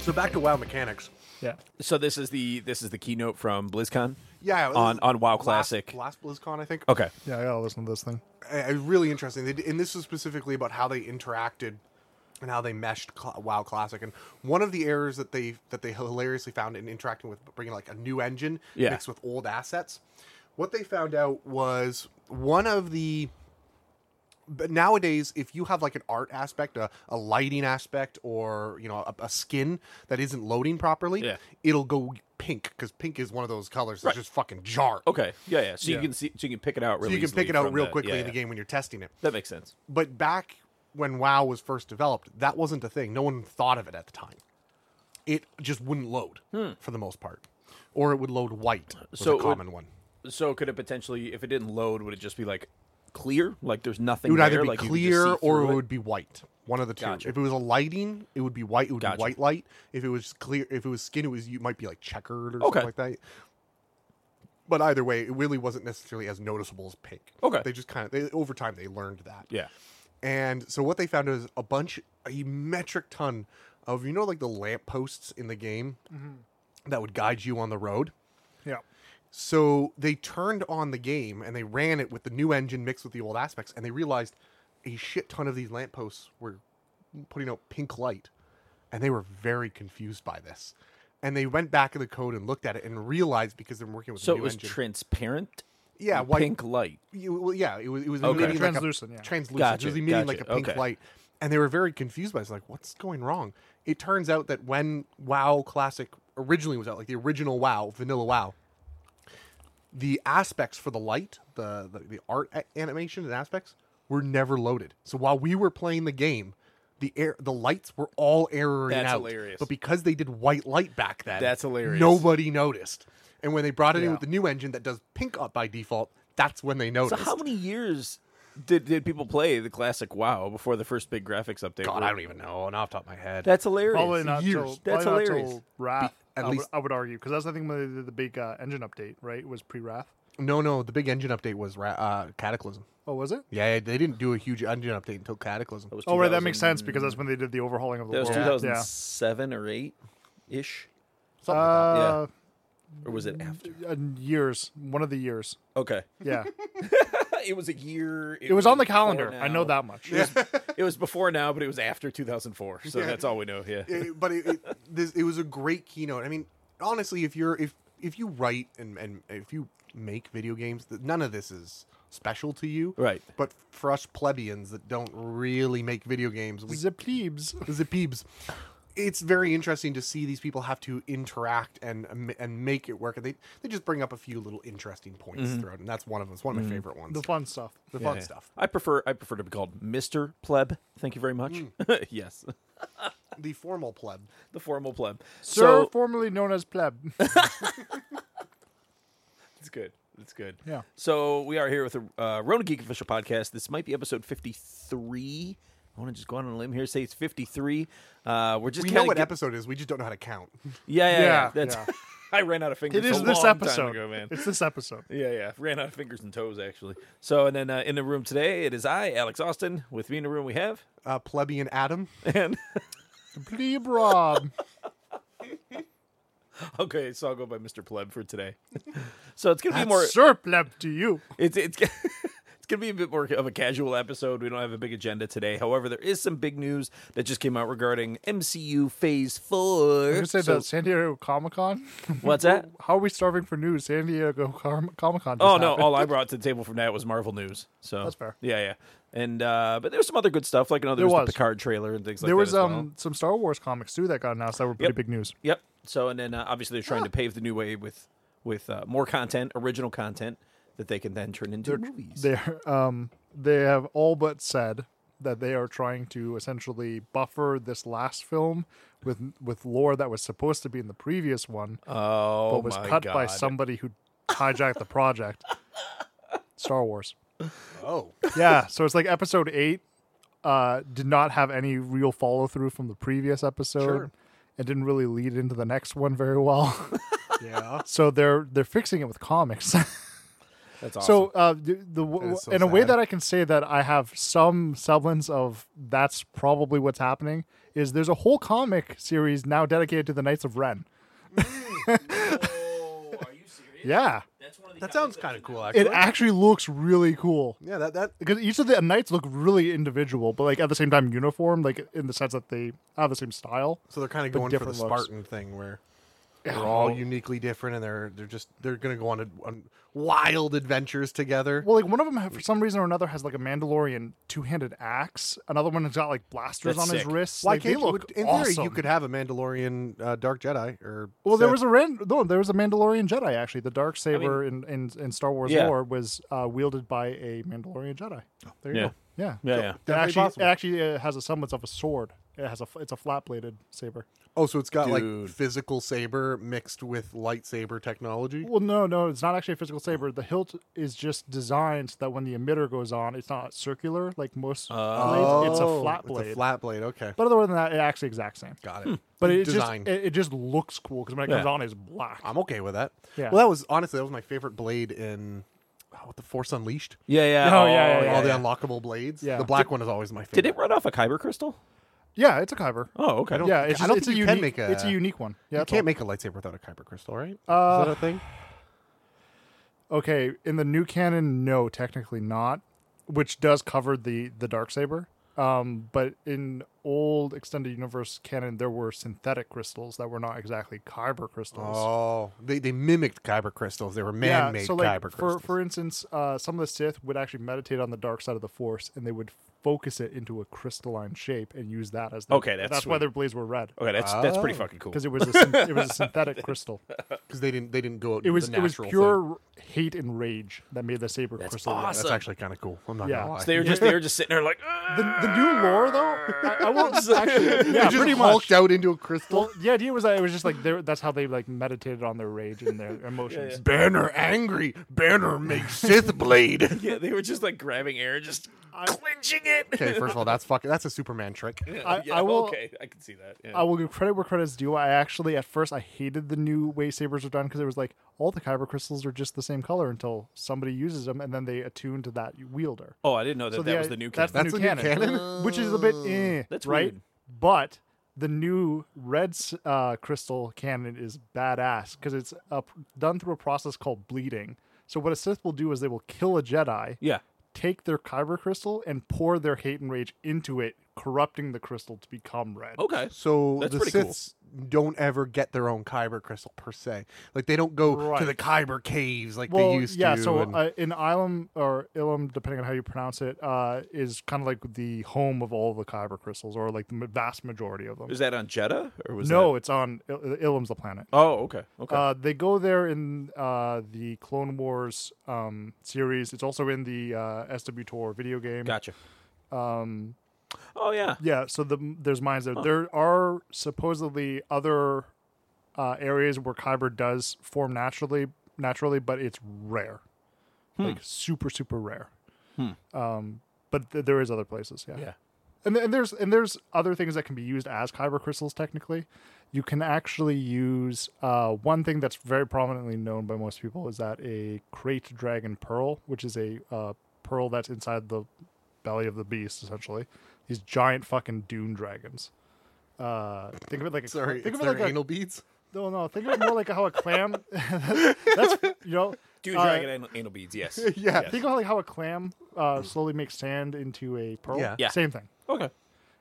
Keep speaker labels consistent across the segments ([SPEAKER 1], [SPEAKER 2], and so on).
[SPEAKER 1] So back to WoW mechanics.
[SPEAKER 2] Yeah.
[SPEAKER 3] So this is the this is the keynote from BlizzCon.
[SPEAKER 1] Yeah, it was
[SPEAKER 3] on on WoW
[SPEAKER 1] last-
[SPEAKER 3] Classic.
[SPEAKER 1] last, BlizzCon, I think.
[SPEAKER 3] Okay.
[SPEAKER 2] Yeah, I gotta listen to this thing.
[SPEAKER 1] Uh, really interesting. They, d- and this is specifically about how they interacted and how they meshed Cl- WoW Classic. And one of the errors that they that they hilariously found in interacting with bringing like a new engine
[SPEAKER 3] Yeah.
[SPEAKER 1] mixed with old assets, what they found out was one of the but nowadays if you have like an art aspect a, a lighting aspect or you know a, a skin that isn't loading properly
[SPEAKER 3] Yeah.
[SPEAKER 1] it'll go pink because pink is one of those colors that's just fucking jarring
[SPEAKER 3] Okay. Yeah. Yeah. So
[SPEAKER 2] Yeah.
[SPEAKER 3] you can see so you can pick it out. Really
[SPEAKER 1] so you can
[SPEAKER 3] easily
[SPEAKER 1] pick it out
[SPEAKER 3] from
[SPEAKER 1] real
[SPEAKER 3] the-
[SPEAKER 1] quickly
[SPEAKER 3] yeah,
[SPEAKER 1] in the
[SPEAKER 3] yeah.
[SPEAKER 1] game when you're testing it.
[SPEAKER 3] That makes sense.
[SPEAKER 1] But back when WoW was first developed, that wasn't a thing. No one thought of it at the time. It just wouldn't load for the most part, or it would load white. Was
[SPEAKER 3] Hmm. So it
[SPEAKER 1] a
[SPEAKER 3] would-
[SPEAKER 1] common one.
[SPEAKER 3] So could it potentially, if it didn't load, would it just be like clear? Like there's nothing.
[SPEAKER 1] It would
[SPEAKER 3] there,
[SPEAKER 1] either be
[SPEAKER 3] like you could just
[SPEAKER 1] clear
[SPEAKER 3] see
[SPEAKER 1] or
[SPEAKER 3] through
[SPEAKER 1] it would be white. One of the two.
[SPEAKER 3] Gotcha.
[SPEAKER 1] If it was a lighting, it would be white. It would
[SPEAKER 3] Gotcha.
[SPEAKER 1] be white light. If it was clear, if it was skin, it was you might be like checkered or
[SPEAKER 3] Okay.
[SPEAKER 1] something like that. But either way, it really wasn't necessarily as noticeable as pink.
[SPEAKER 3] Okay.
[SPEAKER 1] They just kind of they, over time they learned that.
[SPEAKER 3] Yeah.
[SPEAKER 1] And so what they found is a bunch, a metric ton of you know like the lampposts in the game
[SPEAKER 3] Mm-hmm.
[SPEAKER 1] that would guide you on the road.
[SPEAKER 2] Yeah.
[SPEAKER 1] So they turned on the game and they ran it with the new engine mixed with the old aspects, and they realized a shit ton of these lampposts were putting out pink light, and they were very confused by this. And they went back in the code and looked at it and realized because they're working with
[SPEAKER 3] So
[SPEAKER 1] the
[SPEAKER 3] it
[SPEAKER 1] new
[SPEAKER 3] was
[SPEAKER 1] engine.
[SPEAKER 3] transparent.
[SPEAKER 1] yeah,
[SPEAKER 3] and
[SPEAKER 1] white.
[SPEAKER 3] pink light.
[SPEAKER 1] You, well, yeah, it was. It was
[SPEAKER 3] Okay.
[SPEAKER 1] emitting like a-
[SPEAKER 2] Translucent, yeah.
[SPEAKER 1] Translucent.
[SPEAKER 3] Gotcha,
[SPEAKER 1] it was emitting like a
[SPEAKER 3] gotcha,
[SPEAKER 1] pink
[SPEAKER 3] okay.
[SPEAKER 1] light, and they were very confused by. it. It's like, what's going wrong? It turns out that when WoW Classic originally was out, like the original WoW, Vanilla WoW, the aspects for the light, the the, the art a- animations and aspects were never loaded. So while we were playing the game. The air, the lights were all erroring
[SPEAKER 3] That's
[SPEAKER 1] out,
[SPEAKER 3] hilarious.
[SPEAKER 1] but because they did white light back then,
[SPEAKER 3] That's hilarious.
[SPEAKER 1] Nobody noticed, and when they brought it in
[SPEAKER 2] Yeah.
[SPEAKER 1] with the new engine that does pink up by default, that's when they
[SPEAKER 3] So
[SPEAKER 1] noticed.
[SPEAKER 3] how many years did did people play the classic WoW before the first big graphics update?
[SPEAKER 1] God,
[SPEAKER 3] were-
[SPEAKER 1] I don't even know. And off the top of my head,
[SPEAKER 3] That's hilarious.
[SPEAKER 2] Probably not
[SPEAKER 1] years.
[SPEAKER 2] till
[SPEAKER 3] That's
[SPEAKER 2] probably not
[SPEAKER 3] hilarious.
[SPEAKER 2] till Wrath.
[SPEAKER 1] at
[SPEAKER 2] I,
[SPEAKER 1] least-
[SPEAKER 2] would, I would argue because that's I think when they did the big uh, engine update, right? Was pre Wrath.
[SPEAKER 1] no, no. The big engine update was Ra- uh, Cataclysm.
[SPEAKER 2] Oh, was it?
[SPEAKER 1] Yeah, they didn't do a huge engine update until Cataclysm.
[SPEAKER 3] That was
[SPEAKER 2] Oh, right. That makes
[SPEAKER 3] 2000
[SPEAKER 2] sense because that's when they did the overhauling of the
[SPEAKER 3] That was
[SPEAKER 2] world.
[SPEAKER 3] 2007 or eight ish,
[SPEAKER 2] Yeah.
[SPEAKER 1] Something like
[SPEAKER 2] Uh,
[SPEAKER 3] or was
[SPEAKER 1] Mm-hmm.
[SPEAKER 3] it after?
[SPEAKER 2] and years. One of the years.
[SPEAKER 3] Okay,
[SPEAKER 2] Yeah.
[SPEAKER 3] it was a year.
[SPEAKER 2] it was on the
[SPEAKER 3] before
[SPEAKER 2] calendar. I know
[SPEAKER 3] now.
[SPEAKER 2] that much. Yeah.
[SPEAKER 3] It was before now, but it was after 2004. So that's all we know. Yeah.
[SPEAKER 1] that. It- but it, it, this, it was a great keynote. I mean, honestly, if you're if if you write and and if you make video games, th- none of this is special to you,
[SPEAKER 3] Right.
[SPEAKER 1] But for us plebeians that don't really make video games, we
[SPEAKER 2] The plebes.
[SPEAKER 1] the peebs. It's very interesting to see these people have to interact and um, and make it work. And they they just bring up a few little interesting points throughout, and that's one of them. It's one of my favorite ones.
[SPEAKER 2] The
[SPEAKER 1] The,
[SPEAKER 2] fun stuff.
[SPEAKER 1] fun stuff.
[SPEAKER 3] I prefer I prefer to be called Mister Pleb. Thank you very much.
[SPEAKER 1] Mm.
[SPEAKER 3] yes,
[SPEAKER 1] The formal pleb.
[SPEAKER 3] the formal pleb.
[SPEAKER 2] Sir,
[SPEAKER 3] so
[SPEAKER 2] formerly known as pleb.
[SPEAKER 3] it's good. It's good.
[SPEAKER 2] Yeah.
[SPEAKER 3] So we are here with the uh, Rona Geek official podcast. This might be episode fifty three. I want to just go out on a limb here, say it's fifty three. Uh, we're just
[SPEAKER 1] We
[SPEAKER 3] kinda
[SPEAKER 1] know what
[SPEAKER 3] get-
[SPEAKER 1] episode it is. We just don't know how to count.
[SPEAKER 3] Yeah, yeah, yeah.
[SPEAKER 2] Yeah,
[SPEAKER 3] That's
[SPEAKER 2] yeah.
[SPEAKER 3] I ran out of fingers.
[SPEAKER 2] It is
[SPEAKER 3] a
[SPEAKER 2] this
[SPEAKER 3] long time
[SPEAKER 2] episode.
[SPEAKER 3] ago, man.
[SPEAKER 2] It's this episode.
[SPEAKER 3] Yeah, yeah. Ran out of fingers and toes actually. So and then uh, in the room today, it is I, Alex Austin. With me in the room, we have
[SPEAKER 1] Uh, plebeian Adam.
[SPEAKER 3] and
[SPEAKER 2] Plebe Rob.
[SPEAKER 3] okay, so I'll go by Mister Pleb for today. so it's gonna be more.
[SPEAKER 2] Sir pleb to you.
[SPEAKER 3] It's it's it's gonna be a bit more of a casual episode. We don't have a big agenda today. However, there is some big news that just came out regarding MCU Phase Four.
[SPEAKER 2] You say
[SPEAKER 3] So-
[SPEAKER 2] the San Diego Comic Con.
[SPEAKER 3] What's that?
[SPEAKER 2] How are we starving for news? San Diego Com- Comic Con.
[SPEAKER 3] Oh no! All I brought to the table from that was Marvel news. So
[SPEAKER 2] That's fair.
[SPEAKER 3] Yeah, yeah. And uh, but there was some other good stuff, like another
[SPEAKER 2] There
[SPEAKER 3] there was,
[SPEAKER 2] was.
[SPEAKER 3] the Picard trailer and things like
[SPEAKER 2] there
[SPEAKER 3] that.
[SPEAKER 2] was
[SPEAKER 3] as well.
[SPEAKER 2] um some Star Wars comics too that got announced that were pretty
[SPEAKER 3] Yep.
[SPEAKER 2] big news.
[SPEAKER 3] Yep. So and then uh, obviously they're trying to pave the new way with with uh, more content, original content that they can then turn into movies.
[SPEAKER 2] They um they have all but said that they are trying to essentially buffer this last film with with lore that was supposed to be in the previous one,
[SPEAKER 3] oh
[SPEAKER 2] but was
[SPEAKER 3] my
[SPEAKER 2] cut by
[SPEAKER 3] God.
[SPEAKER 2] somebody who hijacked the project. Star Wars.
[SPEAKER 1] Oh,
[SPEAKER 2] Yeah, so it's like episode eight uh, did not have any real follow through from the previous episode.
[SPEAKER 3] Sure.
[SPEAKER 2] It didn't really lead into the next one very well.
[SPEAKER 1] yeah.
[SPEAKER 2] so they're they're fixing it with comics.
[SPEAKER 3] That's
[SPEAKER 2] So, uh, the, the w-
[SPEAKER 1] is so
[SPEAKER 2] in a way
[SPEAKER 1] sad.
[SPEAKER 2] that I can say that I have some semblance of that's probably what's happening is there's a whole comic series now dedicated to the Knights of Ren.
[SPEAKER 3] Oh, are you serious?
[SPEAKER 2] Yeah,
[SPEAKER 3] That's one of the
[SPEAKER 1] That sounds kind of cool, actually.
[SPEAKER 2] it actually looks really cool
[SPEAKER 1] yeah, that that
[SPEAKER 2] because each of the knights look really individual, but like at the same time uniform, like in the sense that they have the same style.
[SPEAKER 1] so they're kind of going for the Oh.
[SPEAKER 2] different looks.
[SPEAKER 1] Spartan thing where they're all uniquely different and they're they're just they're gonna go on, a, on wild adventures together.
[SPEAKER 2] Well, like one of them, for some reason or another, has like a Mandalorian two-handed axe. Another one has got like blasters
[SPEAKER 3] That's
[SPEAKER 2] on his
[SPEAKER 3] sick.
[SPEAKER 2] wrists.
[SPEAKER 1] Why
[SPEAKER 2] like,
[SPEAKER 1] can't
[SPEAKER 2] they
[SPEAKER 1] you?
[SPEAKER 2] look
[SPEAKER 1] Would- in
[SPEAKER 2] awesome.
[SPEAKER 1] theory, you could have a Mandalorian uh, Dark Jedi or
[SPEAKER 2] Well, there
[SPEAKER 1] Sith.
[SPEAKER 2] was a ran- no, there was a Mandalorian Jedi actually. The dark saber in, in in Star Wars
[SPEAKER 3] Yeah.
[SPEAKER 2] lore was uh, wielded by a Mandalorian Jedi. There you
[SPEAKER 3] Yeah.
[SPEAKER 2] go. Yeah,
[SPEAKER 3] Yeah, yeah.
[SPEAKER 2] It
[SPEAKER 1] Definitely
[SPEAKER 2] actually, it
[SPEAKER 1] possible.
[SPEAKER 2] actually uh, has a semblance of a sword. It has a f- it's a flat bladed saber.
[SPEAKER 1] oh, so it's got like
[SPEAKER 3] Dude.
[SPEAKER 1] physical saber mixed with lightsaber technology.
[SPEAKER 2] Well, no, no, it's not actually a physical saber. The hilt is just designed so that when the emitter goes on, it's not circular like most blades. It's a
[SPEAKER 1] Oh,
[SPEAKER 2] flat
[SPEAKER 1] it's
[SPEAKER 2] blade.
[SPEAKER 1] flat blade. Okay,
[SPEAKER 2] but other than that, it actually exact same.
[SPEAKER 1] got it.
[SPEAKER 2] But it
[SPEAKER 1] Design.
[SPEAKER 2] just it, it just looks cool because when it comes
[SPEAKER 3] Yeah.
[SPEAKER 2] on, it's black.
[SPEAKER 1] I'm okay with that.
[SPEAKER 2] Yeah.
[SPEAKER 1] Well, that was honestly that was my favorite blade in oh, what the Force Unleashed.
[SPEAKER 3] Yeah, yeah.
[SPEAKER 2] Oh, yeah, yeah, yeah,
[SPEAKER 1] All the unlockable blades.
[SPEAKER 2] Yeah.
[SPEAKER 1] The black one is always my favorite.
[SPEAKER 3] Did it run off a kyber crystal?
[SPEAKER 2] yeah, it's a kyber.
[SPEAKER 3] Oh, okay.
[SPEAKER 1] don't-
[SPEAKER 2] Yeah, it's
[SPEAKER 1] I
[SPEAKER 2] just, it's
[SPEAKER 1] think
[SPEAKER 2] a
[SPEAKER 1] you
[SPEAKER 2] unique.
[SPEAKER 1] can make a-
[SPEAKER 2] It's a unique one.
[SPEAKER 1] You
[SPEAKER 2] Yeah, that's
[SPEAKER 1] can't
[SPEAKER 2] all.
[SPEAKER 1] make a lightsaber without a kyber crystal, right?
[SPEAKER 2] Uh,
[SPEAKER 1] is that a thing?
[SPEAKER 2] Okay, in the new canon, no, technically not, which does cover the the dark saber. Um, but in old extended universe canon, there were synthetic crystals that were not exactly kyber crystals.
[SPEAKER 1] Oh, they, they mimicked kyber crystals. They were
[SPEAKER 2] yeah,
[SPEAKER 1] man-made
[SPEAKER 2] so like
[SPEAKER 1] kyber
[SPEAKER 2] for
[SPEAKER 1] crystals.
[SPEAKER 2] for instance, uh, some of the Sith would actually meditate on the dark side of the Force, and they would focus it into a crystalline shape and use that as their,
[SPEAKER 3] Okay, that's
[SPEAKER 2] why
[SPEAKER 3] sweet.
[SPEAKER 2] their blades were red
[SPEAKER 1] Oh.
[SPEAKER 3] Okay, that's that's pretty fucking cool.
[SPEAKER 2] because Oh. it was a, syn- it was a synthetic crystal.
[SPEAKER 1] because they didn't they didn't go out.
[SPEAKER 2] It was
[SPEAKER 1] the
[SPEAKER 2] it was
[SPEAKER 1] natural thing.
[SPEAKER 2] pure hate and rage that made the saber crystal. red.
[SPEAKER 1] That's
[SPEAKER 3] awesome.
[SPEAKER 1] actually kind of cool. I'm not
[SPEAKER 2] Yeah.
[SPEAKER 1] gonna lie.
[SPEAKER 3] So they were just they were just sitting there like "Ah!"
[SPEAKER 2] The, the new lore, though, I, I won't actually. Yeah,
[SPEAKER 1] They just
[SPEAKER 2] pretty much.
[SPEAKER 1] hulked out into a crystal.
[SPEAKER 2] Well, the idea was that it was just like they, were- that's how they like meditated on their rage and their emotions.
[SPEAKER 1] Banner angry. Banner makes Sith blade.
[SPEAKER 3] yeah, they were just like grabbing air, just clinching it.
[SPEAKER 1] okay, first of all, that's fucking that's a Superman trick.
[SPEAKER 2] I- I will-
[SPEAKER 3] okay, I can see that. Yeah.
[SPEAKER 2] I will give credit where credit's due. I actually, at first, I hated the new way sabers were done because it was like all the kyber crystals are just the same color until somebody uses them and then they attune to that wielder.
[SPEAKER 3] oh, I didn't know that that
[SPEAKER 2] the
[SPEAKER 3] was
[SPEAKER 2] i-
[SPEAKER 3] the new
[SPEAKER 2] That's
[SPEAKER 3] kid.
[SPEAKER 2] the
[SPEAKER 1] That's
[SPEAKER 2] new
[SPEAKER 1] the new
[SPEAKER 2] canon,
[SPEAKER 1] canon?
[SPEAKER 2] which is a bit eh,
[SPEAKER 3] That's
[SPEAKER 2] right.
[SPEAKER 3] weird.
[SPEAKER 2] But the new red s- uh, crystal canon is badass because it's uh, p- done through a process called bleeding. So what a Sith will do is they will kill a Jedi,
[SPEAKER 3] Yeah.
[SPEAKER 2] take their kyber crystal, and pour their hate and rage into it, corrupting the crystal to become red.
[SPEAKER 3] Okay.
[SPEAKER 1] So
[SPEAKER 3] That's
[SPEAKER 1] the
[SPEAKER 3] pretty cool.
[SPEAKER 1] Siths don't ever get their own kyber crystal per se. Like they don't go to
[SPEAKER 2] Right.
[SPEAKER 1] the kyber caves like
[SPEAKER 2] Well,
[SPEAKER 1] they used
[SPEAKER 2] yeah.
[SPEAKER 1] to.
[SPEAKER 2] So
[SPEAKER 1] and-
[SPEAKER 2] uh, in Ilum or Ilum, depending on how you pronounce it, uh, is kind of like the home of all the kyber crystals, or like the ma- vast majority of them.
[SPEAKER 3] Is that on Jeddah or was
[SPEAKER 2] no,
[SPEAKER 3] That...
[SPEAKER 2] it's on Il- Ilum's the planet.
[SPEAKER 3] Oh, okay. Okay.
[SPEAKER 2] Uh, they go there in uh, the Clone Wars um, series. It's also in the uh, SW Tour video game.
[SPEAKER 3] gotcha. Um. Oh yeah.
[SPEAKER 2] Yeah, so the, there's mines there. There are supposedly other uh, areas where kyber does form naturally, naturally, but it's rare,
[SPEAKER 1] Hmm.
[SPEAKER 2] like super, super rare. Um, but th- there is other places. Yeah.
[SPEAKER 3] Yeah.
[SPEAKER 2] And, th- and there's and there's other things that can be used as kyber crystals. Technically, you can actually use uh, one thing that's very prominently known by most people is that a crate dragon pearl, which is a uh, pearl that's inside the belly of the beast, essentially. These giant fucking dune dragons. Uh, think of it like a
[SPEAKER 1] Sorry, it's
[SPEAKER 2] Think of it
[SPEAKER 1] their
[SPEAKER 2] like a,
[SPEAKER 1] anal beads.
[SPEAKER 2] no, no. Think of it more like how a clam. that's you know.
[SPEAKER 3] Dude,
[SPEAKER 2] uh,
[SPEAKER 3] dragon anal, anal beads. Yes.
[SPEAKER 1] Yeah.
[SPEAKER 2] Think of like how a clam uh, slowly makes sand into a pearl.
[SPEAKER 1] Yeah.
[SPEAKER 3] Yeah.
[SPEAKER 2] Same thing.
[SPEAKER 3] Okay.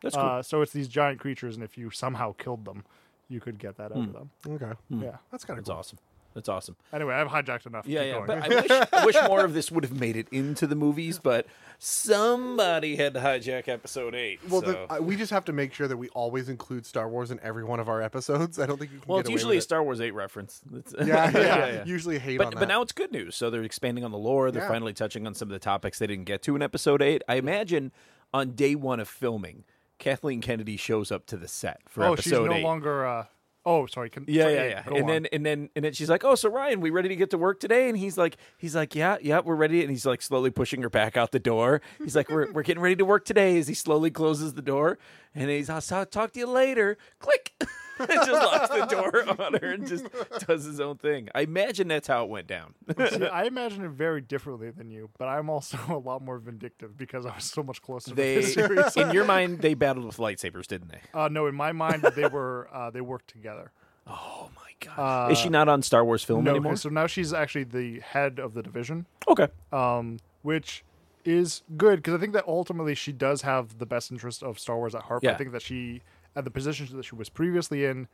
[SPEAKER 3] That's cool.
[SPEAKER 2] Uh, so it's these giant creatures, and if you somehow killed them, you could get that out
[SPEAKER 3] Hmm.
[SPEAKER 2] of them.
[SPEAKER 1] Okay,
[SPEAKER 2] Yeah.
[SPEAKER 1] that's kind of
[SPEAKER 3] That's
[SPEAKER 1] cool.
[SPEAKER 3] awesome. That's awesome.
[SPEAKER 2] Anyway, I've hijacked enough.
[SPEAKER 3] Yeah,
[SPEAKER 2] Keep
[SPEAKER 3] yeah.
[SPEAKER 2] going.
[SPEAKER 3] But I wish, I wish more of this would have made it into the movies, but somebody had to hijack episode eight.
[SPEAKER 1] Well,
[SPEAKER 3] so.
[SPEAKER 1] the, uh, we just have to make sure that we always include Star Wars in every one of our episodes. I don't think you can.
[SPEAKER 3] well,
[SPEAKER 1] get
[SPEAKER 3] it's
[SPEAKER 1] away
[SPEAKER 3] usually a
[SPEAKER 1] with it.
[SPEAKER 3] Star Wars eight reference. It's-
[SPEAKER 1] Yeah, yeah, Usually hate on
[SPEAKER 3] But,
[SPEAKER 1] that.
[SPEAKER 3] but now it's good news. So they're expanding on the lore. They're
[SPEAKER 1] Yeah.
[SPEAKER 3] finally touching on some of the topics they didn't get to in episode eight. I imagine on day one of filming, Kathleen Kennedy shows up to the set for
[SPEAKER 2] oh,
[SPEAKER 3] episode
[SPEAKER 2] she's no
[SPEAKER 3] eight.
[SPEAKER 2] longer. Uh, oh, sorry. Can,
[SPEAKER 3] Yeah,
[SPEAKER 2] sorry,
[SPEAKER 3] yeah, yeah.
[SPEAKER 2] Go
[SPEAKER 3] And
[SPEAKER 2] on.
[SPEAKER 3] then and then and then she's like, "Oh, so Ryan, we ready to get to work today?" And he's like, he's like, "Yeah, yeah, we're ready." And he's like slowly pushing her back out the door. He's like, "We're we're getting ready to work today." As he slowly closes the door, and he's, "I'll s- talk to you later." Click. it just locks the door on her and just does his own thing. I imagine that's how it went down.
[SPEAKER 2] See, I imagine it very differently than you, but I'm also a lot more vindictive because I was so much closer
[SPEAKER 3] they,
[SPEAKER 2] to this series.
[SPEAKER 3] in your mind, they battled with lightsabers, didn't they?
[SPEAKER 2] Uh, no, in my mind, they were uh, they worked together.
[SPEAKER 3] Oh my god! Is she not on Star Wars film
[SPEAKER 2] No,
[SPEAKER 3] anymore?
[SPEAKER 2] so now she's actually the head of the division,
[SPEAKER 3] Okay.
[SPEAKER 2] um, which is good because I think that ultimately she does have the best interest of Star Wars at heart. But
[SPEAKER 3] Yeah.
[SPEAKER 2] I think that she, at the position that she was previously in,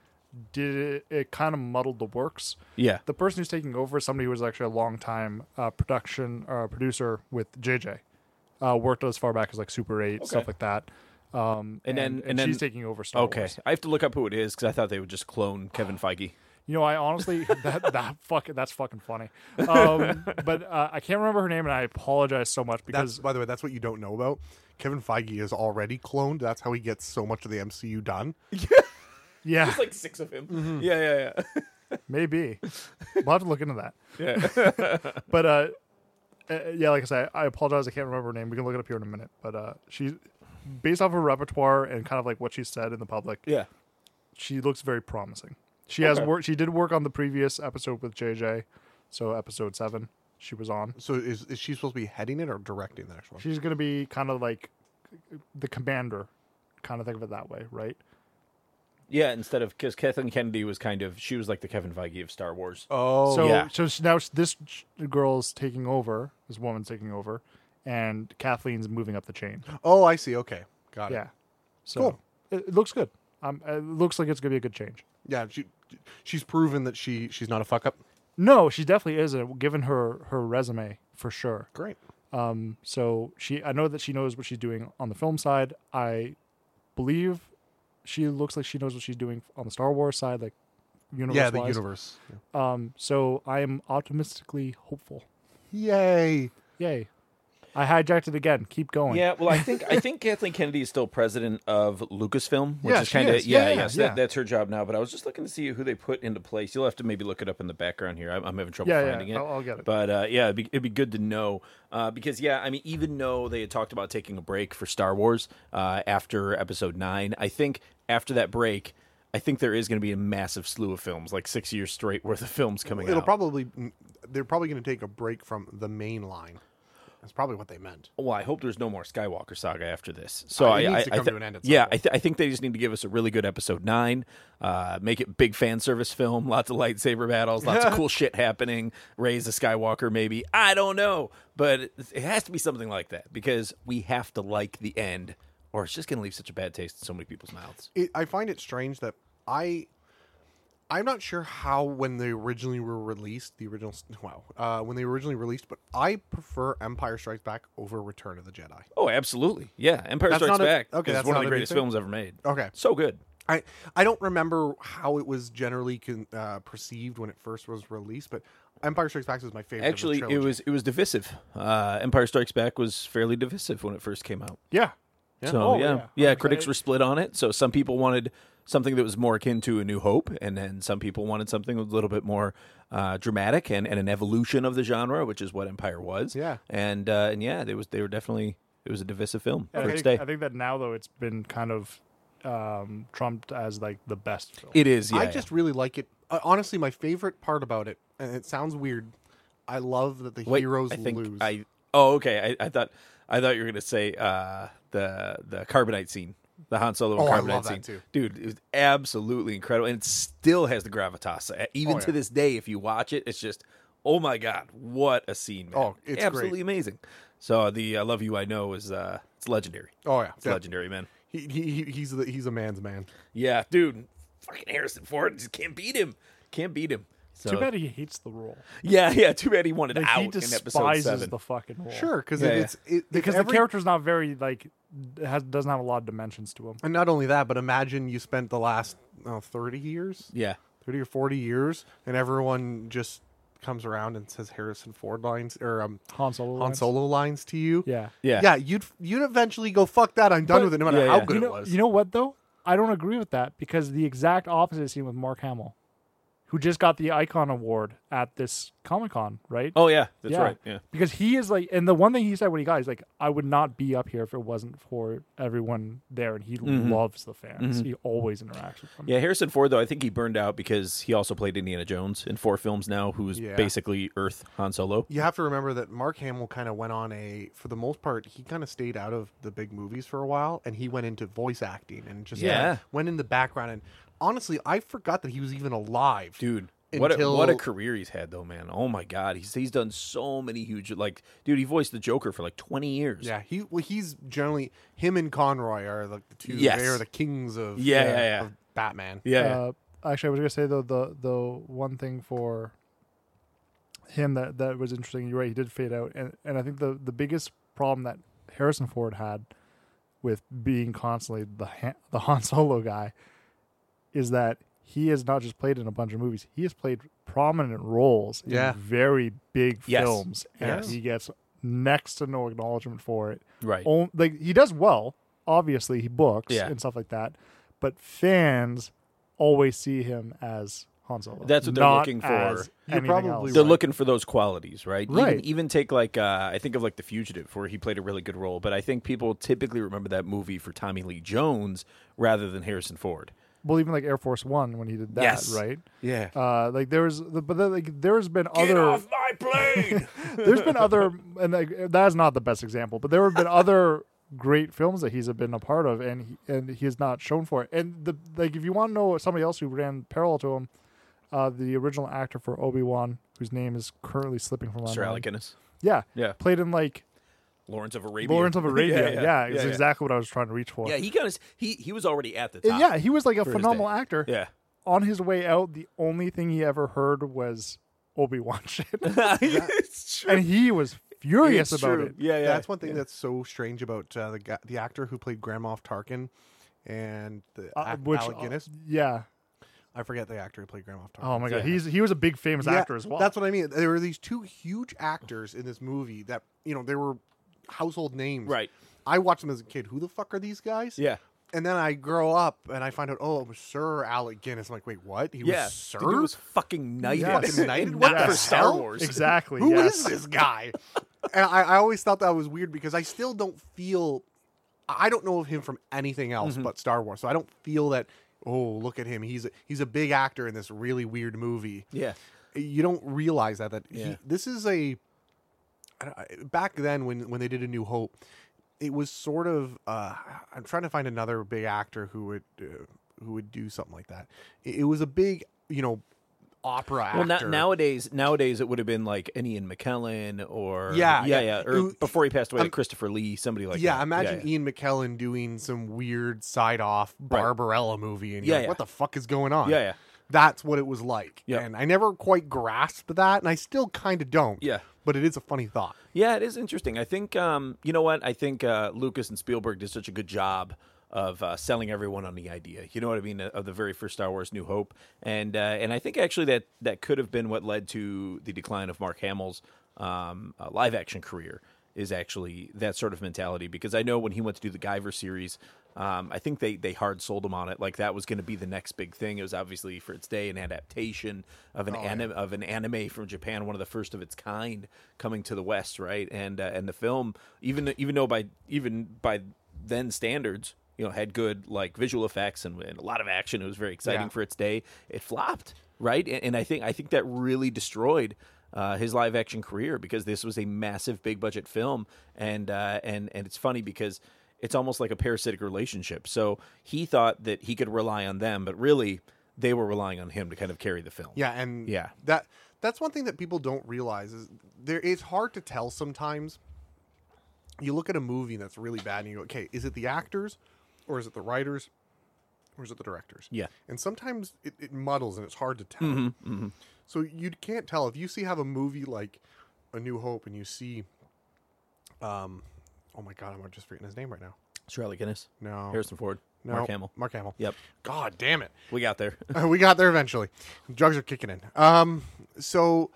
[SPEAKER 2] did it, it kind of muddled the works.
[SPEAKER 3] yeah.
[SPEAKER 2] The person who's taking over is somebody who was actually a long time uh, production uh, producer with JJ, uh, worked as far back as like Super Eight stuff
[SPEAKER 3] Okay.
[SPEAKER 2] like that. Um,
[SPEAKER 3] And then- and
[SPEAKER 2] she's
[SPEAKER 3] then-
[SPEAKER 2] taking over Star
[SPEAKER 3] Okay.
[SPEAKER 2] Wars.
[SPEAKER 3] I have to look up who it is because I thought they would just clone Kevin Feige.
[SPEAKER 2] You know, I honestly that that fucking that's fucking funny. Um, but uh, I can't remember her name, and I apologize so much
[SPEAKER 1] That's
[SPEAKER 2] because
[SPEAKER 1] by the way, that's what you don't know about. Kevin Feige is already cloned. That's how he gets so much of the MCU done.
[SPEAKER 2] yeah,
[SPEAKER 3] like six of him. Yeah, yeah, yeah.
[SPEAKER 2] maybe we'll have to look into that.
[SPEAKER 3] Yeah.
[SPEAKER 2] But uh, uh, yeah, like I said, I apologize. I can't remember her name. We can look it up here in a minute. But uh, she, based off her repertoire and kind of like what she said in the public,
[SPEAKER 3] Yeah.
[SPEAKER 2] she looks very promising. She has
[SPEAKER 3] Okay.
[SPEAKER 2] work. She did work on the previous episode with JJ, so episode seven she was on.
[SPEAKER 1] So is is she supposed to be heading it or directing the next one?
[SPEAKER 2] She's gonna be kind of like the commander, kind of think of it that way, right?
[SPEAKER 3] Yeah, instead of because Kathleen Kennedy was kind of she was like the Kevin Feige of Star Wars.
[SPEAKER 1] Oh,
[SPEAKER 2] so
[SPEAKER 3] yeah.
[SPEAKER 2] so she, now she- this ch- girl's taking over. This woman's taking over, and Kathleen's moving up the chain.
[SPEAKER 1] oh, I see. Okay, got it.
[SPEAKER 2] Yeah. So it, it looks good. Um, it looks like it's gonna be a good change.
[SPEAKER 1] Yeah, she she's proven that she she's not a fuck up.
[SPEAKER 2] No, she definitely is. uh, Given her her resume, for sure.
[SPEAKER 1] Great.
[SPEAKER 2] Um, so she, I know that she knows what she's doing on the film side. I believe she looks like she knows what she's doing on the Star Wars side, like universe.
[SPEAKER 1] yeah, the
[SPEAKER 2] wise.
[SPEAKER 1] universe.
[SPEAKER 2] Um, so I am optimistically hopeful.
[SPEAKER 1] Yay!
[SPEAKER 2] Yay! I hijacked it again. Keep going.
[SPEAKER 3] Yeah, well, I think I think Kathleen Kennedy is still president of Lucasfilm, which
[SPEAKER 1] Yeah,
[SPEAKER 3] is
[SPEAKER 1] she
[SPEAKER 3] kind of
[SPEAKER 1] is.
[SPEAKER 3] yeah,
[SPEAKER 1] Yeah,
[SPEAKER 3] yes, that-
[SPEAKER 2] yeah.
[SPEAKER 3] that's her job now. But I was just looking to see who they put into place. You'll have to maybe look it up in the background here. I'm, I'm having trouble
[SPEAKER 2] Yeah, yeah,
[SPEAKER 3] finding it.
[SPEAKER 2] I'll- I'll get it.
[SPEAKER 3] But uh, yeah, it'd be, it'd be good to know uh, because yeah, I mean, even though they had talked about taking a break for Star Wars uh, after Episode Nine, I think after that break. I think there is going to be a massive slew of films, like six years straight worth of films coming
[SPEAKER 1] It'll
[SPEAKER 3] out.
[SPEAKER 1] probably mm, they're probably going to take a break from the main line. That's probably what they meant.
[SPEAKER 3] well, I hope there's no more Skywalker saga after this. So
[SPEAKER 1] Uh,
[SPEAKER 3] I,
[SPEAKER 1] it
[SPEAKER 3] I,
[SPEAKER 1] needs to
[SPEAKER 3] I
[SPEAKER 1] come
[SPEAKER 3] thi-
[SPEAKER 1] to an end at some
[SPEAKER 3] yeah, I, th- I think they just need to give us a really good episode nine. Uh, make it big fan service film, lots of lightsaber battles, lots of cool shit happening. Raise a Skywalker, maybe I don't know, but it, it has to be something like that because we have to like the end, or it's just going to leave such a bad taste in so many people's mouths.
[SPEAKER 1] It, I find it strange that I I'm not sure how when they originally were released the original wow uh, when they were originally released, but I prefer Empire Strikes Back over Return of the Jedi.
[SPEAKER 3] Oh, absolutely, yeah. Empire
[SPEAKER 1] That's
[SPEAKER 3] Strikes
[SPEAKER 1] not a-
[SPEAKER 3] Back
[SPEAKER 1] okay,
[SPEAKER 3] is
[SPEAKER 1] that's
[SPEAKER 3] one
[SPEAKER 1] not
[SPEAKER 3] of the
[SPEAKER 1] a big
[SPEAKER 3] greatest
[SPEAKER 1] thing. Oh.
[SPEAKER 3] films ever made.
[SPEAKER 1] Okay,
[SPEAKER 3] So good.
[SPEAKER 1] I I don't remember how it was generally con, uh, perceived when it first was released, but Empire Strikes Back is my favorite. of the
[SPEAKER 3] Actually, it
[SPEAKER 1] trilogy.
[SPEAKER 3] was it was divisive. Uh, Empire Strikes Back was fairly divisive when it first came out.
[SPEAKER 2] Yeah.
[SPEAKER 3] So
[SPEAKER 2] Oh,
[SPEAKER 3] yeah,
[SPEAKER 2] yeah.
[SPEAKER 3] yeah.
[SPEAKER 2] Okay.
[SPEAKER 3] Critics were split on it. So some people wanted something that was more akin to A New Hope, and then some people wanted something a little bit more uh, dramatic and, and an evolution of the genre, which is what Empire was.
[SPEAKER 1] Yeah.
[SPEAKER 3] and uh, and yeah, they was they were definitely it was a divisive film
[SPEAKER 2] And
[SPEAKER 3] for
[SPEAKER 2] I
[SPEAKER 3] its
[SPEAKER 2] think,
[SPEAKER 3] day.
[SPEAKER 2] I think that now though it's been kind of um, trumped as like the best film.
[SPEAKER 3] it is. Yeah,
[SPEAKER 1] I
[SPEAKER 3] yeah.
[SPEAKER 1] just really like it. Uh, honestly, my favorite part about it, and it sounds weird, I love that the
[SPEAKER 3] Wait,
[SPEAKER 1] heroes
[SPEAKER 3] I think
[SPEAKER 1] lose.
[SPEAKER 3] I oh okay. I, I thought I thought you were gonna say uh, the the carbonite scene. The Han Solo and
[SPEAKER 1] Oh, I
[SPEAKER 3] carbonite
[SPEAKER 1] love that
[SPEAKER 3] scene,
[SPEAKER 1] too.
[SPEAKER 3] dude, it was absolutely incredible, and it still has the gravitas. Uh, Even
[SPEAKER 1] Oh,
[SPEAKER 3] to
[SPEAKER 1] yeah.
[SPEAKER 3] this day, if you watch it, it's just, oh my god, what a scene! Man.
[SPEAKER 1] Oh, it's great.
[SPEAKER 3] absolutely amazing. So uh, the "I Love You, I Know" is uh, it's legendary.
[SPEAKER 1] oh yeah,
[SPEAKER 3] It's
[SPEAKER 1] yeah.
[SPEAKER 3] legendary, man.
[SPEAKER 1] He, he, he- he's the, he's a man's man.
[SPEAKER 3] Yeah, dude, fucking Harrison Ford just can't beat him. Can't beat him. So,
[SPEAKER 2] Too bad he hates the role.
[SPEAKER 3] Yeah, yeah. Too bad he wanted
[SPEAKER 2] Like,
[SPEAKER 3] out
[SPEAKER 2] he
[SPEAKER 3] in episode
[SPEAKER 2] despises
[SPEAKER 3] seven.
[SPEAKER 2] the fucking role.
[SPEAKER 1] Sure, because
[SPEAKER 3] Yeah,
[SPEAKER 1] it's it,
[SPEAKER 2] because
[SPEAKER 1] every,
[SPEAKER 2] the character's not very like has doesn't have a lot of dimensions to him.
[SPEAKER 1] And not only that, but imagine you spent the last oh, thirty years,
[SPEAKER 3] yeah,
[SPEAKER 1] thirty or forty years, and everyone just comes around and says Harrison Ford lines or um,
[SPEAKER 2] Han Solo.
[SPEAKER 1] Han
[SPEAKER 2] lines.
[SPEAKER 1] Solo lines to you.
[SPEAKER 2] Yeah.
[SPEAKER 3] yeah,
[SPEAKER 1] yeah, you'd you'd eventually go fuck that. I'm done
[SPEAKER 2] But-
[SPEAKER 1] with it, no matter
[SPEAKER 3] yeah,
[SPEAKER 1] how
[SPEAKER 3] yeah.
[SPEAKER 1] good
[SPEAKER 2] you know,
[SPEAKER 1] it was.
[SPEAKER 2] you know what though? I don't agree with that because the exact opposite is seen with Mark Hamill. who just got the Icon Award at this Comic Con, right?
[SPEAKER 3] Oh yeah, that's right. Yeah.
[SPEAKER 2] Because he is like, and the one thing he said when he got, he's like, I would not be up here if it wasn't for everyone there. And he loves the fans. He always interacts with them.
[SPEAKER 3] Yeah, Harrison Ford though I think he burned out because he also played Indiana Jones in four films now, who's
[SPEAKER 1] Yeah.
[SPEAKER 3] basically Earth Han Solo.
[SPEAKER 1] You have to remember that Mark Hamill kind of went on a, for the most part, he kind of stayed out of the big movies for a while, and he went into voice acting and just kinda
[SPEAKER 3] Yeah.
[SPEAKER 1] went in the background. And honestly, I forgot that he was even alive.
[SPEAKER 3] Dude, what a, what a
[SPEAKER 1] Until-
[SPEAKER 3] career he's had though, man. Oh my god, he's he's done so many huge like dude, he voiced the Joker for like 20 years.
[SPEAKER 1] Yeah, he well, he's generally him and Conroy are like the two.
[SPEAKER 3] Yes.
[SPEAKER 1] They are the kings of
[SPEAKER 3] Yeah, yeah, yeah.
[SPEAKER 1] of Batman.
[SPEAKER 3] Yeah.
[SPEAKER 2] Uh, actually, I was gonna say though the the one thing for him that that was interesting. You're right; he did fade out, and and I think the the biggest problem that Harrison Ford had with being constantly the Han, the Han Solo guy is that he has not just played in a bunch of movies; he has played prominent roles in
[SPEAKER 1] Yeah.
[SPEAKER 2] very big
[SPEAKER 3] Yes.
[SPEAKER 2] films, and
[SPEAKER 1] Yes.
[SPEAKER 2] he gets next to no acknowledgement for it
[SPEAKER 3] right.
[SPEAKER 2] on- like he does well. Obviously, he books
[SPEAKER 3] Yeah.
[SPEAKER 2] and stuff like that. But fans always see him as Han Solo.
[SPEAKER 3] That's what they're
[SPEAKER 2] not
[SPEAKER 3] looking for.
[SPEAKER 2] as
[SPEAKER 1] You're
[SPEAKER 2] anything
[SPEAKER 1] probably
[SPEAKER 2] else.
[SPEAKER 3] They're
[SPEAKER 1] right.
[SPEAKER 3] looking for those qualities, right?
[SPEAKER 2] Right.
[SPEAKER 3] Even, even take like uh, I think of like The Fugitive, where he played a really good role, but I think people typically remember that movie for Tommy Lee Jones rather than Harrison Ford.
[SPEAKER 2] well, even like Air Force One when he did that,
[SPEAKER 3] Yes.
[SPEAKER 2] right?
[SPEAKER 3] Yeah.
[SPEAKER 2] Uh, like there was, but then, like there's been other.
[SPEAKER 1] uh,
[SPEAKER 3] my plane!
[SPEAKER 2] there's been other, and like that's not the best example, but there have been other great films that he's been a part of, and he, and he has not shown for it. And the like, if you want to know somebody else who ran parallel to him, uh, the original actor for Obi Wan, whose name is currently slipping from my
[SPEAKER 3] Sir Alec
[SPEAKER 2] mind,
[SPEAKER 3] Guinness,
[SPEAKER 2] yeah,
[SPEAKER 3] Yeah.
[SPEAKER 2] played in like
[SPEAKER 3] Lawrence of Arabia.
[SPEAKER 2] Lawrence of Arabia, yeah,
[SPEAKER 3] yeah,
[SPEAKER 2] it's
[SPEAKER 3] yeah, yeah.
[SPEAKER 2] exactly what I was trying to reach for.
[SPEAKER 3] Yeah, he kind of he he was already at the
[SPEAKER 2] And
[SPEAKER 3] top.
[SPEAKER 2] Uh, yeah, he was like a
[SPEAKER 3] for his
[SPEAKER 2] phenomenal
[SPEAKER 3] day.
[SPEAKER 2] actor.
[SPEAKER 3] yeah.
[SPEAKER 2] On his way out, the only thing he ever heard was Obi Wan shit,
[SPEAKER 3] it's true.
[SPEAKER 2] and he was furious
[SPEAKER 3] It's
[SPEAKER 2] about
[SPEAKER 3] true.
[SPEAKER 2] it.
[SPEAKER 3] Yeah, yeah.
[SPEAKER 1] That's one thing that's so strange about uh, the ga- the actor who played Grand Moff Tarkin and the
[SPEAKER 2] Uh,
[SPEAKER 1] ac-
[SPEAKER 2] which,
[SPEAKER 1] Alec Guinness.
[SPEAKER 2] yeah.
[SPEAKER 1] I forget the actor who played Grand Moff Tarkin.
[SPEAKER 2] Oh my god,
[SPEAKER 3] Yeah.
[SPEAKER 2] he's he was a big famous
[SPEAKER 1] Yeah,
[SPEAKER 2] actor as well.
[SPEAKER 1] That's what I mean. There were these two huge actors in this movie that you know they were household names.
[SPEAKER 3] Right.
[SPEAKER 1] I watched them as a kid. Who the fuck are these guys?
[SPEAKER 3] Yeah.
[SPEAKER 1] And then I grow up and I find out, oh, it was Sir Alec Guinness. I'm like, wait, what? He
[SPEAKER 3] Yeah,
[SPEAKER 1] was Sir?
[SPEAKER 3] The dude was fucking knighted.
[SPEAKER 1] Fucking knighted?
[SPEAKER 3] And
[SPEAKER 1] What
[SPEAKER 3] not
[SPEAKER 2] the
[SPEAKER 3] for Star
[SPEAKER 1] hell?
[SPEAKER 3] Wars?
[SPEAKER 2] exactly.
[SPEAKER 1] Who is
[SPEAKER 2] yes.
[SPEAKER 1] this guy? and I, I always thought that was weird because I still don't feel I don't know of him from anything else but Star Wars. So I don't feel that oh, look at him. He's a, he's a big actor in this really weird movie.
[SPEAKER 3] Yeah.
[SPEAKER 1] You don't realize that that
[SPEAKER 3] Yeah.
[SPEAKER 1] he, this is a I don't- I- back then when when they did a new hope it was sort of uh, I'm trying to find another big actor who would uh, who would do something like that. It, it was a big, you know, opera actor.
[SPEAKER 3] Well, na- nowadays, nowadays it would have been like an Ian McKellen or
[SPEAKER 1] Yeah,
[SPEAKER 3] yeah,
[SPEAKER 1] yeah.
[SPEAKER 3] yeah. Or
[SPEAKER 1] Who-
[SPEAKER 3] before he passed away,
[SPEAKER 1] I'm-
[SPEAKER 3] like Christopher Lee, somebody like
[SPEAKER 1] yeah,
[SPEAKER 3] that.
[SPEAKER 1] imagine
[SPEAKER 3] yeah.
[SPEAKER 1] Ian McKellen doing some weird side off
[SPEAKER 3] Right.
[SPEAKER 1] Barbarella movie, and you're
[SPEAKER 3] Yeah,
[SPEAKER 1] like,
[SPEAKER 3] yeah.
[SPEAKER 1] what the fuck is going on?
[SPEAKER 3] Yeah, yeah.
[SPEAKER 1] That's what it was like.
[SPEAKER 3] Yeah.
[SPEAKER 1] And I never quite grasped that, and I still kind of don't.
[SPEAKER 3] Yeah.
[SPEAKER 1] But it is a funny thought.
[SPEAKER 3] Yeah, it is interesting. I think um, you know what? I think uh, Lucas and Spielberg did such a good job of uh, selling everyone on the idea. You know what I mean of the very first Star Wars: New Hope, and uh, and I think actually that that could have been what led to the decline of Mark Hamill's um, uh, live action career. Is actually that sort of mentality because I know when he went to do the Guyver series, um, I think they they hard sold him on it like that was going to be the next big thing. It was obviously for its day an adaptation of an anime of an anime from Japan, one of the first of its kind coming to the West, right? And uh, and the film, even even though by even by then standards, you know, had good like visual effects and, and a lot of action. It was very exciting
[SPEAKER 1] Yeah.
[SPEAKER 3] for its day. It flopped, right? And, and I think I think that really destroyed. Uh, his live action career because this was a massive big budget film and uh, and and it's funny because it's almost like a parasitic relationship. So he thought that he could rely on them, but really they were relying on him to kind of carry the film.
[SPEAKER 1] Yeah, and
[SPEAKER 3] Yeah.
[SPEAKER 1] that that's one thing that people don't realize is there. It's hard to tell sometimes. You look at a movie that's really bad, and you go, "Okay, is it the actors, or is it the writers, or is it the directors?"
[SPEAKER 3] Yeah.
[SPEAKER 1] and sometimes it, it muddles, and it's hard to tell.
[SPEAKER 3] Mm-hmm,
[SPEAKER 1] So you can't tell if you see have a movie like A New Hope, and you see, um, oh my god, I'm just forgetting his name right now.
[SPEAKER 3] Charlie Guinness,
[SPEAKER 1] No,
[SPEAKER 3] Harrison Ford,
[SPEAKER 1] no,
[SPEAKER 3] Mark Hamill.
[SPEAKER 1] Mark Hamill.
[SPEAKER 3] Yep.
[SPEAKER 1] God damn it.
[SPEAKER 3] We got there.
[SPEAKER 1] Uh, we got there eventually. Drugs are kicking in. Um, so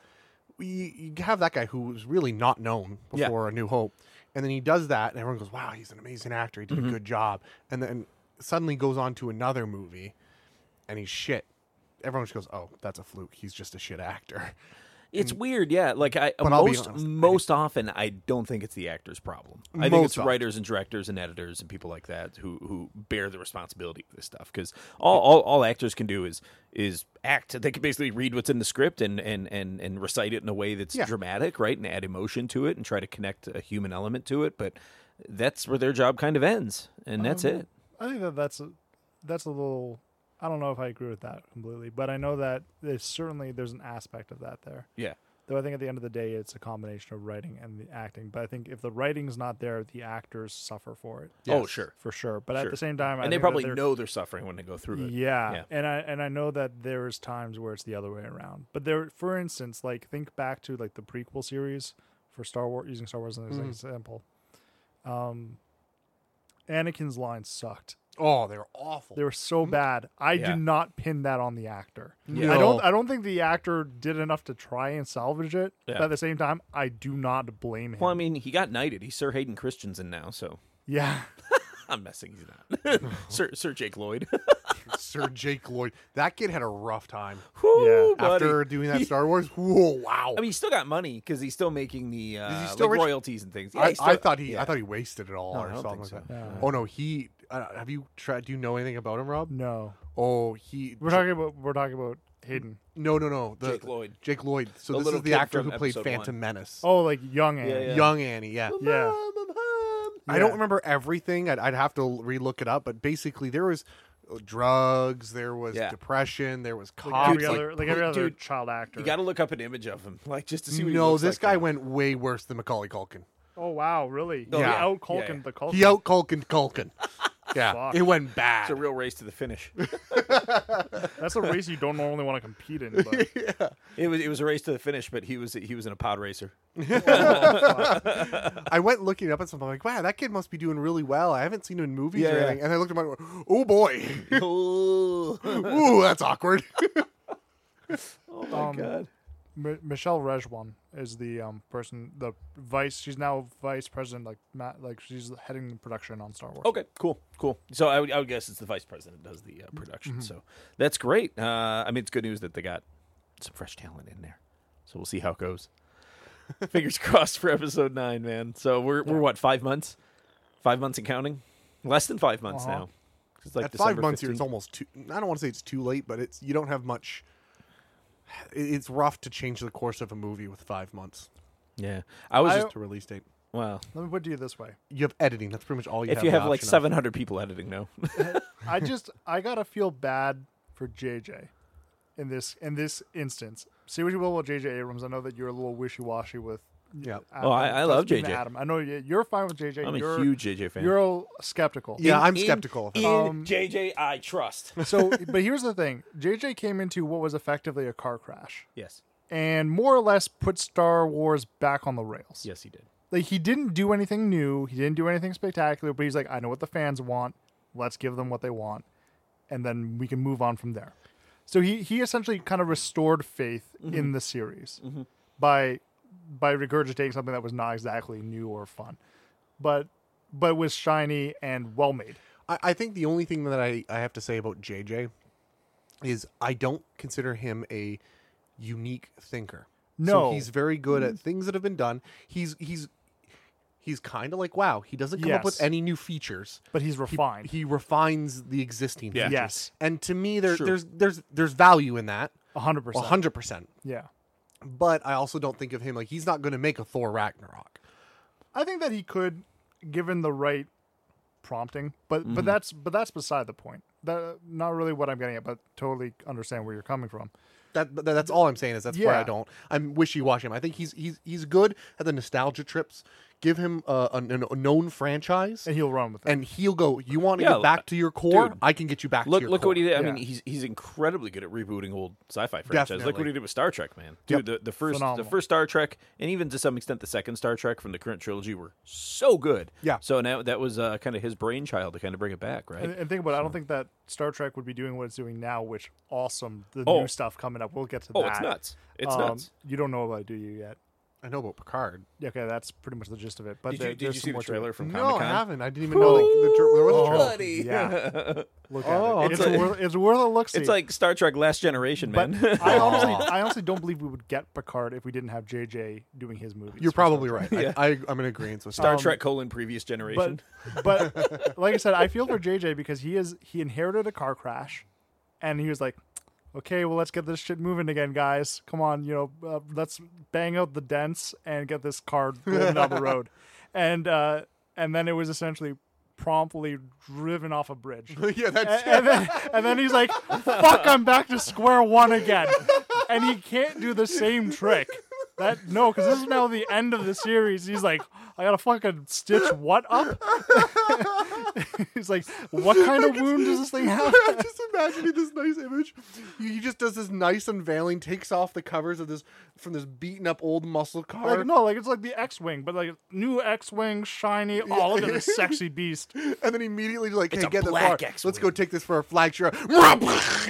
[SPEAKER 1] we, you have that guy who was really not known
[SPEAKER 3] Yeah.
[SPEAKER 1] before A New Hope, and then he does that, and everyone goes, "Wow, he's an amazing actor. He did
[SPEAKER 3] Mm-hmm.
[SPEAKER 1] a good job." And then suddenly goes on to another movie, and he's shit. everyone just goes, "Oh, that's a fluke. He's just a shit actor."
[SPEAKER 3] It's weird, yeah. Like I
[SPEAKER 1] I'll be
[SPEAKER 3] most
[SPEAKER 1] honest, I-
[SPEAKER 3] most often I don't think it's the actor's problem. I think
[SPEAKER 1] Most
[SPEAKER 3] it's
[SPEAKER 1] often.
[SPEAKER 3] writers and directors and editors and people like that who who bear the responsibility for this stuff because all, all all actors can do is is act. They can basically read what's in the script and and and and recite it in a way that's
[SPEAKER 1] Yeah.
[SPEAKER 3] dramatic, right, and add emotion to it and try to connect a human element to it. But that's where their job kind of ends, and that's
[SPEAKER 1] Um,
[SPEAKER 3] it.
[SPEAKER 2] I think that that's a, that's a little. I don't know if I agree with that completely, but I know that there's certainly there's an aspect of that there.
[SPEAKER 3] Yeah.
[SPEAKER 2] Though I think at the end of the day, it's a combination of writing and the acting. But I think if the writing's not there, the actors suffer for it.
[SPEAKER 3] Oh, sure.
[SPEAKER 2] for sure. But at
[SPEAKER 3] Sure.
[SPEAKER 2] the same time, I
[SPEAKER 3] And they
[SPEAKER 2] think that
[SPEAKER 3] probably
[SPEAKER 2] they're-
[SPEAKER 3] know they're suffering when they go through it.
[SPEAKER 2] Yeah.
[SPEAKER 3] Yeah.
[SPEAKER 2] and I and I know that there's times where it's the other way around. But there, for instance, like think back to like the prequel series for Star Wars, using Star Wars as an
[SPEAKER 3] Mm-hmm.
[SPEAKER 2] example. Um, Anakin's lines sucked.
[SPEAKER 1] Oh, they're awful.
[SPEAKER 2] They were so bad. I
[SPEAKER 3] Mm. Yeah.
[SPEAKER 2] do not pin that on the actor.
[SPEAKER 1] Yeah.
[SPEAKER 2] I
[SPEAKER 1] No.
[SPEAKER 2] don't. I don't think the actor did enough to try and salvage it.
[SPEAKER 3] Yeah.
[SPEAKER 2] But at the same time, I do not blame him.
[SPEAKER 3] Well, I mean, he got knighted. He's Sir Hayden Christensen now, so.
[SPEAKER 2] yeah,
[SPEAKER 3] I'm messing. He's not. Sir, Sir Jake Lloyd.
[SPEAKER 1] Sir Jake Lloyd. That kid had a rough time
[SPEAKER 3] Whew, buddy.
[SPEAKER 1] after doing that Star Wars. Whoa, wow.
[SPEAKER 3] I mean, he still got money because he's still making the uh,
[SPEAKER 1] still
[SPEAKER 3] like
[SPEAKER 1] rich?
[SPEAKER 3] royalties and things. Yeah,
[SPEAKER 1] I,
[SPEAKER 3] he's
[SPEAKER 1] I
[SPEAKER 3] still-
[SPEAKER 1] thought he,
[SPEAKER 3] yeah.
[SPEAKER 1] I thought he wasted it all
[SPEAKER 3] No, I
[SPEAKER 1] or
[SPEAKER 3] don't
[SPEAKER 1] something like
[SPEAKER 3] think
[SPEAKER 1] that.
[SPEAKER 3] so.
[SPEAKER 1] Oh no, he. Uh, have you tried? Do you know anything about him, Rob?
[SPEAKER 2] no.
[SPEAKER 1] Oh, he.
[SPEAKER 2] We're talking about. We're talking about Hayden.
[SPEAKER 1] No, no, no. The,
[SPEAKER 3] Jake Lloyd.
[SPEAKER 1] Jake Lloyd. So
[SPEAKER 3] The
[SPEAKER 1] this
[SPEAKER 3] little
[SPEAKER 1] is the
[SPEAKER 3] kid
[SPEAKER 1] actor
[SPEAKER 3] from
[SPEAKER 1] who played
[SPEAKER 3] episode
[SPEAKER 1] Phantom Menace.
[SPEAKER 2] Oh, like young Anakin.
[SPEAKER 3] yeah.
[SPEAKER 1] young Annie. Yeah.
[SPEAKER 2] Yeah.
[SPEAKER 3] Mom, I'm home.
[SPEAKER 1] I don't remember everything. I'd, I'd have to relook it up, but basically there was uh, drugs, there was
[SPEAKER 3] Yeah.
[SPEAKER 1] depression, there was
[SPEAKER 2] Like
[SPEAKER 1] cops.
[SPEAKER 2] every
[SPEAKER 1] like-
[SPEAKER 2] other, like every
[SPEAKER 3] dude,
[SPEAKER 2] other child actor.
[SPEAKER 3] You got to look up an image of him, like just to see. What he
[SPEAKER 1] no,
[SPEAKER 3] looks
[SPEAKER 1] this
[SPEAKER 3] like
[SPEAKER 1] guy
[SPEAKER 3] now.
[SPEAKER 1] went way worse than Macaulay Culkin.
[SPEAKER 2] Oh wow, really?
[SPEAKER 1] Oh,
[SPEAKER 2] He
[SPEAKER 1] yeah.
[SPEAKER 2] out Culkin
[SPEAKER 3] Yeah, yeah.
[SPEAKER 2] the Culkin.
[SPEAKER 1] He out Culkin Culkin. yeah,
[SPEAKER 2] Fuck.
[SPEAKER 1] it went bad.
[SPEAKER 3] It's a real race to the finish.
[SPEAKER 2] That's a race you don't normally want to compete in. But
[SPEAKER 3] it was it was a race to the finish, but he was he was in a pod racer.
[SPEAKER 1] I went looking up at something I'm like, wow, that kid must be doing really well. I haven't seen him in movies
[SPEAKER 3] Yeah,
[SPEAKER 1] or
[SPEAKER 3] yeah.
[SPEAKER 1] anything. And I looked at him and went, oh boy,
[SPEAKER 3] oh,
[SPEAKER 1] ooh, that's awkward.
[SPEAKER 3] my
[SPEAKER 2] Um,
[SPEAKER 3] god!
[SPEAKER 2] M- Michelle Rejwan is the um, person, the vice. She's now vice president, like Matt, like she's heading the production on Star Wars.
[SPEAKER 3] Okay, cool, cool. So I would, I would guess it's the vice president does the uh, production.
[SPEAKER 1] Mm-hmm.
[SPEAKER 3] So that's great. Uh, I mean, it's good news that they got some fresh talent in there. So we'll see how it goes. Fingers crossed for episode nine, man. So we're we're what five months, five months and counting, less than five months
[SPEAKER 2] Uh-huh.
[SPEAKER 3] now. 'Cause It's like
[SPEAKER 1] at five
[SPEAKER 3] December
[SPEAKER 1] months here,
[SPEAKER 3] 15th.
[SPEAKER 1] it's almost too. I don't want to say it's too late, but it's you don't have much. it- It's rough to change the course of a movie with five months
[SPEAKER 3] Yeah, I was
[SPEAKER 2] I-
[SPEAKER 3] just
[SPEAKER 1] to release date.
[SPEAKER 3] wow.
[SPEAKER 2] Let me put it to you this way:
[SPEAKER 1] You have editing. That's pretty much all you
[SPEAKER 3] If
[SPEAKER 1] have.
[SPEAKER 3] you
[SPEAKER 1] the
[SPEAKER 3] have like
[SPEAKER 1] option of.
[SPEAKER 3] seven hundred people editing, no,
[SPEAKER 2] I just, I gotta feel bad for JJ in this in this instance. See what you will about JJ Abrams. I know that you're a little wishy washy with.
[SPEAKER 1] Yeah.
[SPEAKER 3] Oh, I- I love
[SPEAKER 2] Justin and
[SPEAKER 3] JJ.
[SPEAKER 2] Adam. I know you- you're fine with JJ.
[SPEAKER 3] I'm
[SPEAKER 2] you're,
[SPEAKER 3] a huge JJ fan.
[SPEAKER 2] You're all skeptical.
[SPEAKER 1] Yeah,
[SPEAKER 3] In-
[SPEAKER 1] I'm
[SPEAKER 3] in-
[SPEAKER 1] skeptical Um, of
[SPEAKER 3] In,
[SPEAKER 1] him.
[SPEAKER 3] JJ, I trust.
[SPEAKER 2] So, but here's the thing: JJ came into what was effectively a car crash.
[SPEAKER 3] yes,
[SPEAKER 2] and more or less put Star Wars back on the rails.
[SPEAKER 3] yes, he did.
[SPEAKER 2] Like he didn't do anything new, he didn't do anything spectacular, but he's like, I know what the fans want. Let's give them what they want, and then we can move on from there. So he he essentially kind of restored faith
[SPEAKER 1] Mm-hmm.
[SPEAKER 2] in the series by by regurgitating something that was not exactly new or fun, but but was shiny and well made.
[SPEAKER 1] I, I think the only thing that I, I have to say about JJ is I don't consider him a unique thinker.
[SPEAKER 2] No. Mm-hmm.
[SPEAKER 1] so he's very good at things that have been done. He's he's he's kind of like wow. He doesn't come up with
[SPEAKER 2] Yes.
[SPEAKER 1] any new features,
[SPEAKER 2] But he's
[SPEAKER 1] He-
[SPEAKER 2] refined.
[SPEAKER 1] He, refines the existing.
[SPEAKER 3] Yeah.
[SPEAKER 1] features.
[SPEAKER 2] Yes.
[SPEAKER 1] and to me, there,
[SPEAKER 3] Sure.
[SPEAKER 1] there's there's there's value in that,
[SPEAKER 2] hundred percent.
[SPEAKER 1] hundred percent.
[SPEAKER 2] Yeah.
[SPEAKER 1] But I also don't think of him like he's not going to make a Thor Ragnarok.
[SPEAKER 2] I think that he could, given the right prompting, but
[SPEAKER 3] Mm-hmm.
[SPEAKER 2] but that's but that's beside the point. That not really what I'm getting at, but totally understand where you're coming from.
[SPEAKER 1] That, that that's all I'm saying is that's why I
[SPEAKER 2] Yeah.
[SPEAKER 1] don't. I'm wishy washy. I think he's he's he's good at the nostalgia trips. Give him uh, a, a known franchise,
[SPEAKER 2] And he'll run with it.
[SPEAKER 1] and he'll go. You want to
[SPEAKER 3] Yeah,
[SPEAKER 1] get back to your core?
[SPEAKER 3] dude,
[SPEAKER 1] I can get you back.
[SPEAKER 3] Look,
[SPEAKER 1] to your
[SPEAKER 3] look
[SPEAKER 1] core.
[SPEAKER 3] what he did. I
[SPEAKER 2] Yeah.
[SPEAKER 3] mean, he's he's incredibly good at rebooting old sci-fi franchises. Look what
[SPEAKER 1] Definitely.
[SPEAKER 3] he did with Star Trek, man. Dude, the, the first the
[SPEAKER 2] Phenomenal.
[SPEAKER 3] first Star Trek, and even to some extent the second Star Trek from the current trilogy were so good.
[SPEAKER 1] Yeah.
[SPEAKER 3] So now that was uh, kind of his brainchild to kind of bring it back, right?
[SPEAKER 2] And, and think about it, I don't think that Star Trek would be doing what it's doing now, which awesome the
[SPEAKER 3] Oh.
[SPEAKER 2] new stuff coming up. We'll get to
[SPEAKER 3] oh,
[SPEAKER 2] that.
[SPEAKER 3] it's nuts! It's
[SPEAKER 2] Um,
[SPEAKER 3] nuts.
[SPEAKER 2] You don't know about it, do you yet?
[SPEAKER 1] I know about Picard.
[SPEAKER 2] Yeah, Okay, that's pretty much the gist of it. But
[SPEAKER 3] Did
[SPEAKER 2] there-
[SPEAKER 3] you, did
[SPEAKER 2] there's
[SPEAKER 3] you
[SPEAKER 2] some
[SPEAKER 3] see the
[SPEAKER 2] more to it.
[SPEAKER 3] trailer from
[SPEAKER 1] no,
[SPEAKER 3] Comic
[SPEAKER 1] I
[SPEAKER 3] Con?
[SPEAKER 1] haven't. I didn't even know like, the tr- there was
[SPEAKER 2] Oh.
[SPEAKER 1] a trailer.
[SPEAKER 3] buddy.
[SPEAKER 2] Yeah. Look at
[SPEAKER 1] Oh,
[SPEAKER 2] it. It's,
[SPEAKER 1] okay.
[SPEAKER 2] worth, it's worth a look.
[SPEAKER 3] It's like Star Trek Last Generation,
[SPEAKER 2] but
[SPEAKER 3] man.
[SPEAKER 2] I honestly, I honestly don't believe we would get Picard if we didn't have JJ doing his movies.
[SPEAKER 1] You're
[SPEAKER 2] for Star
[SPEAKER 1] probably
[SPEAKER 2] Trek.
[SPEAKER 1] right. I, I, I'm in agreement with
[SPEAKER 3] Star
[SPEAKER 1] that.
[SPEAKER 3] Trek colon previous generation.
[SPEAKER 2] but but like I said, I feel for JJ because he is he inherited a car crash, and he was like, okay, well let's get this shit moving again, guys. Come on, you know, uh, let's bang out the dents and get this car rolling down the road, and uh, and then it was essentially promptly driven off a bridge.
[SPEAKER 1] yeah, that's
[SPEAKER 2] and, then, and then he's like, "Fuck, I'm back to square one again," and he can't do the same trick. That no, because this is now the end of the series. He's like, "I gotta fucking stitch what up?" he's like, "What kind of wound does this thing have?"
[SPEAKER 1] I'm just imagining this nice image. He he just does this nice unveiling, takes off the covers of this from this beaten up old muscle car.
[SPEAKER 2] Like no, like it's like the X-wing, but like new X-wing, shiny. Oh, look at this sexy beast.
[SPEAKER 1] And then immediately like, hey,
[SPEAKER 3] a
[SPEAKER 1] get the car.
[SPEAKER 3] black
[SPEAKER 1] Let's
[SPEAKER 3] X-Wing.
[SPEAKER 1] go take this for a flagship. And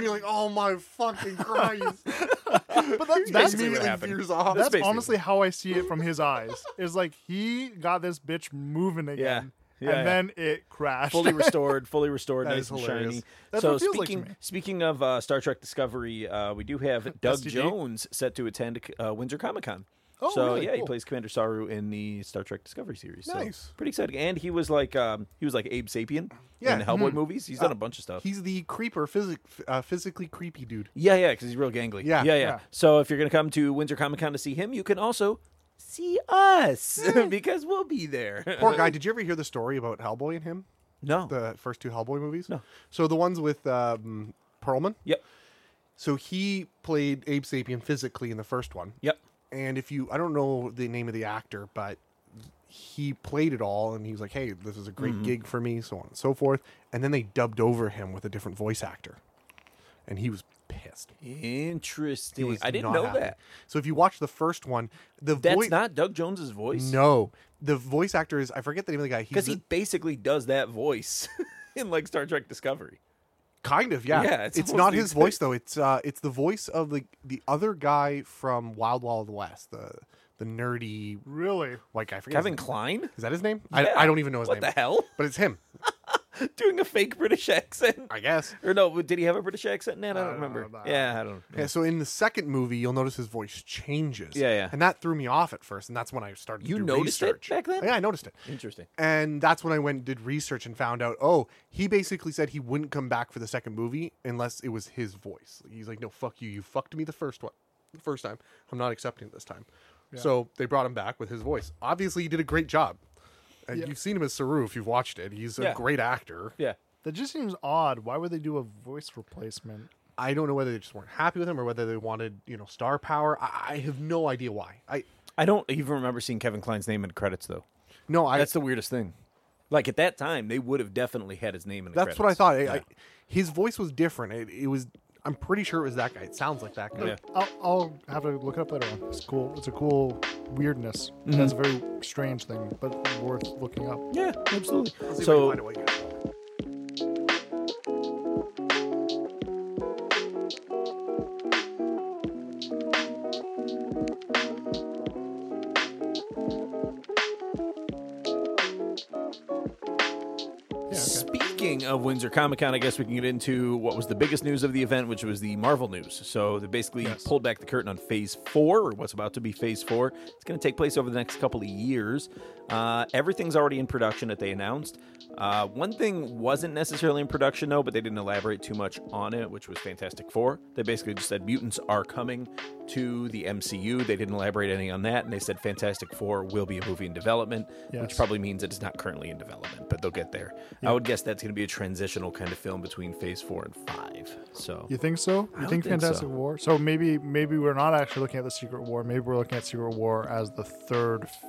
[SPEAKER 1] you're like, oh my fucking Christ.
[SPEAKER 2] But that's
[SPEAKER 1] That
[SPEAKER 2] that's,
[SPEAKER 3] basically what
[SPEAKER 1] immediately
[SPEAKER 3] happened.
[SPEAKER 1] veers off.
[SPEAKER 2] that's
[SPEAKER 3] basically-
[SPEAKER 2] honestly how I see it from his eyes. Is like he got this bitch moving again,
[SPEAKER 3] Yeah,
[SPEAKER 2] and
[SPEAKER 3] yeah.
[SPEAKER 2] then it crashed.
[SPEAKER 3] fully restored, fully restored,
[SPEAKER 1] That
[SPEAKER 3] nice
[SPEAKER 1] is
[SPEAKER 3] and
[SPEAKER 1] hilarious.
[SPEAKER 3] shiny.
[SPEAKER 1] That's
[SPEAKER 3] so
[SPEAKER 1] what it feels like to
[SPEAKER 3] speaking
[SPEAKER 1] me.
[SPEAKER 3] speaking of uh, Star Trek Discovery, uh, we do have Doug
[SPEAKER 2] STG?
[SPEAKER 3] Jones set to attend uh, Windsor Comic Con.
[SPEAKER 1] Oh,
[SPEAKER 3] so
[SPEAKER 1] really?
[SPEAKER 3] yeah, he
[SPEAKER 1] Cool.
[SPEAKER 3] plays Commander Saru in the Star Trek Discovery series. So,
[SPEAKER 1] Nice.
[SPEAKER 3] pretty exciting. And he was like um, he was like Abe Sapien
[SPEAKER 1] Yeah, hmm. Uh,
[SPEAKER 3] in the Hellboy movies. He's done a bunch of stuff.
[SPEAKER 1] He's the creeper, physic- uh, physically creepy dude.
[SPEAKER 3] yeah, yeah, because he's real gangly.
[SPEAKER 1] Yeah,
[SPEAKER 3] yeah, yeah,
[SPEAKER 2] yeah.
[SPEAKER 3] So if you're gonna come to Windsor Comic Con to see him, you can also see us because we'll be there.
[SPEAKER 1] Eh. Poor guy. Did you ever hear the story about Hellboy and him?
[SPEAKER 3] no.
[SPEAKER 1] The first two Hellboy movies.
[SPEAKER 3] No.
[SPEAKER 1] So the ones with um, Perlman.
[SPEAKER 3] yep.
[SPEAKER 1] So he played Abe Sapien physically in the first one.
[SPEAKER 3] Yep.
[SPEAKER 1] and if you i don't know the name of the actor but he played it all and he was like hey this is a great
[SPEAKER 3] Mm-hmm.
[SPEAKER 1] gig for me so on and so forth and then they dubbed over him with a different voice actor and he was pissed he
[SPEAKER 3] Interesting.
[SPEAKER 1] was
[SPEAKER 3] I didn't
[SPEAKER 1] not
[SPEAKER 3] know
[SPEAKER 1] happy.
[SPEAKER 3] that.
[SPEAKER 1] so if you watch the first one the
[SPEAKER 3] That's
[SPEAKER 1] voice
[SPEAKER 3] not Doug Jones's voice.
[SPEAKER 1] no the voice actor is i forget the name of the guy he's
[SPEAKER 3] because he basically does that voice in like Star Trek Discovery.
[SPEAKER 1] kind of yeah,
[SPEAKER 3] Yeah, it's
[SPEAKER 1] it's,
[SPEAKER 3] almost
[SPEAKER 1] not
[SPEAKER 3] the
[SPEAKER 1] his
[SPEAKER 3] exact-
[SPEAKER 1] voice though it's uh it's the voice of the the other guy from wild wild west the the nerdy
[SPEAKER 2] Really?
[SPEAKER 1] white guy I forget his
[SPEAKER 3] Kevin
[SPEAKER 1] name.
[SPEAKER 3] Klein
[SPEAKER 1] is that his name
[SPEAKER 3] Yeah.
[SPEAKER 1] I, I don't even know his
[SPEAKER 3] What
[SPEAKER 1] name
[SPEAKER 3] the hell?
[SPEAKER 1] but it's him
[SPEAKER 3] doing a fake British accent,
[SPEAKER 1] i guess
[SPEAKER 3] or no? Did he have a British accent? in that? I don't
[SPEAKER 2] don't
[SPEAKER 3] remember.
[SPEAKER 2] know.
[SPEAKER 3] Yeah, I don't.
[SPEAKER 1] Yeah, so in the second movie, you'll notice his voice changes.
[SPEAKER 3] Yeah, yeah.
[SPEAKER 1] And that threw me off at first, and that's when I started.
[SPEAKER 3] You
[SPEAKER 1] to do
[SPEAKER 3] noticed it
[SPEAKER 1] research.
[SPEAKER 3] back then?
[SPEAKER 1] Yeah, I noticed it,
[SPEAKER 3] Interesting.
[SPEAKER 1] and that's when I went and did research and found out. Oh, he basically said he wouldn't come back for the second movie unless it was his voice. He's like, "No, fuck you. You fucked me the first one, the first time. I'm not accepting it this time." So they brought him back with his voice. Obviously, he did a great job. And you've seen him as Saru if you've watched it. He's a
[SPEAKER 3] Yeah.
[SPEAKER 1] great actor.
[SPEAKER 3] Yeah,
[SPEAKER 2] That just seems odd. Why would they do a voice replacement?
[SPEAKER 1] I don't know whether they just weren't happy with him or whether they wanted, you know, star power. I, I have no idea why. I
[SPEAKER 3] I don't even remember seeing Kevin Klein's name in credits though.
[SPEAKER 1] no, I
[SPEAKER 3] That's the weirdest thing. Like at that time, they would have definitely had his name in. The
[SPEAKER 1] That's what I
[SPEAKER 3] credits.
[SPEAKER 1] thought. I, I, his voice was different. It, it was. I'm pretty sure it was that guy. It sounds like that guy.
[SPEAKER 3] Yeah.
[SPEAKER 2] I'll, I'll have to look it up later on. It's cool. It's a cool weirdness. That's a
[SPEAKER 3] Mm-hmm.
[SPEAKER 2] very strange thing, but worth looking up.
[SPEAKER 3] Yeah, absolutely.
[SPEAKER 1] Let's see if I can
[SPEAKER 3] So
[SPEAKER 1] find a white guy.
[SPEAKER 2] Yeah, okay.
[SPEAKER 3] Speaking of Windsor Comic Con, I guess we can get into what was the biggest news of the event, which was the Marvel news. So they basically pulled back the curtain on Phase Four, or what's about to be Phase Four. It's going to take place over the next couple of years. Uh, everything's already in production that they announced. Uh, one thing wasn't necessarily in production though, but they didn't elaborate too much on it, which was Fantastic Four. They basically just said mutants are coming to the MCU. They didn't elaborate any on that, and they said Fantastic Four will be a movie in development, which
[SPEAKER 2] Yes.
[SPEAKER 3] probably probably means that it's not currently in development, but they'll get there. I would guess that's going to be a transitional kind of film between Phase Four and Five. So
[SPEAKER 2] You think so? You
[SPEAKER 3] don't
[SPEAKER 2] think,
[SPEAKER 3] think
[SPEAKER 2] Fantastic
[SPEAKER 3] so.
[SPEAKER 2] War? So maybe maybe we're not actually looking at the Secret War. Maybe we're looking at Secret War as the third f-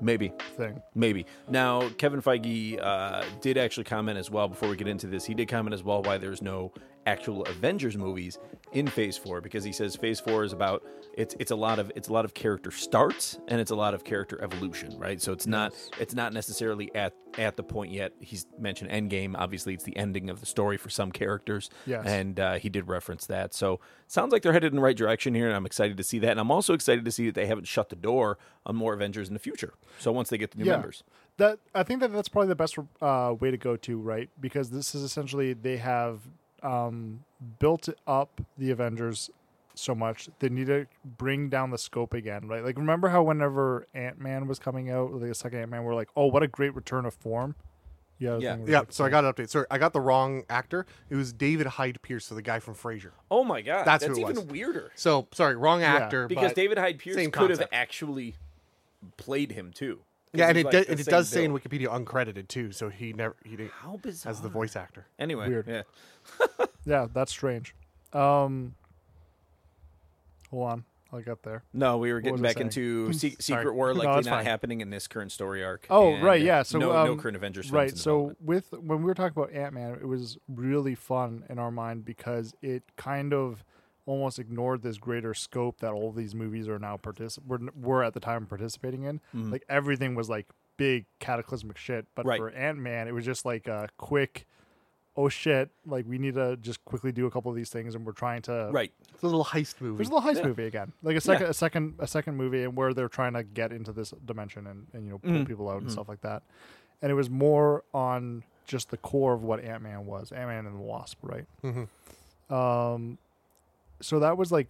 [SPEAKER 3] maybe,
[SPEAKER 2] thing.
[SPEAKER 3] maybe. Now Kevin Feige uh, did actually comment as well before we get into this. He did comment as well why there's no actual Avengers movies, in Phase Four because he says Phase Four is about it's it's a lot of it's a lot of character starts and it's a lot of character evolution, right? So it's not it's not necessarily at at the point yet. He's mentioned Endgame. Obviously, it's the ending of the story for some characters.
[SPEAKER 2] Yes.
[SPEAKER 3] and uh, he did reference that. So sounds like they're headed in the right direction here, and I'm excited to see that. And I'm also excited to see that they haven't shut the door on more Avengers in the future. So once they get the new members.
[SPEAKER 2] That I think that that's probably the best uh, way to go to, right? Because this is essentially they have um, built up the Avengers so much they need to bring down the scope again, right? Like remember how whenever Ant Man was coming out, like the second Ant Man, we're like, oh, what a great return of form. Yeah,
[SPEAKER 3] Yeah.
[SPEAKER 1] Yeah, so I got an update. Sorry, I got the wrong actor. It was David Hyde Pierce, so the guy from Frasier.
[SPEAKER 3] Oh my god,
[SPEAKER 1] That's
[SPEAKER 3] that's,
[SPEAKER 1] who it
[SPEAKER 3] even
[SPEAKER 1] was.
[SPEAKER 3] weirder.
[SPEAKER 1] So sorry, wrong actor.
[SPEAKER 3] Because
[SPEAKER 1] but-
[SPEAKER 3] David Hyde Pierce
[SPEAKER 1] same
[SPEAKER 3] could have
[SPEAKER 1] concept.
[SPEAKER 3] actually played him too. 'Cause
[SPEAKER 1] Yeah, and
[SPEAKER 3] he's
[SPEAKER 1] it
[SPEAKER 3] like
[SPEAKER 1] does,
[SPEAKER 3] the
[SPEAKER 1] and it
[SPEAKER 3] same
[SPEAKER 1] does say in
[SPEAKER 3] build.
[SPEAKER 1] Wikipedia uncredited too. So he never he didn't
[SPEAKER 3] how bizarre.
[SPEAKER 1] as the voice actor.
[SPEAKER 3] anyway,
[SPEAKER 2] Weird.
[SPEAKER 3] yeah.
[SPEAKER 2] yeah, that's strange. Um, hold on, I'll get there.
[SPEAKER 3] No, we were getting
[SPEAKER 2] was I
[SPEAKER 3] back
[SPEAKER 2] saying?
[SPEAKER 3] into Se-
[SPEAKER 1] Sorry.
[SPEAKER 3] Secret War likely
[SPEAKER 2] that's
[SPEAKER 3] not
[SPEAKER 2] fine.
[SPEAKER 3] happening in this current story arc.
[SPEAKER 2] Oh,
[SPEAKER 3] and,
[SPEAKER 2] right,
[SPEAKER 3] uh,
[SPEAKER 2] yeah, so,
[SPEAKER 3] no, no
[SPEAKER 2] um,
[SPEAKER 3] current Avengers. films in
[SPEAKER 2] right so
[SPEAKER 3] development.
[SPEAKER 2] with when we were talking about ant-man it was really fun in our mind because it kind of almost ignored this greater scope that all these movies are now partic- were, were at the time participating in like everything was like big cataclysmic shit but
[SPEAKER 3] Mm-hmm. Right.
[SPEAKER 2] for ant-man it was just like a quick oh shit like we need to just quickly do a couple of these things and we're trying to
[SPEAKER 3] right,
[SPEAKER 1] It's a little heist movie.
[SPEAKER 2] there's a little heist
[SPEAKER 3] Yeah.
[SPEAKER 2] movie again, like a second, a second, a second movie, and where they're trying to get into this dimension and, and you know pull
[SPEAKER 3] Mm-hmm.
[SPEAKER 2] people out and stuff like that. And it was more on just the core of what Ant Man was, Ant Man and the Wasp, right?
[SPEAKER 3] Mm-hmm.
[SPEAKER 2] Um, so that was like,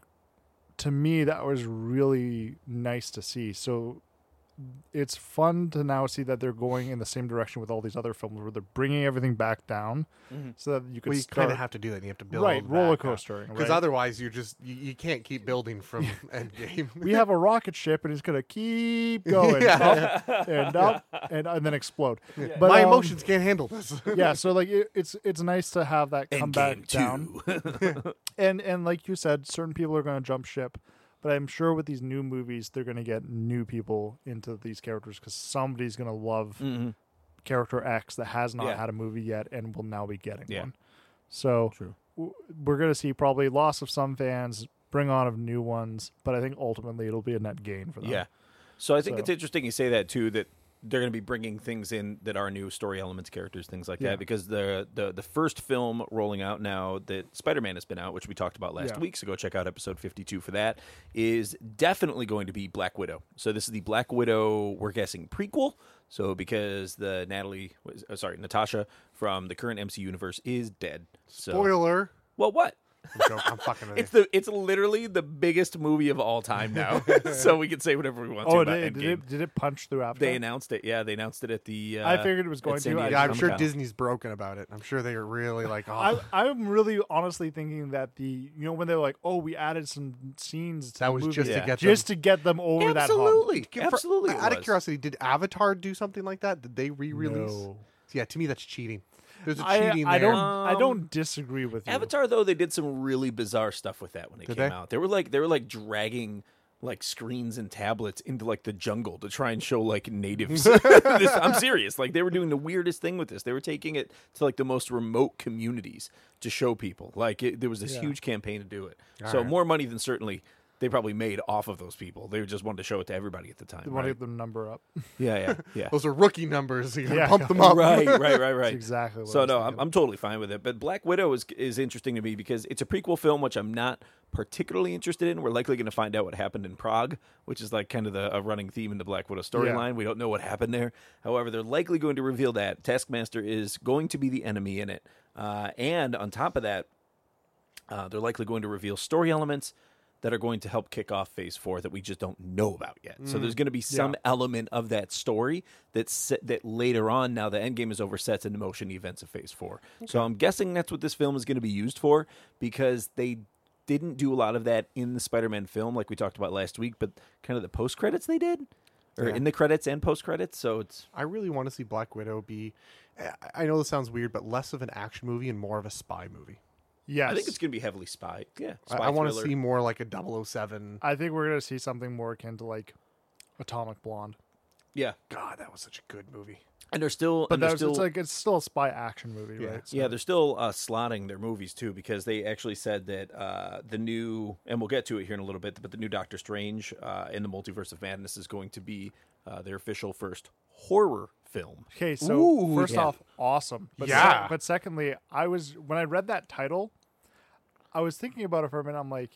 [SPEAKER 2] to me, that was really nice to see. So it's fun to now see that they're going in the same direction with all these other films, where they're bringing everything back down,
[SPEAKER 3] Mm-hmm.
[SPEAKER 2] so that you could
[SPEAKER 1] well, you
[SPEAKER 2] start
[SPEAKER 1] kind of have to do that. and You have to build
[SPEAKER 2] right roller coastering.
[SPEAKER 1] Because
[SPEAKER 2] right?
[SPEAKER 1] otherwise, you're just you, you can't keep building from Endgame.
[SPEAKER 2] we have a rocket ship and it's going to keep going up and up and, and then explode. But,
[SPEAKER 1] My
[SPEAKER 2] um,
[SPEAKER 1] emotions can't handle this.
[SPEAKER 2] Yeah, so like it, it's it's nice to have that come back
[SPEAKER 3] Endgame
[SPEAKER 2] down.
[SPEAKER 3] two.
[SPEAKER 2] And and like you said, certain people are going to jump ship, but I'm sure with these new movies, they're going to get new people into these characters because somebody's going to love character X that has not
[SPEAKER 3] Mm-hmm. Yeah.
[SPEAKER 2] had a movie yet and will now be getting
[SPEAKER 3] Yeah.
[SPEAKER 2] one. So
[SPEAKER 3] True.
[SPEAKER 2] w- we're going to see probably loss of some fans, bring on of new ones, but I think ultimately it'll be a net gain for them.
[SPEAKER 3] Yeah. So I think it's
[SPEAKER 2] So-
[SPEAKER 3] interesting you say that too. That they're going to be bringing things in that are new story elements, characters, things like
[SPEAKER 2] Yeah.
[SPEAKER 3] that. Because the the the first film rolling out now that Spider Man has been out, which we talked about last
[SPEAKER 2] Yeah.
[SPEAKER 3] week, so go check out episode fifty two for that. Is definitely going to be Black Widow. So this is the Black Widow. We're guessing prequel. So because the Natalie, was- oh, sorry, Natasha from the current MCU universe is dead. So
[SPEAKER 1] Spoiler.
[SPEAKER 3] well, what?
[SPEAKER 1] I'm, joking. I'm fucking with
[SPEAKER 3] It's the it's literally the biggest movie of all time now. so we can say whatever we want to
[SPEAKER 2] Oh,
[SPEAKER 3] about
[SPEAKER 2] did, did
[SPEAKER 3] Endgame.
[SPEAKER 2] it did it punch through after?
[SPEAKER 3] They announced it. Yeah, they announced it at the. Uh,
[SPEAKER 2] I figured it was going
[SPEAKER 3] at San
[SPEAKER 2] to. I
[SPEAKER 1] you.
[SPEAKER 3] Diego
[SPEAKER 1] Yeah, I'm sure
[SPEAKER 3] Comic-Con.
[SPEAKER 1] Disney's broken about it. I'm sure they are really like,
[SPEAKER 2] I,
[SPEAKER 1] oh,
[SPEAKER 2] I'm really honestly thinking that the you know when they were like, oh, we added some scenes. To
[SPEAKER 1] That
[SPEAKER 2] the
[SPEAKER 1] was
[SPEAKER 2] movie
[SPEAKER 1] just
[SPEAKER 3] to
[SPEAKER 1] get
[SPEAKER 2] just to get them over
[SPEAKER 3] Absolutely,
[SPEAKER 1] Give- for-
[SPEAKER 3] absolutely. it
[SPEAKER 1] Out of
[SPEAKER 3] was.
[SPEAKER 1] curiosity, did Avatar do something like that? Did they
[SPEAKER 2] that hump.
[SPEAKER 1] re-release? Yeah, to me that's cheating. There's a
[SPEAKER 2] I,
[SPEAKER 1] cheating
[SPEAKER 2] I
[SPEAKER 1] there.
[SPEAKER 2] don't. I don't disagree with you.
[SPEAKER 3] Um, Avatar though, they did some really bizarre stuff with that when it
[SPEAKER 1] Did
[SPEAKER 3] came
[SPEAKER 1] they?
[SPEAKER 3] out. They were like they were like dragging like screens and tablets into like the jungle to try and show like natives. This- I'm serious. Like they were doing the weirdest thing with this. They were taking it to like the most remote communities to show people. Like it, there was this huge campaign to do it. so
[SPEAKER 1] right.
[SPEAKER 3] more money than certainly they probably made off of those people. They just wanted to show it to everybody at the time.
[SPEAKER 2] They want to
[SPEAKER 3] right?
[SPEAKER 2] get the number up.
[SPEAKER 3] Yeah, yeah, yeah.
[SPEAKER 1] Those are rookie numbers. You gotta
[SPEAKER 2] Yeah.
[SPEAKER 1] pump them up.
[SPEAKER 3] right, right, right, right.
[SPEAKER 2] Oh. That's exactly. What I
[SPEAKER 3] So
[SPEAKER 2] was
[SPEAKER 3] no,
[SPEAKER 2] thinking.
[SPEAKER 3] I'm, I'm totally fine with it. But Black Widow is is interesting to me because it's a prequel film, which I'm not particularly interested in. We're likely going to find out what happened in Prague, which is like kind of the a running theme in the Black Widow storyline. We don't know what happened there. However, they're likely going to reveal that Taskmaster is going to be the enemy in it, uh, and on top of that, uh, they're likely going to reveal story elements that are going to help kick off phase four that we just don't know about yet. So there's going to be some element of that story that set, that later on, now the endgame is over, sets into motion the events of phase four. So I'm guessing that's what this film is going to be used for because they didn't do a lot of that in the Spider-Man film, like we talked about last week, but kind of the post credits they did, or in the credits and post credits. So it's
[SPEAKER 1] I really want to see Black Widow be. I- I know this sounds weird, but less of an action movie and more of a spy movie.
[SPEAKER 2] Yes.
[SPEAKER 3] I think it's going to be heavily spy. Yeah,
[SPEAKER 1] I-
[SPEAKER 3] spy
[SPEAKER 1] I, want to
[SPEAKER 3] thriller.
[SPEAKER 1] see more like a 007.
[SPEAKER 2] I think we're gonna see something more akin to like Atomic Blonde.
[SPEAKER 3] Yeah,
[SPEAKER 1] God, that was such a good movie.
[SPEAKER 3] and they're still,
[SPEAKER 2] But
[SPEAKER 3] and they're
[SPEAKER 2] that's
[SPEAKER 3] still
[SPEAKER 2] it's like it's still a spy action movie,
[SPEAKER 1] Yeah.
[SPEAKER 2] right? So-
[SPEAKER 3] Yeah, they're still uh, slotting their movies too because they actually said that uh, the new, and we'll get to it here in a little bit, but the new Doctor Strange uh, in the Multiverse of Madness is going to be uh, their official first horror film.
[SPEAKER 2] Okay, so
[SPEAKER 1] Ooh,
[SPEAKER 2] first
[SPEAKER 1] yeah.
[SPEAKER 2] off, awesome. But
[SPEAKER 1] Yeah.
[SPEAKER 2] but secondly, I was when I read that title, I was thinking about it for a minute. I'm like,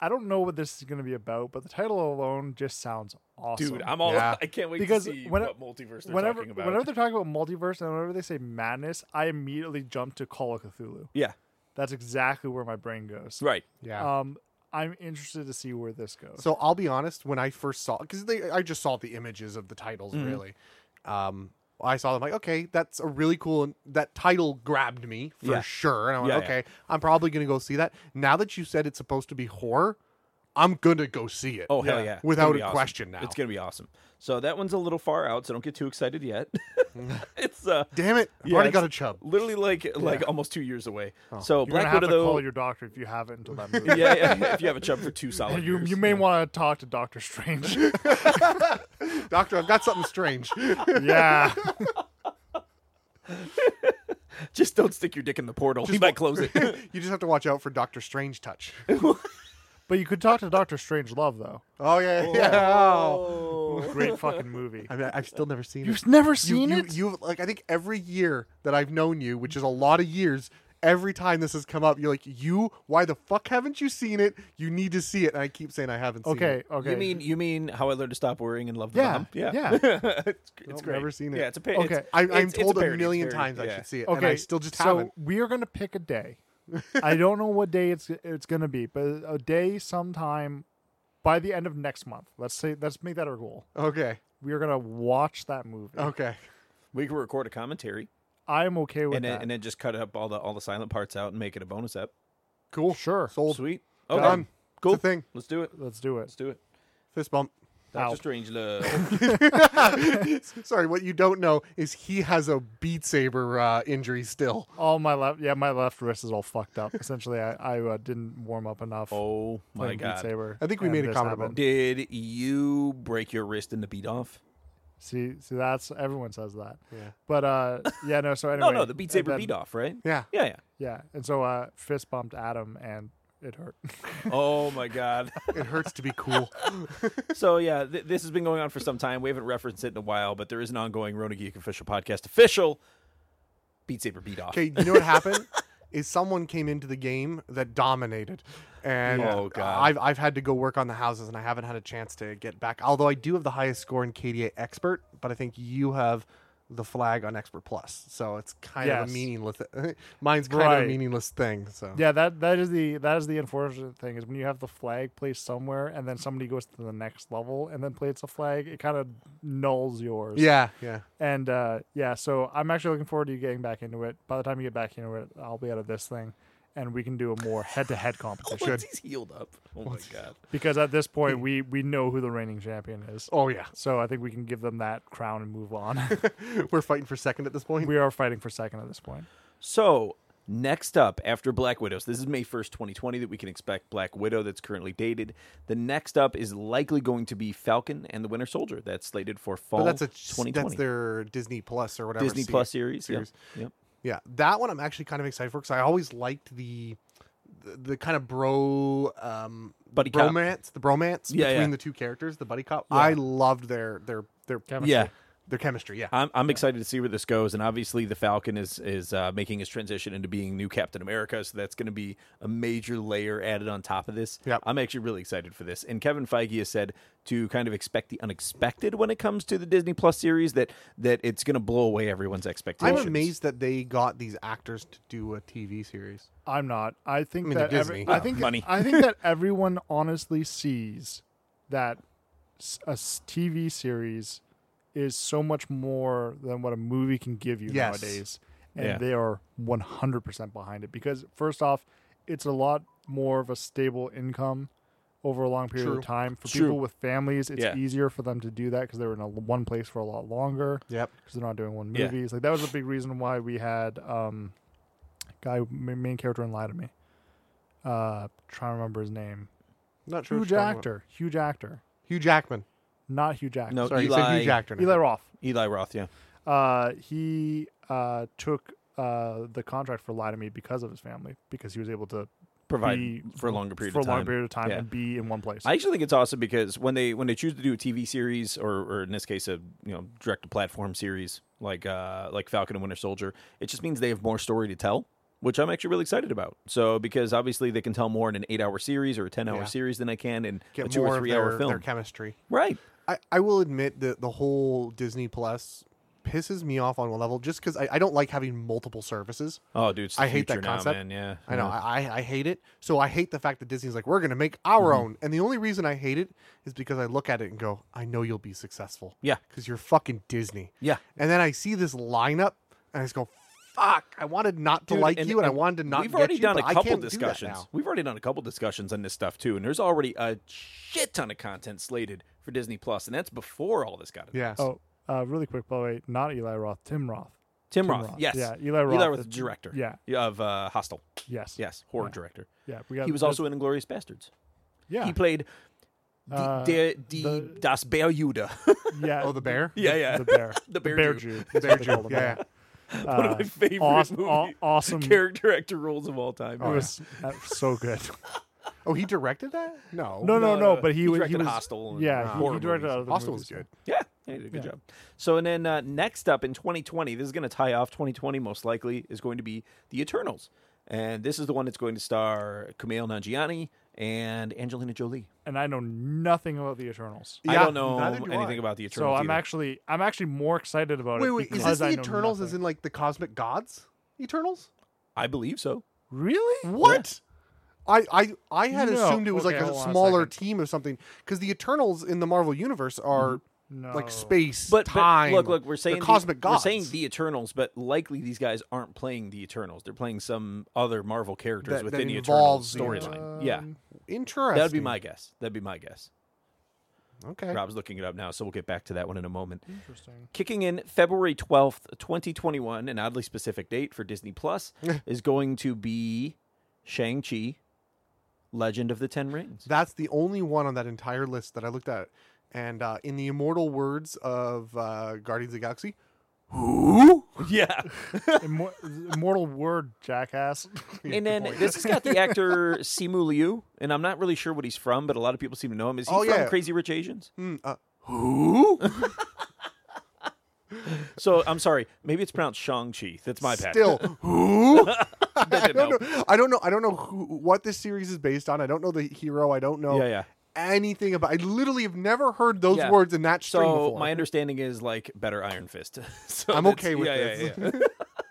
[SPEAKER 2] I don't know what this is going to be about, but the title alone just sounds awesome.
[SPEAKER 3] Dude, I'm all
[SPEAKER 1] Yeah.
[SPEAKER 3] I can't wait
[SPEAKER 2] Because
[SPEAKER 3] to see
[SPEAKER 2] when-
[SPEAKER 3] what multiverse they're
[SPEAKER 2] whenever
[SPEAKER 3] talking about.
[SPEAKER 2] whenever they're talking about multiverse and whenever they say madness, I immediately jump to Call of Cthulhu.
[SPEAKER 3] yeah,
[SPEAKER 2] That's exactly where my brain goes.
[SPEAKER 3] right.
[SPEAKER 1] Yeah.
[SPEAKER 2] Um, I'm interested to see where this goes.
[SPEAKER 1] So I'll be honest, when I first saw because I just saw the images of the titles
[SPEAKER 3] Mm-hmm.
[SPEAKER 1] really. Um I saw them like, okay, that's a really cool that title grabbed me for
[SPEAKER 3] Yeah.
[SPEAKER 1] sure. And I went,
[SPEAKER 3] Yeah, yeah.
[SPEAKER 1] okay, I'm probably gonna go see that. Now that you said it's supposed to be horror, I'm gonna go see it.
[SPEAKER 3] Oh hell yeah! It's gonna
[SPEAKER 1] Without
[SPEAKER 3] be
[SPEAKER 1] a
[SPEAKER 3] awesome.
[SPEAKER 1] question now.
[SPEAKER 3] it's gonna be awesome. So that one's a little far out, so don't get too excited yet. it's uh,
[SPEAKER 1] Damn it. I've
[SPEAKER 3] Yeah,
[SPEAKER 1] already
[SPEAKER 3] it's-
[SPEAKER 1] got a chub.
[SPEAKER 3] literally like like almost two years away. So
[SPEAKER 2] You're
[SPEAKER 3] Black
[SPEAKER 2] gonna have
[SPEAKER 3] Widow,
[SPEAKER 2] to
[SPEAKER 3] though,
[SPEAKER 2] call your doctor if you haven't until that movie.
[SPEAKER 3] yeah, yeah, if you have a chub for two solid
[SPEAKER 2] You,
[SPEAKER 3] years.
[SPEAKER 2] you may want to talk to Doctor Strange.
[SPEAKER 1] Doctor, I've got something strange.
[SPEAKER 2] yeah.
[SPEAKER 3] Just don't stick your dick in the portal. he
[SPEAKER 1] Just
[SPEAKER 3] might close it.
[SPEAKER 1] you just have to watch out for Doctor Strange touch.
[SPEAKER 2] But you could talk to Doctor Strange Love though.
[SPEAKER 1] Oh yeah, yeah. Oh.
[SPEAKER 2] Great fucking movie.
[SPEAKER 1] I mean, I've still never seen it.
[SPEAKER 2] You've never
[SPEAKER 1] You-
[SPEAKER 2] seen
[SPEAKER 1] you,
[SPEAKER 2] it?
[SPEAKER 1] You've like I think every year that I've known you, which is a lot of years, every time this has come up, you're like, "You, why the fuck haven't you seen it? You need to see it." And I keep saying I haven't. seen
[SPEAKER 2] okay,
[SPEAKER 1] it.
[SPEAKER 2] okay.
[SPEAKER 3] You mean you mean how I learned to stop worrying and love the
[SPEAKER 2] Yeah,
[SPEAKER 3] bomb? Yeah,
[SPEAKER 2] yeah.
[SPEAKER 3] it's, it's
[SPEAKER 1] Nope,
[SPEAKER 3] great.
[SPEAKER 1] never seen it.
[SPEAKER 3] Yeah, it's a pa-
[SPEAKER 2] Okay.
[SPEAKER 3] it's-
[SPEAKER 1] I,
[SPEAKER 3] it's-
[SPEAKER 1] I'm
[SPEAKER 3] it's
[SPEAKER 1] told a
[SPEAKER 3] parody. It's
[SPEAKER 1] million
[SPEAKER 3] very-
[SPEAKER 1] times I
[SPEAKER 3] yeah.
[SPEAKER 1] should see it,
[SPEAKER 2] okay,
[SPEAKER 1] and I still just
[SPEAKER 2] so
[SPEAKER 1] haven't.
[SPEAKER 2] we are gonna pick a day. I don't know what day it's it's gonna be, but a day sometime by the end of next month. Let's say let's make that our goal.
[SPEAKER 1] Okay,
[SPEAKER 2] We are gonna watch that movie.
[SPEAKER 1] okay.
[SPEAKER 3] We can record a commentary
[SPEAKER 2] I am okay with
[SPEAKER 3] and then,
[SPEAKER 2] that.
[SPEAKER 3] and then just cut up all the all the silent parts out and make it a bonus app.
[SPEAKER 1] Cool.
[SPEAKER 2] Sure.
[SPEAKER 1] Sold.
[SPEAKER 3] Sweet.
[SPEAKER 1] Done. Cool.
[SPEAKER 3] Okay. Cool.
[SPEAKER 1] It's a thing.
[SPEAKER 3] Let's do it.
[SPEAKER 2] Let's do it.
[SPEAKER 3] Let's do it.
[SPEAKER 1] Fist bump.
[SPEAKER 3] That's
[SPEAKER 2] Ow.
[SPEAKER 3] a strange love.
[SPEAKER 1] Sorry, what you don't know is he has a Beat Saber uh, injury still.
[SPEAKER 2] All my left, yeah, my left wrist is all fucked up. Essentially, I, I uh, didn't warm up enough.
[SPEAKER 3] oh my
[SPEAKER 2] playing Beat
[SPEAKER 3] god.
[SPEAKER 2] Saber,
[SPEAKER 1] I think we
[SPEAKER 2] and
[SPEAKER 1] made a
[SPEAKER 2] this
[SPEAKER 1] comment about
[SPEAKER 2] happened.
[SPEAKER 3] Did you break your wrist in the beat off?
[SPEAKER 2] See, see, that's everyone says that.
[SPEAKER 1] Yeah.
[SPEAKER 2] But uh, yeah, no. So
[SPEAKER 3] No,
[SPEAKER 2] anyway,
[SPEAKER 3] no, the Beat
[SPEAKER 2] and
[SPEAKER 3] Saber
[SPEAKER 2] then-
[SPEAKER 3] beat off, right?
[SPEAKER 1] Yeah.
[SPEAKER 3] Yeah, yeah.
[SPEAKER 2] Yeah, and so uh, fist bumped Adam, and it hurt.
[SPEAKER 3] Oh my god.
[SPEAKER 1] It hurts to be cool.
[SPEAKER 3] so yeah, th- this has been going on for some time. We haven't referenced it in a while, but there is an ongoing Rona Geek official podcast official Beat Saber beat off.
[SPEAKER 1] Okay, you know what happened? Is someone came into the game that dominated, and
[SPEAKER 3] Yeah. Oh, God.
[SPEAKER 1] I've I've had to go work on the houses, and I haven't had a chance to get back. Although I do have the highest score in KDA Expert, but I think you have the flag on Expert Plus, so it's kind of a
[SPEAKER 2] Yes.
[SPEAKER 1] meaningless. Mine's kind of a
[SPEAKER 2] Right.
[SPEAKER 1] meaningless thing. So
[SPEAKER 2] yeah, that that is the that is the unfortunate thing is when you have the flag placed somewhere, and then somebody goes to the next level and then plates a flag, it kind of nulls yours.
[SPEAKER 1] yeah, yeah.
[SPEAKER 2] and uh, yeah, so I'm actually looking forward to you getting back into it. By the time you get back into it, I'll be out of this thing, and we can do a more head-to-head competition
[SPEAKER 3] Once he's healed up. Oh my god.
[SPEAKER 2] because at this point we we know who the reigning champion is.
[SPEAKER 1] Oh yeah,
[SPEAKER 2] So I think we can give them that crown and move on.
[SPEAKER 1] we're fighting for second at this point.
[SPEAKER 2] we are fighting for second at this point.
[SPEAKER 3] So next up after Black Widows, this is May 1st, 2020 that we can expect Black Widow that's currently dated. The next up is likely going to be Falcon and the Winter Soldier. That's slated for fall
[SPEAKER 1] but that's a
[SPEAKER 3] 2020.
[SPEAKER 1] that's their Disney Plus or whatever
[SPEAKER 3] Disney
[SPEAKER 1] se-
[SPEAKER 3] Plus series.
[SPEAKER 1] series.
[SPEAKER 3] Yeah. Yep.
[SPEAKER 1] Yeah, that one I'm actually kind of excited for because I always liked the, the the kind of bro um
[SPEAKER 3] Buddy cop.
[SPEAKER 1] bromance, the bromance
[SPEAKER 3] Yeah,
[SPEAKER 1] between
[SPEAKER 3] yeah.
[SPEAKER 1] the two characters, the buddy cop. I loved their their their
[SPEAKER 2] Chemistry.
[SPEAKER 3] Yeah.
[SPEAKER 1] their chemistry. Yeah,
[SPEAKER 3] I'm, I'm excited to see where this goes, and obviously the Falcon is is uh, making his transition into being new Captain America, so that's going to be a major layer added on top of this.
[SPEAKER 1] Yep.
[SPEAKER 3] I'm actually really excited for this. And Kevin Feige has said to kind of expect the unexpected when it comes to the Disney Plus series that that it's going to blow away everyone's
[SPEAKER 1] I'm
[SPEAKER 3] expectations.
[SPEAKER 1] amazed that they got these actors to do a TV series.
[SPEAKER 2] I'm not. I think
[SPEAKER 1] I mean,
[SPEAKER 2] that
[SPEAKER 1] they're
[SPEAKER 2] every-
[SPEAKER 1] Disney.
[SPEAKER 2] I
[SPEAKER 3] Oh,
[SPEAKER 2] think
[SPEAKER 3] money.
[SPEAKER 2] I think that everyone honestly sees that s- a s- TV series is so much more than what a movie can give you
[SPEAKER 1] Yes.
[SPEAKER 2] nowadays, and
[SPEAKER 3] Yeah.
[SPEAKER 2] they are 100 percent behind it because first off, it's a lot more of a stable income over a long period
[SPEAKER 1] True.
[SPEAKER 2] of time for
[SPEAKER 3] True.
[SPEAKER 2] people with families. It's
[SPEAKER 3] Yeah.
[SPEAKER 2] easier for them to do that because they're in a, one place for a lot longer
[SPEAKER 1] Yep.
[SPEAKER 2] because they're not doing one
[SPEAKER 3] Yeah.
[SPEAKER 2] movies. Like that was a big reason why we had um, guy ma- main character in Lie to Me. Uh, trying to remember his name.
[SPEAKER 1] Not sure. what
[SPEAKER 2] huge
[SPEAKER 1] you're talking about.
[SPEAKER 2] actor, huge actor,
[SPEAKER 1] Hugh Jackman.
[SPEAKER 2] not Hugh Jackman.
[SPEAKER 3] No,
[SPEAKER 1] Sorry,
[SPEAKER 2] Sorry,
[SPEAKER 1] you said
[SPEAKER 3] Oh, Eli-
[SPEAKER 1] Hugh Jackman.
[SPEAKER 2] Eli Roth.
[SPEAKER 3] Eli Roth, yeah,
[SPEAKER 2] uh, he uh, took uh, the contract for Lie to Me because of his family, because he was able to
[SPEAKER 3] Provide
[SPEAKER 2] be
[SPEAKER 3] for a longer period
[SPEAKER 2] for
[SPEAKER 3] of
[SPEAKER 2] a longer
[SPEAKER 3] time.
[SPEAKER 2] period of time
[SPEAKER 3] Yeah.
[SPEAKER 2] and be in one place.
[SPEAKER 3] I actually think it's awesome because when they when they choose to do a TV series or, or in this case a you know direct to platform series like uh like Falcon and Winter Soldier, it just means they have more story to tell, which I'm actually really excited about. So because obviously they can tell more in an eight hour series or a ten hour
[SPEAKER 1] Yeah.
[SPEAKER 3] series than I can in a
[SPEAKER 1] Get
[SPEAKER 3] two
[SPEAKER 1] more
[SPEAKER 3] or
[SPEAKER 1] of
[SPEAKER 3] three
[SPEAKER 1] their,
[SPEAKER 3] hour film.
[SPEAKER 1] their chemistry.
[SPEAKER 3] right.
[SPEAKER 1] I, I will admit that the whole Disney Plus pisses me off on one level just because I, I don't like having multiple services.
[SPEAKER 3] Oh dude, it's the
[SPEAKER 1] I hate that
[SPEAKER 3] future now,
[SPEAKER 1] concept.
[SPEAKER 3] man. Yeah.
[SPEAKER 1] I know. I, I I hate it. So I hate the fact that Disney's like, we're going to make our own. And the only reason I hate it is because I look at it and go, I know you'll be successful.
[SPEAKER 3] Yeah.
[SPEAKER 1] Because you're fucking Disney.
[SPEAKER 3] Yeah.
[SPEAKER 1] And then I see this lineup and I just go, fuck, I wanted not to
[SPEAKER 3] Dude,
[SPEAKER 1] like
[SPEAKER 3] and-
[SPEAKER 1] you and, I
[SPEAKER 3] and
[SPEAKER 1] wanted to not
[SPEAKER 3] We've
[SPEAKER 1] get
[SPEAKER 3] already
[SPEAKER 1] you,
[SPEAKER 3] done
[SPEAKER 1] but I
[SPEAKER 3] a couple
[SPEAKER 1] can't do that
[SPEAKER 3] discussions.
[SPEAKER 1] now.
[SPEAKER 3] We've already done a couple discussions on this stuff too, and there's already a shit ton of content slated for Disney Plus, and that's before all this got.
[SPEAKER 1] Yes.
[SPEAKER 3] announced.
[SPEAKER 2] oh, uh, really quick, by the way, not Eli Roth, Tim Roth.
[SPEAKER 3] Tim,
[SPEAKER 2] Tim
[SPEAKER 3] Roth,
[SPEAKER 2] Roth.
[SPEAKER 3] yes,
[SPEAKER 2] Yeah, Eli Roth,
[SPEAKER 3] the
[SPEAKER 2] the-
[SPEAKER 3] director,
[SPEAKER 2] yeah.
[SPEAKER 3] of uh, Hostel,
[SPEAKER 2] Yes.
[SPEAKER 3] yes, horror
[SPEAKER 2] Yeah.
[SPEAKER 3] director.
[SPEAKER 2] Yeah. We got
[SPEAKER 3] He was
[SPEAKER 2] there's-
[SPEAKER 3] also in Inglorious Bastards.
[SPEAKER 2] yeah.
[SPEAKER 3] He played the,
[SPEAKER 2] Uh,
[SPEAKER 3] the, the,
[SPEAKER 2] the-
[SPEAKER 3] Das Bearjuda.
[SPEAKER 2] yeah.
[SPEAKER 1] Oh, the bear?
[SPEAKER 3] yeah, yeah,
[SPEAKER 2] The bear.
[SPEAKER 3] The Bear Jew.
[SPEAKER 2] Jew.
[SPEAKER 1] The bear joke. Yeah.
[SPEAKER 3] one of my favorite
[SPEAKER 2] awesome,
[SPEAKER 3] movie
[SPEAKER 2] Uh, awesome.
[SPEAKER 3] character actor roles of all time.
[SPEAKER 2] It was that was so good.
[SPEAKER 1] Oh, he directed that? No.
[SPEAKER 2] No, no, no. But he, was he
[SPEAKER 3] directed
[SPEAKER 2] was
[SPEAKER 3] Hostel. and
[SPEAKER 2] Yeah, he- he,
[SPEAKER 3] horror
[SPEAKER 2] directed
[SPEAKER 3] movies.
[SPEAKER 2] other
[SPEAKER 1] Hostel
[SPEAKER 2] uh, movies,
[SPEAKER 1] was good.
[SPEAKER 3] Yeah, yeah, he did a good
[SPEAKER 2] Yeah.
[SPEAKER 3] job. So, and then uh, next up in 2020, this is going to tie off 2020 most likely, is going to be The Eternals. And this is the one that's going to star Kumail Nanjiani and Angelina Jolie.
[SPEAKER 2] And I know nothing about the Eternals,
[SPEAKER 1] Yeah,
[SPEAKER 3] I don't know
[SPEAKER 1] neither do
[SPEAKER 3] anything
[SPEAKER 1] I.
[SPEAKER 3] about The
[SPEAKER 2] so
[SPEAKER 3] Eternals.
[SPEAKER 2] I'm
[SPEAKER 3] either.
[SPEAKER 2] actually I'm actually more excited about
[SPEAKER 1] Wait,
[SPEAKER 2] it.
[SPEAKER 1] wait, is
[SPEAKER 2] because
[SPEAKER 1] this the
[SPEAKER 2] I know
[SPEAKER 1] Eternals as
[SPEAKER 2] nothing.
[SPEAKER 1] in like the cosmic gods? Eternals?
[SPEAKER 3] I believe so.
[SPEAKER 2] really?
[SPEAKER 1] What? I, I I had
[SPEAKER 2] No.
[SPEAKER 1] assumed it was
[SPEAKER 2] Okay,
[SPEAKER 1] like a
[SPEAKER 2] hold on a
[SPEAKER 1] smaller
[SPEAKER 2] second.
[SPEAKER 1] team or something because the Eternals in the Marvel universe are
[SPEAKER 2] No.
[SPEAKER 1] like space,
[SPEAKER 3] But,
[SPEAKER 1] time.
[SPEAKER 3] but look, look, we're
[SPEAKER 1] they're
[SPEAKER 3] saying the-
[SPEAKER 1] cosmic
[SPEAKER 3] We're
[SPEAKER 1] gods.
[SPEAKER 3] saying the Eternals, but likely these guys aren't playing the Eternals. They're playing some other Marvel characters
[SPEAKER 1] That- that
[SPEAKER 3] within the
[SPEAKER 1] involves
[SPEAKER 3] Eternals
[SPEAKER 1] the uh,
[SPEAKER 3] storyline. yeah,
[SPEAKER 2] Um,
[SPEAKER 1] Interesting.
[SPEAKER 3] that would be my guess. That'd be my guess.
[SPEAKER 1] okay.
[SPEAKER 3] Rob's looking it up now, so we'll get back to that one in a moment.
[SPEAKER 2] Interesting.
[SPEAKER 3] Kicking in February 12th, 2021, an oddly specific date for Disney Plus, is going to be Shang-Chi Legend of the Ten Rings.
[SPEAKER 1] That's the only one on that entire list that I looked at. And uh, in the immortal words of uh, Guardians of the Galaxy, who?
[SPEAKER 3] Yeah.
[SPEAKER 2] Immor- immortal word, jackass.
[SPEAKER 3] and then this has got the actor Simu Liu, and I'm not really sure what he's from, but a lot of people seem to know him. Is he
[SPEAKER 1] Oh,
[SPEAKER 3] from
[SPEAKER 1] yeah.
[SPEAKER 3] Crazy Rich Asians?
[SPEAKER 1] Hmm, uh, who?
[SPEAKER 3] So I'm sorry, maybe it's pronounced Shang-Chi. That's my bad.
[SPEAKER 1] Still, who?
[SPEAKER 3] That
[SPEAKER 1] I
[SPEAKER 3] didn't
[SPEAKER 1] don't
[SPEAKER 3] help.
[SPEAKER 1] know. I don't know. I don't know who, what this series is based on. I don't know the hero. I don't know
[SPEAKER 3] Yeah, yeah.
[SPEAKER 1] anything about. I literally have never heard those
[SPEAKER 3] Yeah.
[SPEAKER 1] words in that
[SPEAKER 3] So
[SPEAKER 1] string before.
[SPEAKER 3] my understanding is like better Iron Fist. so
[SPEAKER 1] I'm
[SPEAKER 3] that's-
[SPEAKER 1] okay with
[SPEAKER 3] yeah, yeah,
[SPEAKER 1] this.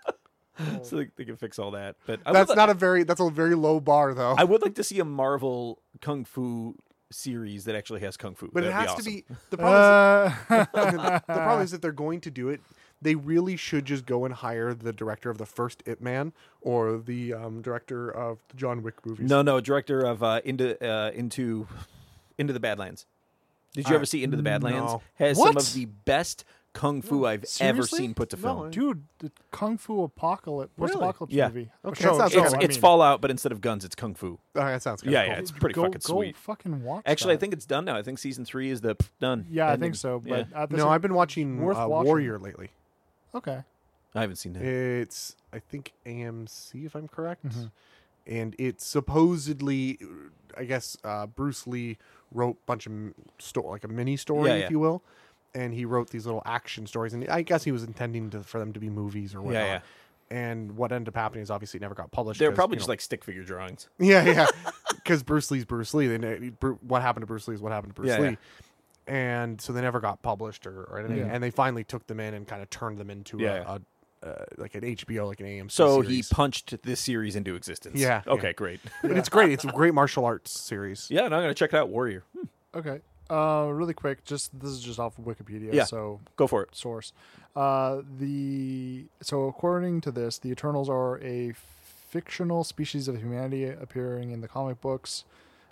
[SPEAKER 3] yeah. so they, they can fix all that. But I would
[SPEAKER 1] that's
[SPEAKER 3] li-
[SPEAKER 1] not a very. That's a very low bar though.
[SPEAKER 3] I would like to see a Marvel kung fu series that actually has kung fu.
[SPEAKER 1] but it
[SPEAKER 3] That'd
[SPEAKER 1] has
[SPEAKER 3] awesome.
[SPEAKER 1] to be the problem.
[SPEAKER 2] Uh,
[SPEAKER 1] is, the problem is that they're going to do it. They really should just go and hire the director of the first It Man or the um, director of the John Wick movies.
[SPEAKER 3] No, no, director of uh, into uh, into into the Badlands. Did you ever see Into the Badlands?
[SPEAKER 1] no.
[SPEAKER 3] Has some
[SPEAKER 1] What?
[SPEAKER 3] of the best kung fu I've ever
[SPEAKER 2] seriously?
[SPEAKER 3] seen put to
[SPEAKER 1] No,
[SPEAKER 3] film.
[SPEAKER 1] I-
[SPEAKER 2] dude, the Kung Fu Apocalypse. What's
[SPEAKER 1] Really?
[SPEAKER 2] Apocalypse
[SPEAKER 3] Yeah.
[SPEAKER 2] movie?
[SPEAKER 1] Okay, that sounds
[SPEAKER 2] show,
[SPEAKER 1] cool.
[SPEAKER 3] it's
[SPEAKER 2] I
[SPEAKER 3] it's
[SPEAKER 2] mean.
[SPEAKER 3] Fallout, but instead of guns, it's kung
[SPEAKER 1] Oh,
[SPEAKER 3] fu.
[SPEAKER 1] that sounds kinda
[SPEAKER 3] Yeah,
[SPEAKER 1] cool.
[SPEAKER 3] yeah, it's pretty
[SPEAKER 2] go,
[SPEAKER 3] fucking
[SPEAKER 2] go
[SPEAKER 3] sweet.
[SPEAKER 2] fucking watch.
[SPEAKER 3] Actually, I
[SPEAKER 2] that.
[SPEAKER 3] think it's done now. I think season three is the done.
[SPEAKER 2] Yeah, I
[SPEAKER 3] ending.
[SPEAKER 2] think so.
[SPEAKER 3] Yeah.
[SPEAKER 2] But at this
[SPEAKER 1] No, I've been watching
[SPEAKER 2] worth
[SPEAKER 1] uh,
[SPEAKER 2] watching.
[SPEAKER 1] Warrior lately.
[SPEAKER 2] okay.
[SPEAKER 3] I haven't seen that.
[SPEAKER 1] It's I think AMC if I'm correct,
[SPEAKER 3] Mm-hmm.
[SPEAKER 1] and it's supposedly, I guess uh, Bruce Lee wrote a bunch of m- sto- like a mini story,
[SPEAKER 3] Yeah, yeah.
[SPEAKER 1] if you will, and he wrote these little action stories, and I guess he was intending to, for them to be movies or whatnot.
[SPEAKER 3] yeah.
[SPEAKER 1] And what ended up happening is obviously it never got published.
[SPEAKER 3] They're
[SPEAKER 1] 'cause,
[SPEAKER 3] probably
[SPEAKER 1] you
[SPEAKER 3] just
[SPEAKER 1] know-
[SPEAKER 3] like stick figure drawings.
[SPEAKER 1] yeah, yeah, because Bruce Lee's Bruce Lee. They ne- Bru- what happened to Bruce Lee is what happened to Bruce
[SPEAKER 3] Yeah,
[SPEAKER 1] Lee.
[SPEAKER 3] yeah.
[SPEAKER 1] And so they never got published or, or anything,
[SPEAKER 2] Yeah.
[SPEAKER 1] and they finally took them in and kind of turned them into
[SPEAKER 3] Yeah.
[SPEAKER 1] a, a uh, like an HBO, like an AMC.
[SPEAKER 3] So he
[SPEAKER 1] series.
[SPEAKER 3] punched this series into existence.
[SPEAKER 1] Yeah,
[SPEAKER 3] Okay,
[SPEAKER 1] yeah.
[SPEAKER 3] great.
[SPEAKER 1] But it's great. It's a great martial arts series.
[SPEAKER 3] yeah, and I'm gonna check it out. Warrior. Hmm,
[SPEAKER 2] Okay. Uh, really quick, just this is just off of Wikipedia,
[SPEAKER 3] Yeah.
[SPEAKER 2] so
[SPEAKER 3] Go for it.
[SPEAKER 2] source. Uh, the so according to this, the Eternals are a fictional species of humanity appearing in the comic books.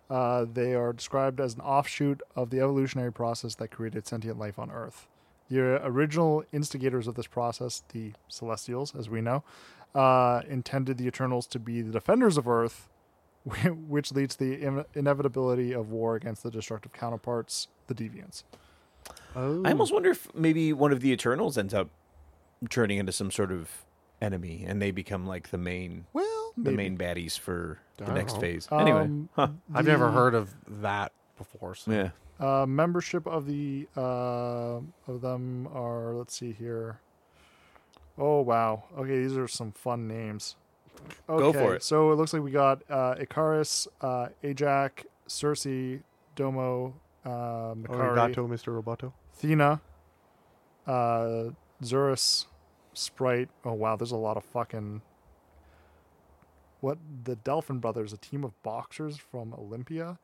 [SPEAKER 2] Uh, they are described as an offshoot of the evolutionary process that created sentient life on Earth. The original instigators of this process, the Celestials, as we know, uh, intended the Eternals to be the defenders of Earth, which leads to the in- inevitability of war against the destructive counterparts, the Deviants.
[SPEAKER 1] Oh,
[SPEAKER 3] I almost wonder if maybe one of the Eternals ends up turning into some sort of enemy, and they become like the main
[SPEAKER 1] Well,
[SPEAKER 3] the main baddies for the
[SPEAKER 1] don't
[SPEAKER 3] next
[SPEAKER 1] know.
[SPEAKER 3] phase. Anyway,
[SPEAKER 2] Um,
[SPEAKER 3] huh.
[SPEAKER 1] I've never heard of that before. So.
[SPEAKER 3] yeah,
[SPEAKER 2] Uh, membership of the uh, of them are let's see here. Oh wow! Okay, these are some fun names. Okay,
[SPEAKER 3] Go for it.
[SPEAKER 2] So it looks like we got uh, Icarus, uh, Ajax, Circe, Domo, uh,
[SPEAKER 1] Oh,
[SPEAKER 2] Makari,
[SPEAKER 1] Arigato, Mr. Roboto.
[SPEAKER 2] Athena, uh, Zerus, Sprite. Oh wow, there's a lot of fucking. What the Dolphin Brothers, a team of boxers from Olympia.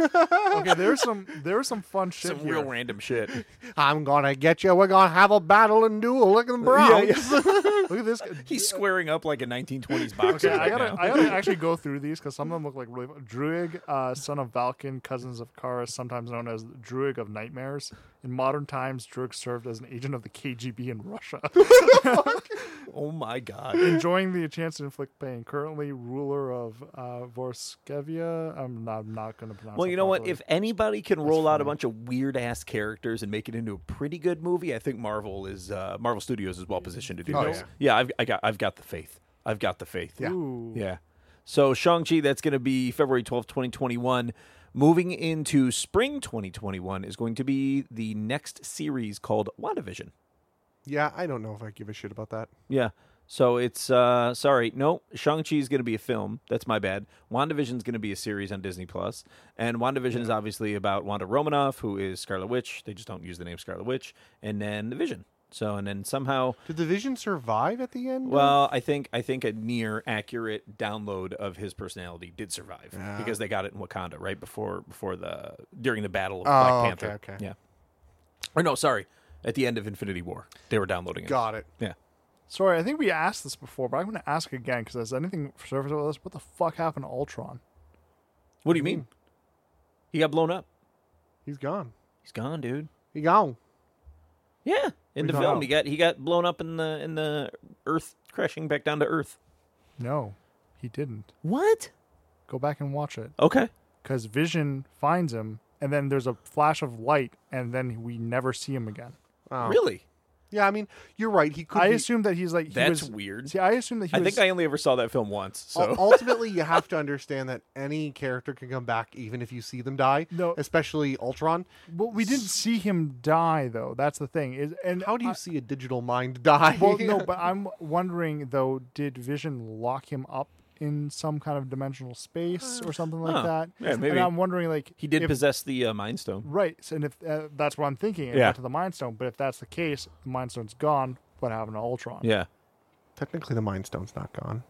[SPEAKER 2] okay, there's some there's some fun shit
[SPEAKER 3] some
[SPEAKER 2] here.
[SPEAKER 3] real random shit.
[SPEAKER 1] I'm gonna get you. We're gonna have a battle and duel. Look at the Browns.
[SPEAKER 2] Look at this.
[SPEAKER 3] He's squaring up like a 1920s boxer.
[SPEAKER 2] Okay, I
[SPEAKER 3] right
[SPEAKER 2] gotta
[SPEAKER 3] now.
[SPEAKER 2] I gotta actually go through these because some of them look like really fun. Druig, uh, son of Valken, cousins of Kara, sometimes known as Druig of Nightmares. In modern times, Druig served as an agent of the KGB in Russia.
[SPEAKER 3] oh my god.
[SPEAKER 2] enjoying the chance to inflict pain. Currently ruler of uh, Vorskevia. I'm not, I'm not going to pronounce.
[SPEAKER 3] Well,
[SPEAKER 2] that
[SPEAKER 3] you know what?
[SPEAKER 2] properly.
[SPEAKER 3] If anybody can roll out a bunch of weird ass characters and make it into a pretty good movie, I think Marvel is uh, Marvel Studios is well positioned to do
[SPEAKER 1] Oh,
[SPEAKER 3] this.
[SPEAKER 1] yeah.
[SPEAKER 3] yeah, I've I got I've got the faith. I've got the faith.
[SPEAKER 1] Yeah.
[SPEAKER 2] Ooh.
[SPEAKER 3] Yeah. So Shang-Chi, that's going to be February twelfth, 2021. Moving into spring 2021 is going to be the next series called WandaVision.
[SPEAKER 1] yeah, I don't know if I give a shit about that.
[SPEAKER 3] Yeah. So it's uh sorry, no, Shang-Chi is going to be a film. That's my bad. WandaVision is going to be a series on Disney Plus. And WandaVision is obviously about Wanda Romanoff who is Scarlet Witch. They just don't use the name Scarlet Witch and then The Vision. So and then somehow
[SPEAKER 1] Did the Vision survive at the end?
[SPEAKER 3] well, I think I think a near accurate download of his personality did survive because they got it in Wakanda right before before the during the battle of
[SPEAKER 1] Oh,
[SPEAKER 3] Black
[SPEAKER 1] okay,
[SPEAKER 3] Panther.
[SPEAKER 1] okay.
[SPEAKER 3] Yeah. Or no, sorry. At the end of Infinity War, they were downloading it.
[SPEAKER 1] got it.
[SPEAKER 3] Yeah.
[SPEAKER 2] Sorry, I think we asked this before, but I'm going to ask again because has anything surfaced about this? What the fuck happened to Ultron?
[SPEAKER 3] What do you mean? He got blown up.
[SPEAKER 1] He's gone.
[SPEAKER 3] He's gone, dude.
[SPEAKER 1] He gone.
[SPEAKER 3] Yeah, in the
[SPEAKER 1] don't
[SPEAKER 3] film,
[SPEAKER 1] know.
[SPEAKER 3] he got he got blown up in the in the Earth, crashing back down to Earth.
[SPEAKER 2] No, he didn't.
[SPEAKER 3] What?
[SPEAKER 2] Go back and watch it
[SPEAKER 3] Okay.
[SPEAKER 2] because Vision finds him, and then there's a flash of light, and then we never see him again.
[SPEAKER 1] Oh.
[SPEAKER 3] Really?
[SPEAKER 1] Yeah, I mean, you're right. He could.
[SPEAKER 2] I
[SPEAKER 1] be-
[SPEAKER 2] assume that he's like he
[SPEAKER 3] That's
[SPEAKER 2] was-
[SPEAKER 3] weird.
[SPEAKER 2] See, I assume that he
[SPEAKER 3] I
[SPEAKER 2] was,
[SPEAKER 3] think I only ever saw that film once. So
[SPEAKER 1] Ul- ultimately, you have to understand that any character can come back, even if you see them die.
[SPEAKER 2] No.
[SPEAKER 1] especially Ultron.
[SPEAKER 2] Well, we didn't see him die though. That's the thing. Is and
[SPEAKER 1] How do you see a digital mind die?
[SPEAKER 2] Well, no, but I'm wondering though, did Vision lock him up in some kind of dimensional space or something like
[SPEAKER 3] Huh.
[SPEAKER 2] that?
[SPEAKER 3] Yeah, maybe.
[SPEAKER 2] And I'm wondering, like,
[SPEAKER 3] he did
[SPEAKER 2] if-
[SPEAKER 3] possess the uh, Mind Stone.
[SPEAKER 2] right? so- And if uh, that's what I'm thinking, it
[SPEAKER 3] Yeah.
[SPEAKER 2] went to the Mind Stone. But if that's the case, the Mind Stone's gone. What happened to Ultron?
[SPEAKER 3] Yeah.
[SPEAKER 1] technically, the Mind Stone's not gone.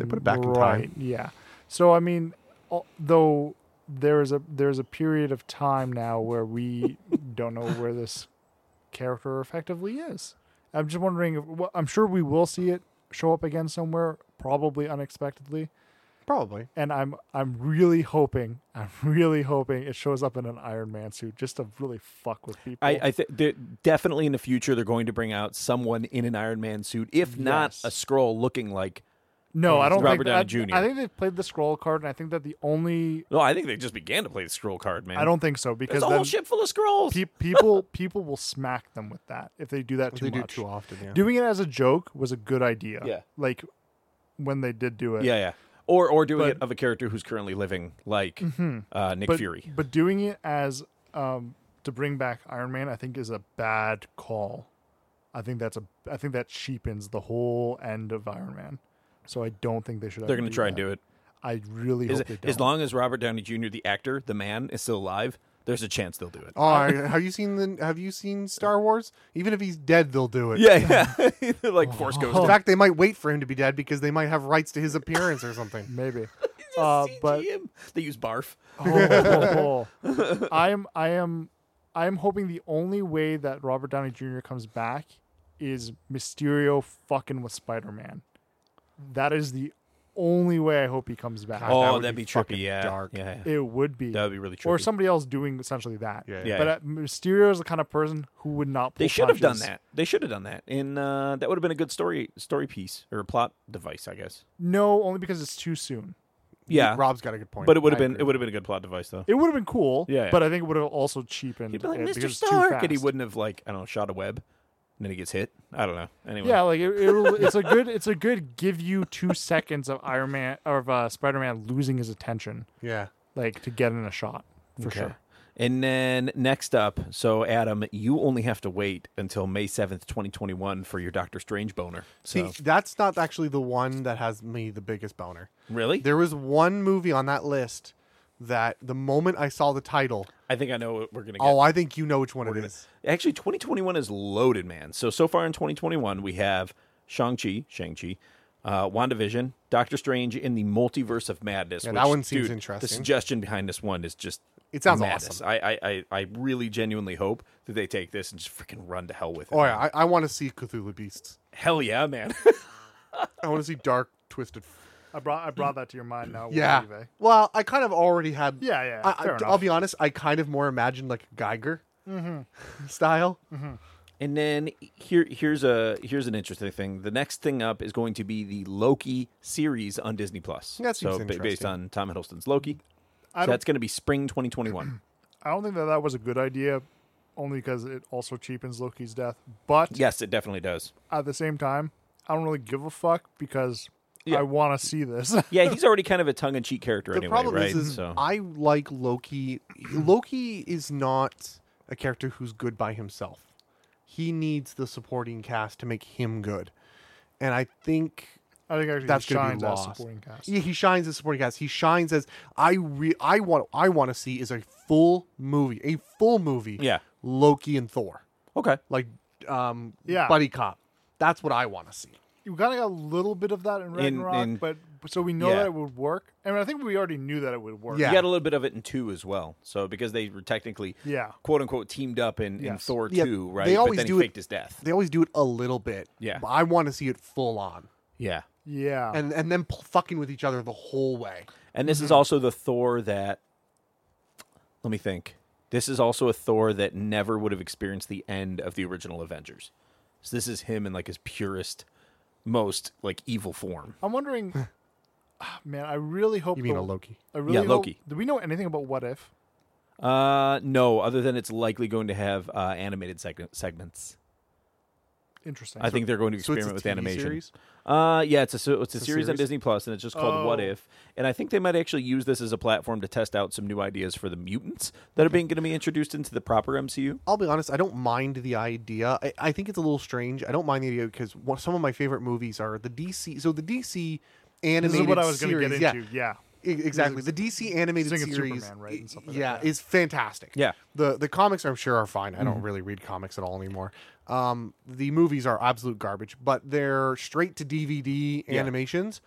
[SPEAKER 1] they put it back in
[SPEAKER 2] right.
[SPEAKER 1] time.
[SPEAKER 2] Yeah. So I mean, al- though there is a there is a period of time now where we don't know where this character effectively is. I'm just wondering. If, well, I'm sure we will see it show up again somewhere, probably unexpectedly.
[SPEAKER 1] Probably.
[SPEAKER 2] And I'm I'm really hoping I'm really hoping it shows up in an Iron Man suit just to really fuck with people.
[SPEAKER 3] I, I think definitely in the future they're going to bring out someone in an Iron Man suit, if not
[SPEAKER 2] Yes.
[SPEAKER 3] a scroll looking like.
[SPEAKER 2] no, I don't.
[SPEAKER 3] Robert
[SPEAKER 2] think that-
[SPEAKER 3] Downey Jr..
[SPEAKER 2] I think they played the scroll card, and I think that the only
[SPEAKER 3] No, I think they just began to play the scroll card, man.
[SPEAKER 2] I don't think so because
[SPEAKER 3] There's a
[SPEAKER 2] then,
[SPEAKER 3] whole ship full of scrolls.
[SPEAKER 2] Pe- people people will smack them with that if they do that too
[SPEAKER 1] They do it
[SPEAKER 2] much.
[SPEAKER 1] too often. Yeah.
[SPEAKER 2] Doing it as a joke was a good idea.
[SPEAKER 3] Yeah.
[SPEAKER 2] Like when they did do it.
[SPEAKER 3] yeah, yeah. Or or doing
[SPEAKER 2] But- Mm-hmm.
[SPEAKER 3] it of a character who's currently living, like uh, Nick
[SPEAKER 2] But
[SPEAKER 3] Fury.
[SPEAKER 2] but doing it as um to bring back Iron Man, I think is a bad call. I think that's a I think that cheapens the whole end of Iron Man. So I don't think they should.
[SPEAKER 3] They're going to try and do it.
[SPEAKER 2] I really
[SPEAKER 3] As-
[SPEAKER 2] hope they don't.
[SPEAKER 3] as long as Robert Downey Jr., the actor, the man, is still alive, there's a chance they'll do it.
[SPEAKER 1] Oh, I- have you seen the? Have you seen Star Wars? Even if he's dead, they'll do it.
[SPEAKER 3] Yeah, yeah.
[SPEAKER 2] Oh,
[SPEAKER 3] like Force Ghost.
[SPEAKER 1] In fact, they might wait for him to be dead because they might have rights to his appearance or something.
[SPEAKER 2] Maybe. Uh, but
[SPEAKER 3] they use barf.
[SPEAKER 2] Oh, oh, oh. I'm I am I am hoping the only way that Robert Downey Jr. comes back is Mysterio fucking with Spider Man. That is the only way I hope he comes back.
[SPEAKER 1] God,
[SPEAKER 3] Oh,
[SPEAKER 1] that would
[SPEAKER 3] that'd
[SPEAKER 1] be
[SPEAKER 3] be, trippy.
[SPEAKER 1] fucking
[SPEAKER 3] Yeah,
[SPEAKER 1] dark.
[SPEAKER 3] yeah, yeah.
[SPEAKER 2] It would be.
[SPEAKER 3] that'd be really trippy.
[SPEAKER 2] or somebody else doing essentially that.
[SPEAKER 1] Yeah,
[SPEAKER 3] yeah.
[SPEAKER 2] But uh, Mysterio is the kind of person who would not. Pull
[SPEAKER 3] they should have done
[SPEAKER 2] punches.
[SPEAKER 3] that. They should have done that, and uh, that would have been a good story story piece or a plot device, I guess.
[SPEAKER 2] No, only because it's too soon.
[SPEAKER 3] Yeah,
[SPEAKER 1] Rob's got a good point.
[SPEAKER 3] but it would have
[SPEAKER 1] I
[SPEAKER 3] been
[SPEAKER 1] agree.
[SPEAKER 3] it would have been a good plot device though.
[SPEAKER 2] It would have been cool.
[SPEAKER 3] Yeah, yeah.
[SPEAKER 2] But I think it would have also cheapened.
[SPEAKER 3] He'd be like
[SPEAKER 2] it
[SPEAKER 3] Mr.
[SPEAKER 2] because it's too
[SPEAKER 3] Stark, and he
[SPEAKER 2] fast.
[SPEAKER 3] wouldn't have like I don't know shot a web. and then he gets hit. I don't know. Anyway,
[SPEAKER 2] Yeah, like it, it'll, it's a good it's a good give you two seconds of Iron Man of uh, Spider Man losing his attention,
[SPEAKER 1] Yeah.
[SPEAKER 2] like to get in a shot for
[SPEAKER 3] Okay.
[SPEAKER 2] sure.
[SPEAKER 3] And then next up, so Adam, you only have to wait until May seventh, twenty twenty one, for your Doctor Strange boner.
[SPEAKER 1] See,
[SPEAKER 3] So
[SPEAKER 1] that's not actually the one that has me the biggest boner.
[SPEAKER 3] really,
[SPEAKER 1] There was one movie on that list that the moment I saw the title,
[SPEAKER 3] I think I know what we're gonna get.
[SPEAKER 1] oh, I think you know which one it
[SPEAKER 3] gonna-
[SPEAKER 1] is.
[SPEAKER 3] Actually, 2021 is loaded, man. So so far in 2021, we have Shang-Chi, Shang-Chi, uh, WandaVision, Doctor Strange in the Multiverse of Madness.
[SPEAKER 1] Yeah,
[SPEAKER 3] which,
[SPEAKER 1] that one seems
[SPEAKER 3] dude,
[SPEAKER 1] interesting.
[SPEAKER 3] The suggestion behind this one is just
[SPEAKER 1] It sounds
[SPEAKER 3] madness.
[SPEAKER 1] awesome.
[SPEAKER 3] I, I I I really genuinely hope that they take this and just freaking run to hell with it.
[SPEAKER 1] Oh yeah, I, I want to see Cthulhu Beasts.
[SPEAKER 3] Hell yeah, man.
[SPEAKER 1] I want to see Dark Twisted.
[SPEAKER 2] I brought I brought that to your mind now. with
[SPEAKER 1] Yeah.
[SPEAKER 2] eBay.
[SPEAKER 1] Well, I kind of already had.
[SPEAKER 2] Yeah, yeah,
[SPEAKER 1] I,
[SPEAKER 2] fair
[SPEAKER 1] will
[SPEAKER 2] enough.
[SPEAKER 1] be honest. I kind of more imagined like Geiger
[SPEAKER 2] Mm-hmm.
[SPEAKER 1] style.
[SPEAKER 3] And then here here's a here's an interesting thing. The next thing up is going to be the Loki series on Disney Plus.
[SPEAKER 1] That seems
[SPEAKER 3] so ba- based
[SPEAKER 1] interesting.
[SPEAKER 3] on Tom Hiddleston's Loki. So
[SPEAKER 2] don't-
[SPEAKER 3] that's going to be spring 2021.
[SPEAKER 2] I don't think that that was a good idea, only because it also cheapens Loki's death. But
[SPEAKER 3] yes, it definitely does.
[SPEAKER 2] at the same time, I don't really give a fuck because
[SPEAKER 3] Yeah.
[SPEAKER 2] I want to see this.
[SPEAKER 3] Yeah, he's already kind of a tongue in cheek character
[SPEAKER 1] the
[SPEAKER 3] anyway,
[SPEAKER 1] problem
[SPEAKER 3] right?
[SPEAKER 1] is, is
[SPEAKER 3] so
[SPEAKER 1] I like Loki. Loki is not a character who's good by himself. He needs the supporting cast to make him good, and I think
[SPEAKER 2] I think actually
[SPEAKER 1] that's
[SPEAKER 2] he
[SPEAKER 1] going
[SPEAKER 2] shines
[SPEAKER 1] to be
[SPEAKER 2] as
[SPEAKER 1] lost.
[SPEAKER 2] supporting cast.
[SPEAKER 1] Yeah, he shines as supporting cast. He shines as I re- I want I want to see is a full movie, a full movie.
[SPEAKER 3] Yeah.
[SPEAKER 1] Loki and Thor,
[SPEAKER 3] okay.
[SPEAKER 1] like um,
[SPEAKER 2] Yeah.
[SPEAKER 1] buddy cop. That's what I want to see.
[SPEAKER 2] You kind of got a little bit of that in Ragnarok,
[SPEAKER 3] in-
[SPEAKER 2] but so we know
[SPEAKER 3] yeah.
[SPEAKER 2] that it would work. I mean, I think we already knew that it would work.
[SPEAKER 1] Yeah.
[SPEAKER 3] You got a little bit of it in two as well. So because they were technically
[SPEAKER 2] Yeah.
[SPEAKER 3] quote unquote teamed up in, in
[SPEAKER 2] Yes.
[SPEAKER 3] Thor
[SPEAKER 1] Yeah,
[SPEAKER 3] two, right?
[SPEAKER 1] they
[SPEAKER 3] but
[SPEAKER 1] always
[SPEAKER 3] then
[SPEAKER 1] do
[SPEAKER 3] he
[SPEAKER 1] it-
[SPEAKER 3] faked his death.
[SPEAKER 1] They always do it a little bit.
[SPEAKER 3] Yeah.
[SPEAKER 1] but I want to see it full on,
[SPEAKER 3] Yeah.
[SPEAKER 2] yeah.
[SPEAKER 1] and and then pl- fucking with each other the whole way.
[SPEAKER 3] And this
[SPEAKER 1] Mm-hmm.
[SPEAKER 3] is also the Thor that. Let me think. This is also a Thor that never would have experienced the end of the original Avengers. So this is him in like his purest, most like evil form.
[SPEAKER 2] I'm wondering, Ah, man. I really hope
[SPEAKER 1] You mean
[SPEAKER 2] the-
[SPEAKER 1] a Loki?
[SPEAKER 2] I really
[SPEAKER 3] Yeah,
[SPEAKER 2] hope-
[SPEAKER 3] Loki.
[SPEAKER 2] Do we know anything about what if?
[SPEAKER 3] Uh, no, other than it's likely going to have uh, animated seg- segments.
[SPEAKER 2] Interesting.
[SPEAKER 3] I think they're going to
[SPEAKER 1] so it's
[SPEAKER 3] experiment
[SPEAKER 1] a
[SPEAKER 3] with
[SPEAKER 1] TV
[SPEAKER 3] animation.
[SPEAKER 1] series?
[SPEAKER 3] Uh, yeah, it's a so it's a, series, on
[SPEAKER 1] series?
[SPEAKER 3] Disney Plus, and it's just called What
[SPEAKER 2] Oh.
[SPEAKER 3] If. And I think they might actually use this as a platform to test out some new ideas for the mutants that are being going to be introduced into the proper MCU.
[SPEAKER 1] I'll be honest. I don't mind the idea. I, I think it's a little strange. I don't mind the idea because one, some of my favorite movies are the DC. So the DC animated
[SPEAKER 2] this is what I was going to
[SPEAKER 1] series,
[SPEAKER 2] get
[SPEAKER 1] yeah,
[SPEAKER 2] into. Yeah.
[SPEAKER 1] E- Exactly. The DC animated
[SPEAKER 2] Think of
[SPEAKER 1] series,
[SPEAKER 2] Superman, right, and stuff like that,
[SPEAKER 1] yeah, is fantastic.
[SPEAKER 3] Yeah. Mm-hmm.
[SPEAKER 1] The the comics, I'm sure, are fine. I don't really read comics at all anymore. Um, the movies are absolute garbage, but they're straight to DVD animations.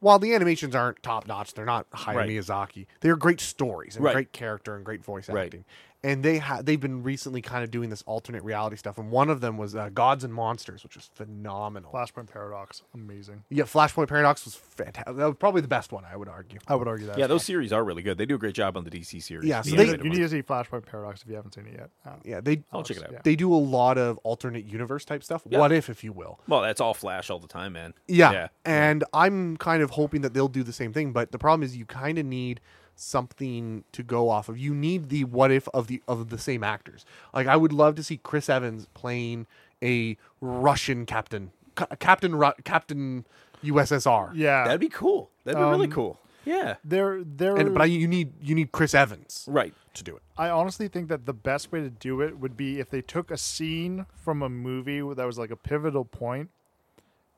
[SPEAKER 1] While the animations aren't top notch, they're not Hayao
[SPEAKER 3] Right.
[SPEAKER 1] Miyazaki. They're great stories and
[SPEAKER 3] Right.
[SPEAKER 1] great character and great voice
[SPEAKER 3] Right.
[SPEAKER 1] acting. And they ha- they've been recently kind of doing this alternate reality stuff. And one of them was uh, Gods and Monsters, which was phenomenal.
[SPEAKER 2] Flashpoint Paradox, amazing.
[SPEAKER 1] yeah, Flashpoint Paradox was fantastic. That was probably the best one, I would argue.
[SPEAKER 2] I would argue that.
[SPEAKER 3] Yeah, those series are really good. They do a great job on the DC series.
[SPEAKER 1] Yeah, so
[SPEAKER 3] the
[SPEAKER 2] You,
[SPEAKER 1] they-
[SPEAKER 2] need,
[SPEAKER 3] animated
[SPEAKER 2] you
[SPEAKER 3] ones.
[SPEAKER 2] need to see Flashpoint Paradox if you haven't seen it yet. Uh,
[SPEAKER 1] Yeah, they
[SPEAKER 3] I'll check it out.
[SPEAKER 2] Yeah.
[SPEAKER 1] they do a lot of alternate universe type stuff. What if, if you will.
[SPEAKER 3] Well, that's all Flash all the time, man.
[SPEAKER 1] Yeah.
[SPEAKER 3] yeah.
[SPEAKER 1] And I'm kind of hoping that they'll do the same thing, but the problem is you kind of need something to go off of. You need the what if of the of the same actors. Like I would love to see Chris Evans playing a Russian captain. Ca- Captain Ru- Captain USSR.
[SPEAKER 2] yeah.
[SPEAKER 3] That'd be cool. That'd be really cool. Yeah,
[SPEAKER 2] They're, they're,
[SPEAKER 1] And but I, you need you need Chris Evans
[SPEAKER 3] right.
[SPEAKER 1] to do it.
[SPEAKER 2] I honestly think that the best way to do it would be if they took a scene from a movie that was like a pivotal point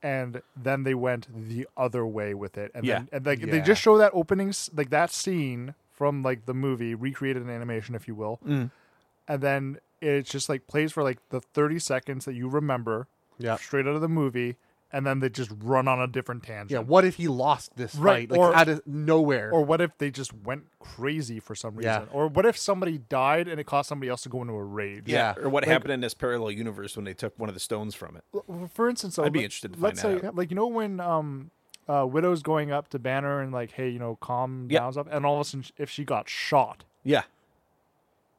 [SPEAKER 2] and then they went the other way with it. And
[SPEAKER 3] Yeah.
[SPEAKER 2] then and like they
[SPEAKER 1] Yeah.
[SPEAKER 2] just show that opening s- like that scene from like the movie, recreated in animation if you will. And then it's just like plays for like the 30 seconds that you remember
[SPEAKER 1] Yeah.
[SPEAKER 2] straight out of the movie and then they just run on a different tangent.
[SPEAKER 1] Yeah, what if he lost this
[SPEAKER 2] Right,
[SPEAKER 1] fight like
[SPEAKER 2] or-
[SPEAKER 1] out of nowhere?
[SPEAKER 2] Or what if they just went crazy for some reason?
[SPEAKER 1] Yeah.
[SPEAKER 2] Or what if somebody died and it caused somebody else to go into a rage?
[SPEAKER 1] Yeah.
[SPEAKER 3] Or what happened in this parallel universe when they took one of the stones from it?
[SPEAKER 2] Well, for instance, though,
[SPEAKER 3] I'd be
[SPEAKER 2] let-
[SPEAKER 3] interested to
[SPEAKER 2] let's
[SPEAKER 3] find that
[SPEAKER 2] say, like you know, when um, uh, Widow's going up to Banner and like, hey, you know, calm
[SPEAKER 3] Yeah.
[SPEAKER 2] down, stuff, and all of a sudden, sh- if she got shot,
[SPEAKER 3] Yeah.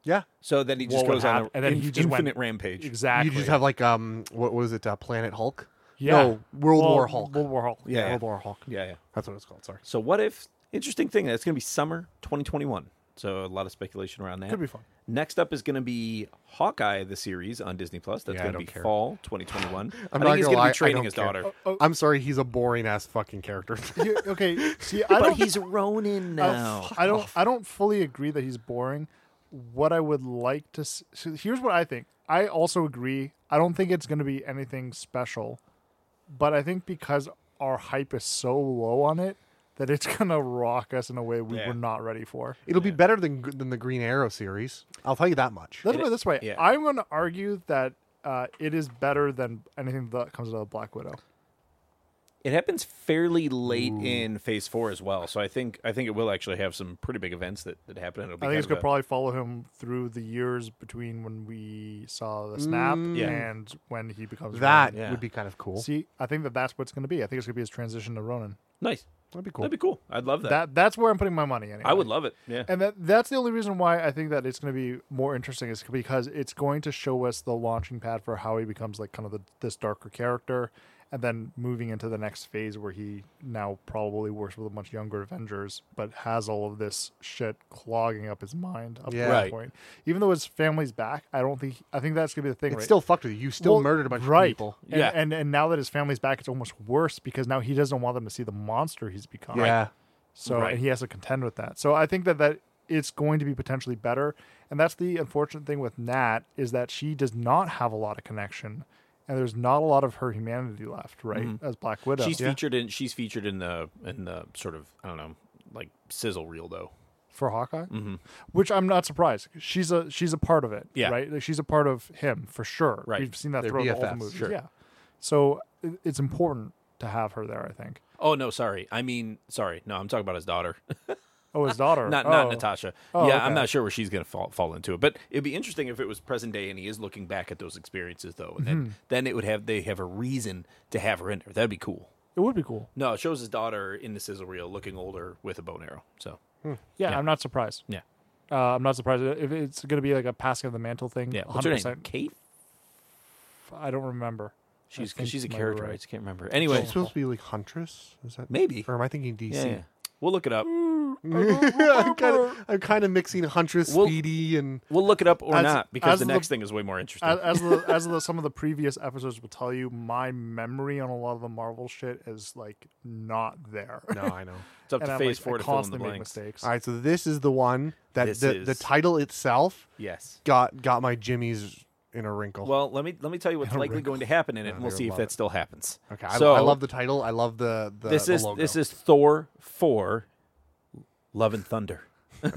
[SPEAKER 1] yeah.
[SPEAKER 3] So then he just
[SPEAKER 2] What would
[SPEAKER 3] goes on
[SPEAKER 2] hap- and then
[SPEAKER 3] an
[SPEAKER 2] he just went-
[SPEAKER 3] infinite rampage.
[SPEAKER 2] exactly,
[SPEAKER 1] You just have like um what was it? Uh, Planet Hulk?
[SPEAKER 2] yeah,
[SPEAKER 1] No, World
[SPEAKER 2] Well,
[SPEAKER 1] War Hulk.
[SPEAKER 2] World War Hulk,
[SPEAKER 3] Yeah.
[SPEAKER 1] World War Hulk.
[SPEAKER 3] Yeah, yeah.
[SPEAKER 1] That's what it's called. Sorry.
[SPEAKER 3] So what if interesting thing that's going to be summer 2021. So a lot of speculation around that.
[SPEAKER 2] Could be fun.
[SPEAKER 3] Next up is going to be Hawkeye the series on Disney Plus. That's
[SPEAKER 4] Yeah, I
[SPEAKER 3] going to
[SPEAKER 4] don't
[SPEAKER 3] be
[SPEAKER 4] care.
[SPEAKER 3] fall 2021. I
[SPEAKER 1] I'm
[SPEAKER 3] think
[SPEAKER 1] not
[SPEAKER 3] he's
[SPEAKER 1] gonna
[SPEAKER 3] gonna
[SPEAKER 1] lie, I
[SPEAKER 3] be training
[SPEAKER 1] don't
[SPEAKER 3] his
[SPEAKER 1] care.
[SPEAKER 3] daughter.
[SPEAKER 1] I'm sorry, he's a boring ass fucking character.
[SPEAKER 2] You- okay, see, I
[SPEAKER 3] But
[SPEAKER 2] don't,
[SPEAKER 3] he's Ronin
[SPEAKER 2] I don't-
[SPEAKER 3] now.
[SPEAKER 2] I don't, I don't fully agree that he's boring. What I would like to, s- so here's what I think. I also agree. I don't think it's going to be anything special, but I think because our hype is so low on it that it's going to rock us in a way we
[SPEAKER 3] Yeah.
[SPEAKER 2] were not ready for.
[SPEAKER 1] It'll be better than than the Green Arrow series. I'll tell you that much.
[SPEAKER 2] Let's put it this way.
[SPEAKER 3] yeah.
[SPEAKER 2] I'm going to argue that uh, it is better than anything that comes out of Black Widow.
[SPEAKER 3] It happens fairly late in Phase Four as well, so I think I think it will actually have some pretty big events that that happen. It'll be
[SPEAKER 2] I think
[SPEAKER 3] kind
[SPEAKER 2] it's
[SPEAKER 3] of
[SPEAKER 2] going to
[SPEAKER 3] a-
[SPEAKER 2] probably follow him through the years between when we saw the snap
[SPEAKER 3] Mm, Yeah.
[SPEAKER 2] and when he becomes
[SPEAKER 1] That
[SPEAKER 2] Ronin.
[SPEAKER 3] Yeah.
[SPEAKER 1] would be kind of cool.
[SPEAKER 2] See, I think that that's what's going to be. I think it's going to be his transition to Ronin.
[SPEAKER 3] nice.
[SPEAKER 1] That'd be cool.
[SPEAKER 3] That'd be cool. I'd love that.
[SPEAKER 2] That that's where I'm putting my money. Anyway.
[SPEAKER 3] I would love it. Yeah.
[SPEAKER 2] and that that's the only reason why I think that it's going to be more interesting is because it's going to show us the launching pad for how he becomes like kind of the, this darker character, and then moving into the next phase where he now probably works with a much younger Avengers, but has all of this shit clogging up his mind up
[SPEAKER 1] Yeah.
[SPEAKER 2] to that
[SPEAKER 3] Right.
[SPEAKER 2] point. Even though his family's back, I don't think I think that's going to be the thing.
[SPEAKER 1] It's
[SPEAKER 2] right?
[SPEAKER 1] still fucked with you. You still
[SPEAKER 2] Well,
[SPEAKER 1] murdered a bunch
[SPEAKER 2] right.
[SPEAKER 1] of people.
[SPEAKER 2] And,
[SPEAKER 3] Yeah.
[SPEAKER 2] and and now that his family's back, it's almost worse because now he doesn't want them to see the monster he's become.
[SPEAKER 1] Yeah.
[SPEAKER 2] So
[SPEAKER 3] Right.
[SPEAKER 2] and he has to contend with that. So I think that that it's going to be potentially better. And that's the unfortunate thing with Nat is that she does not have a lot of connection, and there's not a lot of her humanity left, right? As Black Widow,
[SPEAKER 3] Mm-hmm. She's featured in she's featured in the in the sort of I don't know like sizzle reel though.
[SPEAKER 2] for Hawkeye, mm-hmm. which I'm not surprised. She's a she's a part of it,
[SPEAKER 3] Yeah.
[SPEAKER 2] right? Like she's a part of him for sure.
[SPEAKER 3] Right.
[SPEAKER 2] We've seen that
[SPEAKER 1] They're
[SPEAKER 2] throughout all the
[SPEAKER 1] BFFs,
[SPEAKER 2] movies.
[SPEAKER 1] sure.
[SPEAKER 2] Yeah. So it- it's important to have her there. I think.
[SPEAKER 3] Oh no, sorry. I mean, sorry. No, I'm talking about his daughter,
[SPEAKER 2] Oh, his daughter.
[SPEAKER 3] not not
[SPEAKER 2] Oh.
[SPEAKER 3] Natasha.
[SPEAKER 2] Oh,
[SPEAKER 3] yeah,
[SPEAKER 2] okay.
[SPEAKER 3] I'm not sure where she's gonna fall fall into it, but it'd be interesting if it was present day and he is looking back at those experiences though, and
[SPEAKER 2] Mm-hmm.
[SPEAKER 3] then then it would have they have a reason to have her in there. That'd be cool.
[SPEAKER 2] It would be cool.
[SPEAKER 3] No, it shows his daughter in the sizzle reel looking older with a bow and arrow. So
[SPEAKER 2] Yeah, I'm not surprised.
[SPEAKER 3] yeah,
[SPEAKER 2] Uh, I'm not surprised if it's going to be like a passing of the mantle thing.
[SPEAKER 3] yeah. What's
[SPEAKER 2] 100%.
[SPEAKER 3] her name? Kate.
[SPEAKER 2] I don't remember.
[SPEAKER 3] She's
[SPEAKER 2] think
[SPEAKER 3] she's a
[SPEAKER 2] you might be
[SPEAKER 3] character. I
[SPEAKER 2] right.
[SPEAKER 3] just can't remember.
[SPEAKER 1] She's
[SPEAKER 3] Anyway,
[SPEAKER 1] supposed to be like Huntress. Is that
[SPEAKER 3] Maybe.
[SPEAKER 1] Or am I thinking DC?
[SPEAKER 3] yeah, yeah. we'll look it up.
[SPEAKER 1] I'm kind of I'm kind of mixing Huntress,
[SPEAKER 3] Well-
[SPEAKER 1] Speedy, and
[SPEAKER 3] We'll look it up or
[SPEAKER 2] As-
[SPEAKER 3] not because
[SPEAKER 2] as
[SPEAKER 3] the
[SPEAKER 2] the-
[SPEAKER 3] next thing is way more interesting.
[SPEAKER 2] As, as, the, as the, some of the previous episodes will tell you, my memory on a lot of the Marvel shit is like not there.
[SPEAKER 1] no, I know.
[SPEAKER 3] it's up
[SPEAKER 2] and
[SPEAKER 3] to
[SPEAKER 2] I'm
[SPEAKER 3] phase
[SPEAKER 2] like,
[SPEAKER 3] four
[SPEAKER 2] I
[SPEAKER 3] to fill in the
[SPEAKER 2] constantly make
[SPEAKER 3] blanks.
[SPEAKER 2] mistakes.
[SPEAKER 1] All right, so this is the one that
[SPEAKER 3] This
[SPEAKER 1] the, the
[SPEAKER 3] is-
[SPEAKER 1] title itself
[SPEAKER 3] Yes.
[SPEAKER 1] got got my Jimmy's in a wrinkle.
[SPEAKER 3] Well, let me let me tell you what's likely
[SPEAKER 1] wrinkle.
[SPEAKER 3] going to happen in it, and we'll
[SPEAKER 1] they
[SPEAKER 3] see
[SPEAKER 1] would
[SPEAKER 3] if
[SPEAKER 1] love
[SPEAKER 3] that
[SPEAKER 1] it.
[SPEAKER 3] still happens.
[SPEAKER 1] okay, I,
[SPEAKER 3] so
[SPEAKER 1] I love the title. I love the the
[SPEAKER 3] this
[SPEAKER 1] the
[SPEAKER 3] is
[SPEAKER 1] logo.
[SPEAKER 3] this is Thor four, Love and Thunder.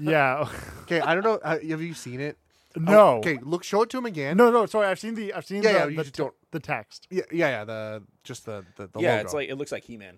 [SPEAKER 2] yeah.
[SPEAKER 1] okay. I don't know. uh, Have you seen it? Oh,
[SPEAKER 2] no.
[SPEAKER 1] okay, look, show it to him again.
[SPEAKER 2] No, no. Sorry, I've seen the I've seen
[SPEAKER 1] Yeah, yeah,
[SPEAKER 2] the,
[SPEAKER 1] you
[SPEAKER 2] the,
[SPEAKER 1] just
[SPEAKER 2] te-
[SPEAKER 1] don't-
[SPEAKER 2] the text.
[SPEAKER 1] Yeah, yeah, yeah. The just the the, the
[SPEAKER 3] yeah,
[SPEAKER 1] logo.
[SPEAKER 3] it's like it looks like He Man.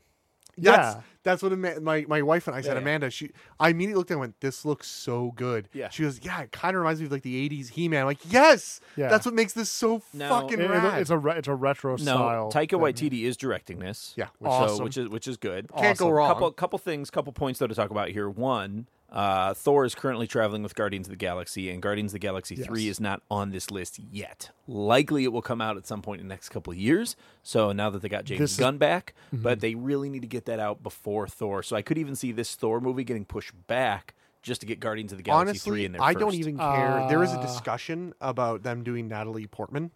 [SPEAKER 1] That's,
[SPEAKER 2] Yeah.
[SPEAKER 1] that's what Ama- my my wife and I said.
[SPEAKER 3] Yeah.
[SPEAKER 1] Amanda, she I immediately looked at it and went, "This looks so good."
[SPEAKER 3] Yeah.
[SPEAKER 1] she goes, "Yeah, it kind of reminds me of like the '80s He-Man." I'm like, yes,
[SPEAKER 2] Yeah.
[SPEAKER 1] that's what makes this so
[SPEAKER 3] No.
[SPEAKER 1] fucking
[SPEAKER 2] It- it-
[SPEAKER 1] rad.
[SPEAKER 2] it's a re- it's a retro
[SPEAKER 3] No,
[SPEAKER 2] style.
[SPEAKER 3] Taika
[SPEAKER 2] thing.
[SPEAKER 3] Waititi is directing this.
[SPEAKER 1] Yeah, which-
[SPEAKER 3] which, so,
[SPEAKER 2] Awesome.
[SPEAKER 3] which is which is good.
[SPEAKER 1] Can't go wrong.
[SPEAKER 3] Couple couple things, couple points though to talk about here. One, uh, Thor is currently traveling with Guardians of the Galaxy, and Guardians of the Galaxy three is not on this list yet. Likely, it will come out at some point in the next couple of years. So now that they got James
[SPEAKER 2] This is-
[SPEAKER 3] Gunn back,
[SPEAKER 1] Mhm.
[SPEAKER 3] but they really need to get that out before Thor. So I could even see this Thor movie getting pushed back just to get Guardians of the Galaxy three
[SPEAKER 1] Honestly,
[SPEAKER 3] in there.
[SPEAKER 1] I don't
[SPEAKER 3] first.
[SPEAKER 1] even care. there is a
[SPEAKER 2] Uh,
[SPEAKER 1] discussion about them doing Natalie Portman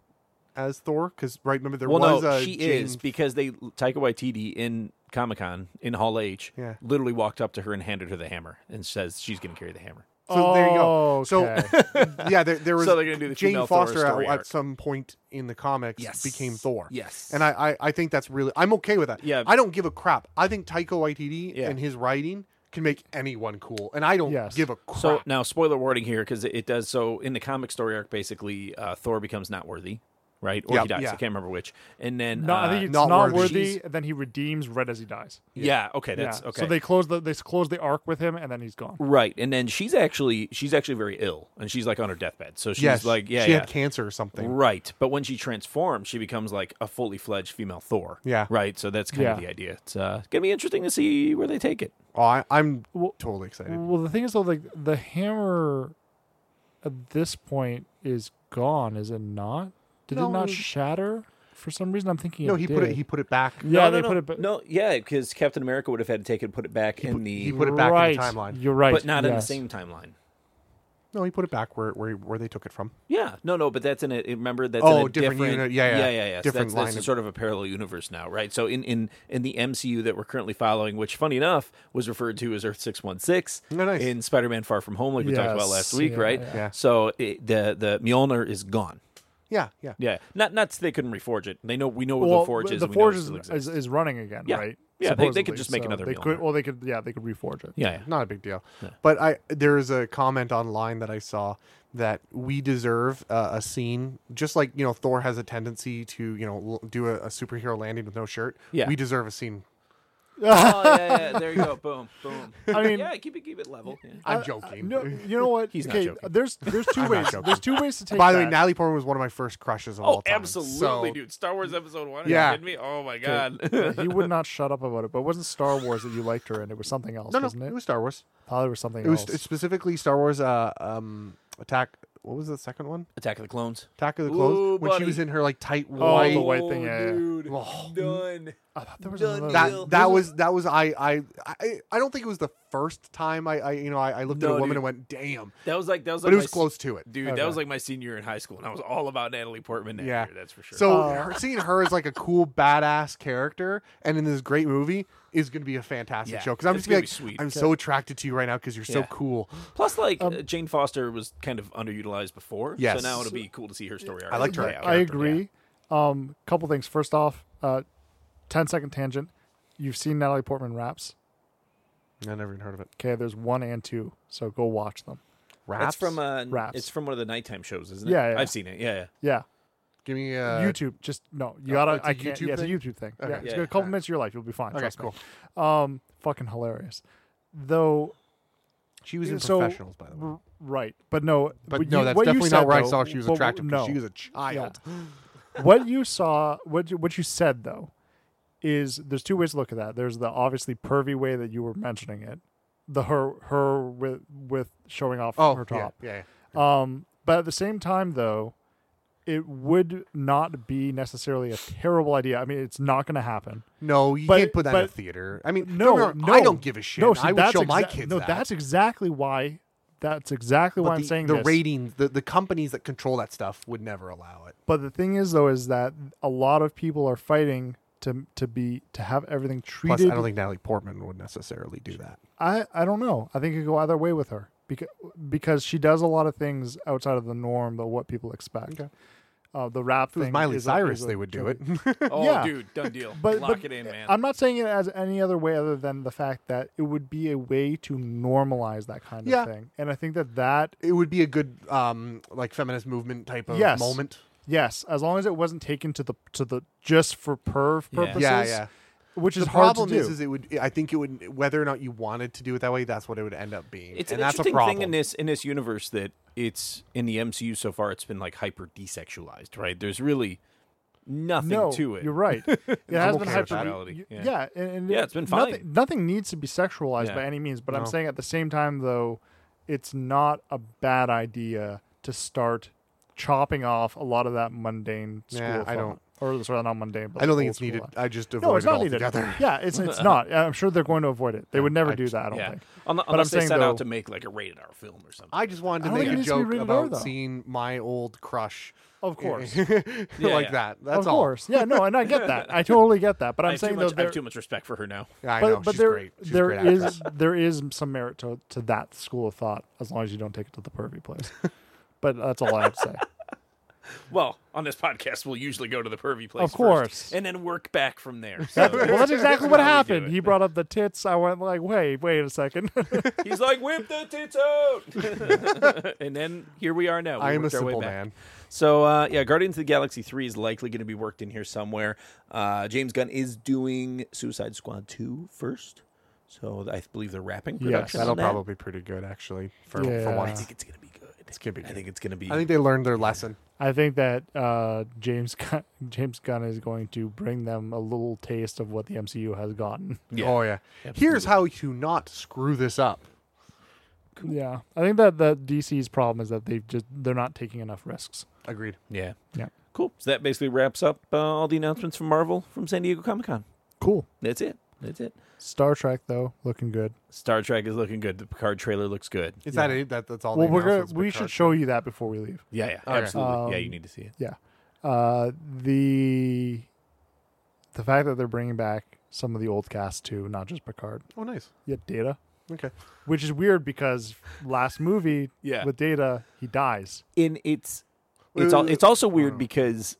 [SPEAKER 1] as Thor because right, remember there
[SPEAKER 3] Well,
[SPEAKER 1] was
[SPEAKER 3] no,
[SPEAKER 1] a
[SPEAKER 3] she
[SPEAKER 1] Jane-
[SPEAKER 3] is because they Taika Waititi in Comic Con in Hall H
[SPEAKER 1] Yeah.
[SPEAKER 3] literally walked up to her and handed her the hammer and says she's going to carry the hammer.
[SPEAKER 1] So there you go.
[SPEAKER 2] Oh, okay.
[SPEAKER 1] So yeah, there, there was
[SPEAKER 3] So they're gonna do the female
[SPEAKER 1] Jane
[SPEAKER 3] Thor
[SPEAKER 1] Foster at,
[SPEAKER 3] story arc.
[SPEAKER 1] at some point in the comics
[SPEAKER 3] Yes.
[SPEAKER 1] became Thor.
[SPEAKER 3] Yes.
[SPEAKER 1] and I, I I think that's really I'm okay with that.
[SPEAKER 3] Yeah.
[SPEAKER 1] I don't give a crap. I think Taika Waititi
[SPEAKER 3] Yeah.
[SPEAKER 1] and his writing can make anyone cool, and I don't
[SPEAKER 2] Yes.
[SPEAKER 1] give a crap.
[SPEAKER 3] So now, spoiler warning here because it, it does. So in the comic story arc, basically, uh, Thor becomes not worthy, right? Or he
[SPEAKER 1] Yep.
[SPEAKER 3] dies. I
[SPEAKER 2] Yeah.
[SPEAKER 3] can't remember which. And then,
[SPEAKER 2] No, I
[SPEAKER 3] uh,
[SPEAKER 2] think it's
[SPEAKER 1] not
[SPEAKER 2] not,
[SPEAKER 1] worthy.
[SPEAKER 2] worthy.
[SPEAKER 3] She's-
[SPEAKER 2] And then he redeems right as he dies.
[SPEAKER 3] yeah, okay, that's
[SPEAKER 2] yeah.
[SPEAKER 3] okay.
[SPEAKER 2] So they close the they close the arc with him, and then he's gone.
[SPEAKER 3] right, and then she's actually she's actually very ill, and she's like on her deathbed. So she's
[SPEAKER 1] yes,
[SPEAKER 3] like, yeah,
[SPEAKER 1] she
[SPEAKER 3] yeah.
[SPEAKER 1] had cancer or something.
[SPEAKER 3] Right, but when she transforms, she becomes like a fully fledged female Thor.
[SPEAKER 1] Yeah.
[SPEAKER 3] right. So that's kind of
[SPEAKER 2] Yeah.
[SPEAKER 3] the idea. It's uh, gonna be interesting to see where they take it.
[SPEAKER 1] Oh, I, I'm
[SPEAKER 2] Well- mm,
[SPEAKER 1] totally excited.
[SPEAKER 2] Well, the thing is though, like the hammer at this point is gone, is it not? Did
[SPEAKER 1] No,
[SPEAKER 2] it not
[SPEAKER 1] it-
[SPEAKER 2] shatter? for some reason I'm thinking.
[SPEAKER 1] No, he put it.
[SPEAKER 2] did.
[SPEAKER 1] He put it back.
[SPEAKER 2] yeah,
[SPEAKER 3] no,
[SPEAKER 2] they
[SPEAKER 3] no,
[SPEAKER 2] put
[SPEAKER 3] no.
[SPEAKER 2] it. But,
[SPEAKER 3] No, yeah, because Captain America would have had to take it and put it back in the,
[SPEAKER 1] He put it back in the timeline.
[SPEAKER 2] You're right,
[SPEAKER 3] but not in the
[SPEAKER 2] yes.
[SPEAKER 3] same timeline.
[SPEAKER 1] No, he put it back where where where they took it from.
[SPEAKER 3] Yeah, no, no, but that's in a remember that's in
[SPEAKER 1] Oh,
[SPEAKER 3] a
[SPEAKER 1] different unit. Yeah, yeah.
[SPEAKER 3] yeah, yeah.
[SPEAKER 1] Different
[SPEAKER 3] So that's, that's
[SPEAKER 1] line of-
[SPEAKER 3] sort of a parallel universe now, right? So in in in the MCU that we're currently following, which funny enough was referred to as Earth six one six
[SPEAKER 1] Oh, nice.
[SPEAKER 3] in Spider Man Far From Home, like we talked about
[SPEAKER 2] Yes,
[SPEAKER 3] last week,
[SPEAKER 2] yeah,
[SPEAKER 3] right?
[SPEAKER 2] yeah.
[SPEAKER 1] Yeah.
[SPEAKER 3] So it, the the Mjolnir is gone.
[SPEAKER 1] Yeah, yeah.
[SPEAKER 3] Yeah, not not so they couldn't reforge it. They know we know where
[SPEAKER 2] Well,
[SPEAKER 3] the forge is.
[SPEAKER 2] The
[SPEAKER 3] and we know it
[SPEAKER 2] forge is,
[SPEAKER 3] still
[SPEAKER 2] is,
[SPEAKER 3] exists.
[SPEAKER 2] is running again,
[SPEAKER 3] Yeah.
[SPEAKER 2] right?
[SPEAKER 3] Yeah, they- they
[SPEAKER 2] Supposedly,
[SPEAKER 3] could just make
[SPEAKER 2] so
[SPEAKER 3] another
[SPEAKER 2] They
[SPEAKER 3] Mjolnir.
[SPEAKER 2] could, well, they could. Yeah, they could reforge it.
[SPEAKER 3] yeah, yeah.
[SPEAKER 1] Not a big deal. But I there is a comment online that I saw that we deserve uh, a scene just like you know Thor has a tendency to you know l- do a, a superhero landing with no shirt.
[SPEAKER 3] Yeah.
[SPEAKER 1] we deserve a scene.
[SPEAKER 3] oh yeah, yeah. There you go. Boom, boom.
[SPEAKER 2] I mean-
[SPEAKER 3] yeah, keep it keep it level. Yeah.
[SPEAKER 1] I'm
[SPEAKER 2] Uh,
[SPEAKER 1] joking.
[SPEAKER 2] no, you know what?
[SPEAKER 3] He's not
[SPEAKER 2] okay,
[SPEAKER 3] joking.
[SPEAKER 2] there's there's two
[SPEAKER 1] I'm not
[SPEAKER 2] ways.
[SPEAKER 1] joking.
[SPEAKER 2] There's two ways to take.
[SPEAKER 1] By the way,
[SPEAKER 2] that.
[SPEAKER 1] Natalie Portman was one of my first crushes of
[SPEAKER 3] Oh,
[SPEAKER 1] all time.
[SPEAKER 3] absolutely,
[SPEAKER 1] So-
[SPEAKER 3] dude! Star Wars Episode One. Are
[SPEAKER 1] Yeah.
[SPEAKER 3] you kidding me? Oh my god.
[SPEAKER 2] he would not shut up about it. But it wasn't Star Wars that you liked her in? It was something else,
[SPEAKER 1] No, no,
[SPEAKER 2] wasn't
[SPEAKER 1] it
[SPEAKER 2] it?
[SPEAKER 1] was Star Wars.
[SPEAKER 2] Thought it was something
[SPEAKER 1] It was
[SPEAKER 2] else.
[SPEAKER 1] specifically Star Wars. Uh, um, attack. What was the second one?
[SPEAKER 3] Attack of the Clones.
[SPEAKER 1] Attack of the
[SPEAKER 3] Ooh,
[SPEAKER 1] Clones. when she
[SPEAKER 3] buddy.
[SPEAKER 1] was in her like tight
[SPEAKER 2] Oh,
[SPEAKER 1] white.
[SPEAKER 2] the white thing, yeah, yeah.
[SPEAKER 3] dude.
[SPEAKER 1] Oh.
[SPEAKER 3] Done.
[SPEAKER 2] I thought there was
[SPEAKER 3] Done
[SPEAKER 2] another.
[SPEAKER 3] deal.
[SPEAKER 1] that that was that was I I I, I don't think it was the first time I, I you know I, I looked at a
[SPEAKER 3] No,
[SPEAKER 1] woman
[SPEAKER 3] dude.
[SPEAKER 1] and went damn,
[SPEAKER 3] That was like that was like
[SPEAKER 1] but it
[SPEAKER 3] my
[SPEAKER 1] was
[SPEAKER 3] s-
[SPEAKER 1] close to it.
[SPEAKER 3] Dude,
[SPEAKER 2] Okay.
[SPEAKER 3] that was like my senior year in high school, and I was all about Natalie Portman. That
[SPEAKER 1] Yeah.
[SPEAKER 3] year, that's for sure.
[SPEAKER 1] So
[SPEAKER 2] Oh.
[SPEAKER 1] her, seeing her as like a cool badass character and in this great movie is going to be a fantastic
[SPEAKER 3] Yeah,
[SPEAKER 1] show because I'm
[SPEAKER 3] it's
[SPEAKER 1] just gonna be like
[SPEAKER 3] gonna be sweet.
[SPEAKER 1] I'm so attracted to you right now because you're so
[SPEAKER 3] Yeah.
[SPEAKER 1] cool.
[SPEAKER 3] plus, like
[SPEAKER 2] um,
[SPEAKER 3] uh, Jane Foster was kind of underutilized before.
[SPEAKER 1] Yes.
[SPEAKER 3] So now it'll be cool to see her story arc.
[SPEAKER 1] I liked her
[SPEAKER 3] play
[SPEAKER 1] Yeah,
[SPEAKER 3] out.
[SPEAKER 2] I agree. Um, couple things. First off, uh, 10 second tangent. You've seen Natalie Portman raps.
[SPEAKER 1] I never even heard of it.
[SPEAKER 2] Okay, there's one and two, so go watch them.
[SPEAKER 1] Raps
[SPEAKER 3] That's from uh,
[SPEAKER 2] Raps.
[SPEAKER 3] it's from one of the nighttime shows, isn't it?
[SPEAKER 2] Yeah, yeah.
[SPEAKER 3] I've seen it. Yeah, yeah.
[SPEAKER 2] Yeah,
[SPEAKER 1] give me uh, oh,
[SPEAKER 2] YouTube. Just no, you gotta.
[SPEAKER 1] it's a
[SPEAKER 2] I can't.
[SPEAKER 1] YouTube
[SPEAKER 2] yeah, it's a
[SPEAKER 1] thing?
[SPEAKER 2] YouTube thing.
[SPEAKER 1] Okay.
[SPEAKER 2] Yeah, it's
[SPEAKER 3] Yeah,
[SPEAKER 2] good. a
[SPEAKER 3] yeah.
[SPEAKER 2] couple minutes of your life, you'll be fine.
[SPEAKER 1] Okay,
[SPEAKER 2] trust me.
[SPEAKER 1] cool.
[SPEAKER 2] Um, fucking hilarious. Though,
[SPEAKER 1] She was in
[SPEAKER 2] so-
[SPEAKER 1] Professionals, by the way.
[SPEAKER 2] r- right, but no,
[SPEAKER 1] But
[SPEAKER 2] what
[SPEAKER 1] no,
[SPEAKER 2] you-
[SPEAKER 1] that's
[SPEAKER 2] what you
[SPEAKER 1] definitely
[SPEAKER 2] said,
[SPEAKER 1] not where
[SPEAKER 2] though,
[SPEAKER 1] I saw she was
[SPEAKER 2] but-
[SPEAKER 1] attractive. 'cause
[SPEAKER 2] No,
[SPEAKER 1] she was a child.
[SPEAKER 2] what you saw, what you, what you said though, is there's two ways to look at that. There's the obviously pervy way that you were mentioning it, the her her with with showing off
[SPEAKER 1] Oh,
[SPEAKER 2] her
[SPEAKER 1] yeah,
[SPEAKER 2] top.
[SPEAKER 1] yeah, yeah.
[SPEAKER 2] Um, but at the same time though, it would not be necessarily a terrible idea. I mean, it's not going to happen.
[SPEAKER 1] No, you
[SPEAKER 2] But-
[SPEAKER 1] can't put that in a
[SPEAKER 2] but-
[SPEAKER 1] theater. I mean, don't get
[SPEAKER 2] No,
[SPEAKER 1] me wrong,
[SPEAKER 2] no,
[SPEAKER 1] I don't give a shit.
[SPEAKER 2] No, see,
[SPEAKER 1] I would
[SPEAKER 2] that's
[SPEAKER 1] show my
[SPEAKER 2] exa-
[SPEAKER 1] kids
[SPEAKER 2] No,
[SPEAKER 1] that.
[SPEAKER 2] that's exactly why. That's exactly why
[SPEAKER 1] But
[SPEAKER 2] I'm
[SPEAKER 1] the,
[SPEAKER 2] saying
[SPEAKER 1] the
[SPEAKER 2] this.
[SPEAKER 1] ratings, the, the companies that control that stuff would never allow it.
[SPEAKER 2] But the thing is, though, is that a lot of people are fighting to to be to have everything treated.
[SPEAKER 1] Plus, I don't think Natalie Portman would necessarily do that.
[SPEAKER 2] I, I don't know. I think it could go either way with her because because she does a lot of things outside of the norm of what people expect.
[SPEAKER 1] Okay.
[SPEAKER 2] Uh, the rap
[SPEAKER 1] If it was
[SPEAKER 2] thing
[SPEAKER 1] Miley
[SPEAKER 2] is a-
[SPEAKER 1] Cyrus,
[SPEAKER 2] is a-
[SPEAKER 1] they would do it.
[SPEAKER 3] Oh,
[SPEAKER 2] Yeah.
[SPEAKER 3] dude, done deal.
[SPEAKER 2] But,
[SPEAKER 3] Lock
[SPEAKER 2] but
[SPEAKER 3] it in, man.
[SPEAKER 2] I'm not saying it as any other way other than the fact that it would be a way to normalize that kind
[SPEAKER 1] Yeah.
[SPEAKER 2] of thing. And I think that that
[SPEAKER 1] it would be a good, um, like feminist movement type of
[SPEAKER 2] Yes.
[SPEAKER 1] moment.
[SPEAKER 2] yes, as long as it wasn't taken to the to the just for perv
[SPEAKER 3] Yeah.
[SPEAKER 2] purposes,
[SPEAKER 1] Yeah, yeah.
[SPEAKER 2] which is
[SPEAKER 1] the
[SPEAKER 2] hard to
[SPEAKER 1] problem
[SPEAKER 2] do.
[SPEAKER 1] is, is it would. I think it would. Whether or not you wanted to do it that way, that's what it would end up being.
[SPEAKER 3] it's
[SPEAKER 1] and
[SPEAKER 3] an
[SPEAKER 1] that's
[SPEAKER 3] interesting
[SPEAKER 1] a problem.
[SPEAKER 3] thing in this in this universe that it's in the MCU so far. It's been like hyper desexualized, right? There's really nothing
[SPEAKER 2] no,
[SPEAKER 3] to it.
[SPEAKER 2] You're right. It
[SPEAKER 1] okay
[SPEAKER 2] has been
[SPEAKER 1] with that.
[SPEAKER 2] hyper.
[SPEAKER 3] Sexuality,
[SPEAKER 2] Yeah,
[SPEAKER 3] yeah.
[SPEAKER 2] yeah, and, and
[SPEAKER 3] Yeah, it's been
[SPEAKER 2] Nothing, nothing needs to be sexualized
[SPEAKER 3] Yeah.
[SPEAKER 2] by any means, but I'm
[SPEAKER 1] No.
[SPEAKER 2] saying at the same time though, it's not a bad idea to start chopping off a lot of that mundane school.
[SPEAKER 1] Yeah, I
[SPEAKER 2] fun.
[SPEAKER 1] don't-
[SPEAKER 2] Or sorry, not mundane. But
[SPEAKER 1] I don't
[SPEAKER 2] the
[SPEAKER 1] think
[SPEAKER 2] old
[SPEAKER 1] it's
[SPEAKER 2] school
[SPEAKER 1] needed.
[SPEAKER 2] life.
[SPEAKER 1] I just avoid
[SPEAKER 2] No, it's
[SPEAKER 1] it
[SPEAKER 2] not needed.
[SPEAKER 1] altogether.
[SPEAKER 2] Yeah, it's it's not. I'm sure they're going to avoid it. They would never
[SPEAKER 1] I-
[SPEAKER 2] do that. I don't
[SPEAKER 3] yeah,
[SPEAKER 2] think.
[SPEAKER 3] Unle-
[SPEAKER 2] I'm
[SPEAKER 3] unless they
[SPEAKER 2] saying,
[SPEAKER 3] set
[SPEAKER 2] though-
[SPEAKER 3] out to make like a rated R film or something.
[SPEAKER 1] I just wanted
[SPEAKER 2] I
[SPEAKER 1] to
[SPEAKER 2] don't
[SPEAKER 1] make
[SPEAKER 2] think it
[SPEAKER 1] a
[SPEAKER 2] needs to be
[SPEAKER 1] joke
[SPEAKER 2] rated R,
[SPEAKER 1] about
[SPEAKER 2] though.
[SPEAKER 1] seeing my old crush,
[SPEAKER 2] Of course.
[SPEAKER 1] like
[SPEAKER 3] yeah.
[SPEAKER 1] that. That's
[SPEAKER 2] of
[SPEAKER 1] all.
[SPEAKER 2] course. Yeah, no, and I get that. I totally get that. But
[SPEAKER 3] I
[SPEAKER 2] I'm
[SPEAKER 3] have too
[SPEAKER 2] saying
[SPEAKER 3] much-
[SPEAKER 2] though
[SPEAKER 3] I
[SPEAKER 2] there,
[SPEAKER 3] have too much respect for her now.
[SPEAKER 1] Yeah, I
[SPEAKER 2] but,
[SPEAKER 1] know.
[SPEAKER 2] but
[SPEAKER 1] She's
[SPEAKER 2] there,
[SPEAKER 1] great. She's a
[SPEAKER 2] there
[SPEAKER 1] great
[SPEAKER 2] is-
[SPEAKER 1] actress.
[SPEAKER 2] there is some merit to, to that school of thought as long as you don't take it to the pervy place. but that's all I have to say.
[SPEAKER 3] Well, on this podcast, we'll usually go to the pervy place,
[SPEAKER 2] Of
[SPEAKER 3] first
[SPEAKER 2] course.
[SPEAKER 3] and then work back from there.
[SPEAKER 2] That-
[SPEAKER 3] So
[SPEAKER 2] well, that's exactly what
[SPEAKER 3] how we do
[SPEAKER 2] happened.
[SPEAKER 3] it.
[SPEAKER 2] He brought up the tits. I went like, wait, wait a second.
[SPEAKER 3] he's like, "Whip the tits out," and then here we are now. We
[SPEAKER 1] I am a
[SPEAKER 3] worked our way
[SPEAKER 1] simple
[SPEAKER 3] back.
[SPEAKER 1] man.
[SPEAKER 3] So uh, yeah, Guardians of the Galaxy three is likely going to be worked in here somewhere. Uh, James Gunn is doing Suicide Squad 2 first, so I believe they're wrapping
[SPEAKER 2] Yes,
[SPEAKER 3] production. on
[SPEAKER 1] That'll
[SPEAKER 3] that.
[SPEAKER 1] probably be pretty good, actually, for for
[SPEAKER 2] Yeah.
[SPEAKER 3] I
[SPEAKER 1] once.
[SPEAKER 3] think it's going to be good. It's
[SPEAKER 1] gonna be
[SPEAKER 3] I
[SPEAKER 1] good.
[SPEAKER 3] think it's going to be.
[SPEAKER 1] I think they learned their lesson.
[SPEAKER 2] I think that uh, James Gunn, James Gunn is going to bring them a little taste of what the MCU has gotten.
[SPEAKER 3] Yeah.
[SPEAKER 1] Oh yeah. Here's how to not screw this up.
[SPEAKER 2] Yeah, I think that the DC's problem is that they've just they're not taking enough risks.
[SPEAKER 1] Agreed.
[SPEAKER 3] yeah.
[SPEAKER 2] Yeah.
[SPEAKER 3] Cool. So that basically wraps up uh, all the announcements from Marvel from San Diego Comic Con.
[SPEAKER 2] Cool.
[SPEAKER 3] That's it. That's it.
[SPEAKER 2] Star Trek though, looking good.
[SPEAKER 3] Star Trek is looking good. The Picard trailer looks good.
[SPEAKER 1] Is that it? That, that's all.
[SPEAKER 2] Well,
[SPEAKER 1] they
[SPEAKER 2] we're
[SPEAKER 1] announced
[SPEAKER 2] gonna,
[SPEAKER 1] is
[SPEAKER 2] we
[SPEAKER 1] Picard.
[SPEAKER 2] should show you that before we leave.
[SPEAKER 3] Yeah, yeah,
[SPEAKER 1] Okay.
[SPEAKER 3] absolutely. yeah, you need to see it.
[SPEAKER 2] Yeah. Uh, the the fact that they're bringing back some of the old cast too, not just Picard.
[SPEAKER 1] Oh, nice.
[SPEAKER 2] Yeah, Data,
[SPEAKER 1] Okay.
[SPEAKER 2] which is weird because last movie
[SPEAKER 3] Yeah.
[SPEAKER 2] with Data he dies.
[SPEAKER 3] And it's
[SPEAKER 1] Wait,
[SPEAKER 3] it's al-
[SPEAKER 1] wait,
[SPEAKER 3] it's also weird because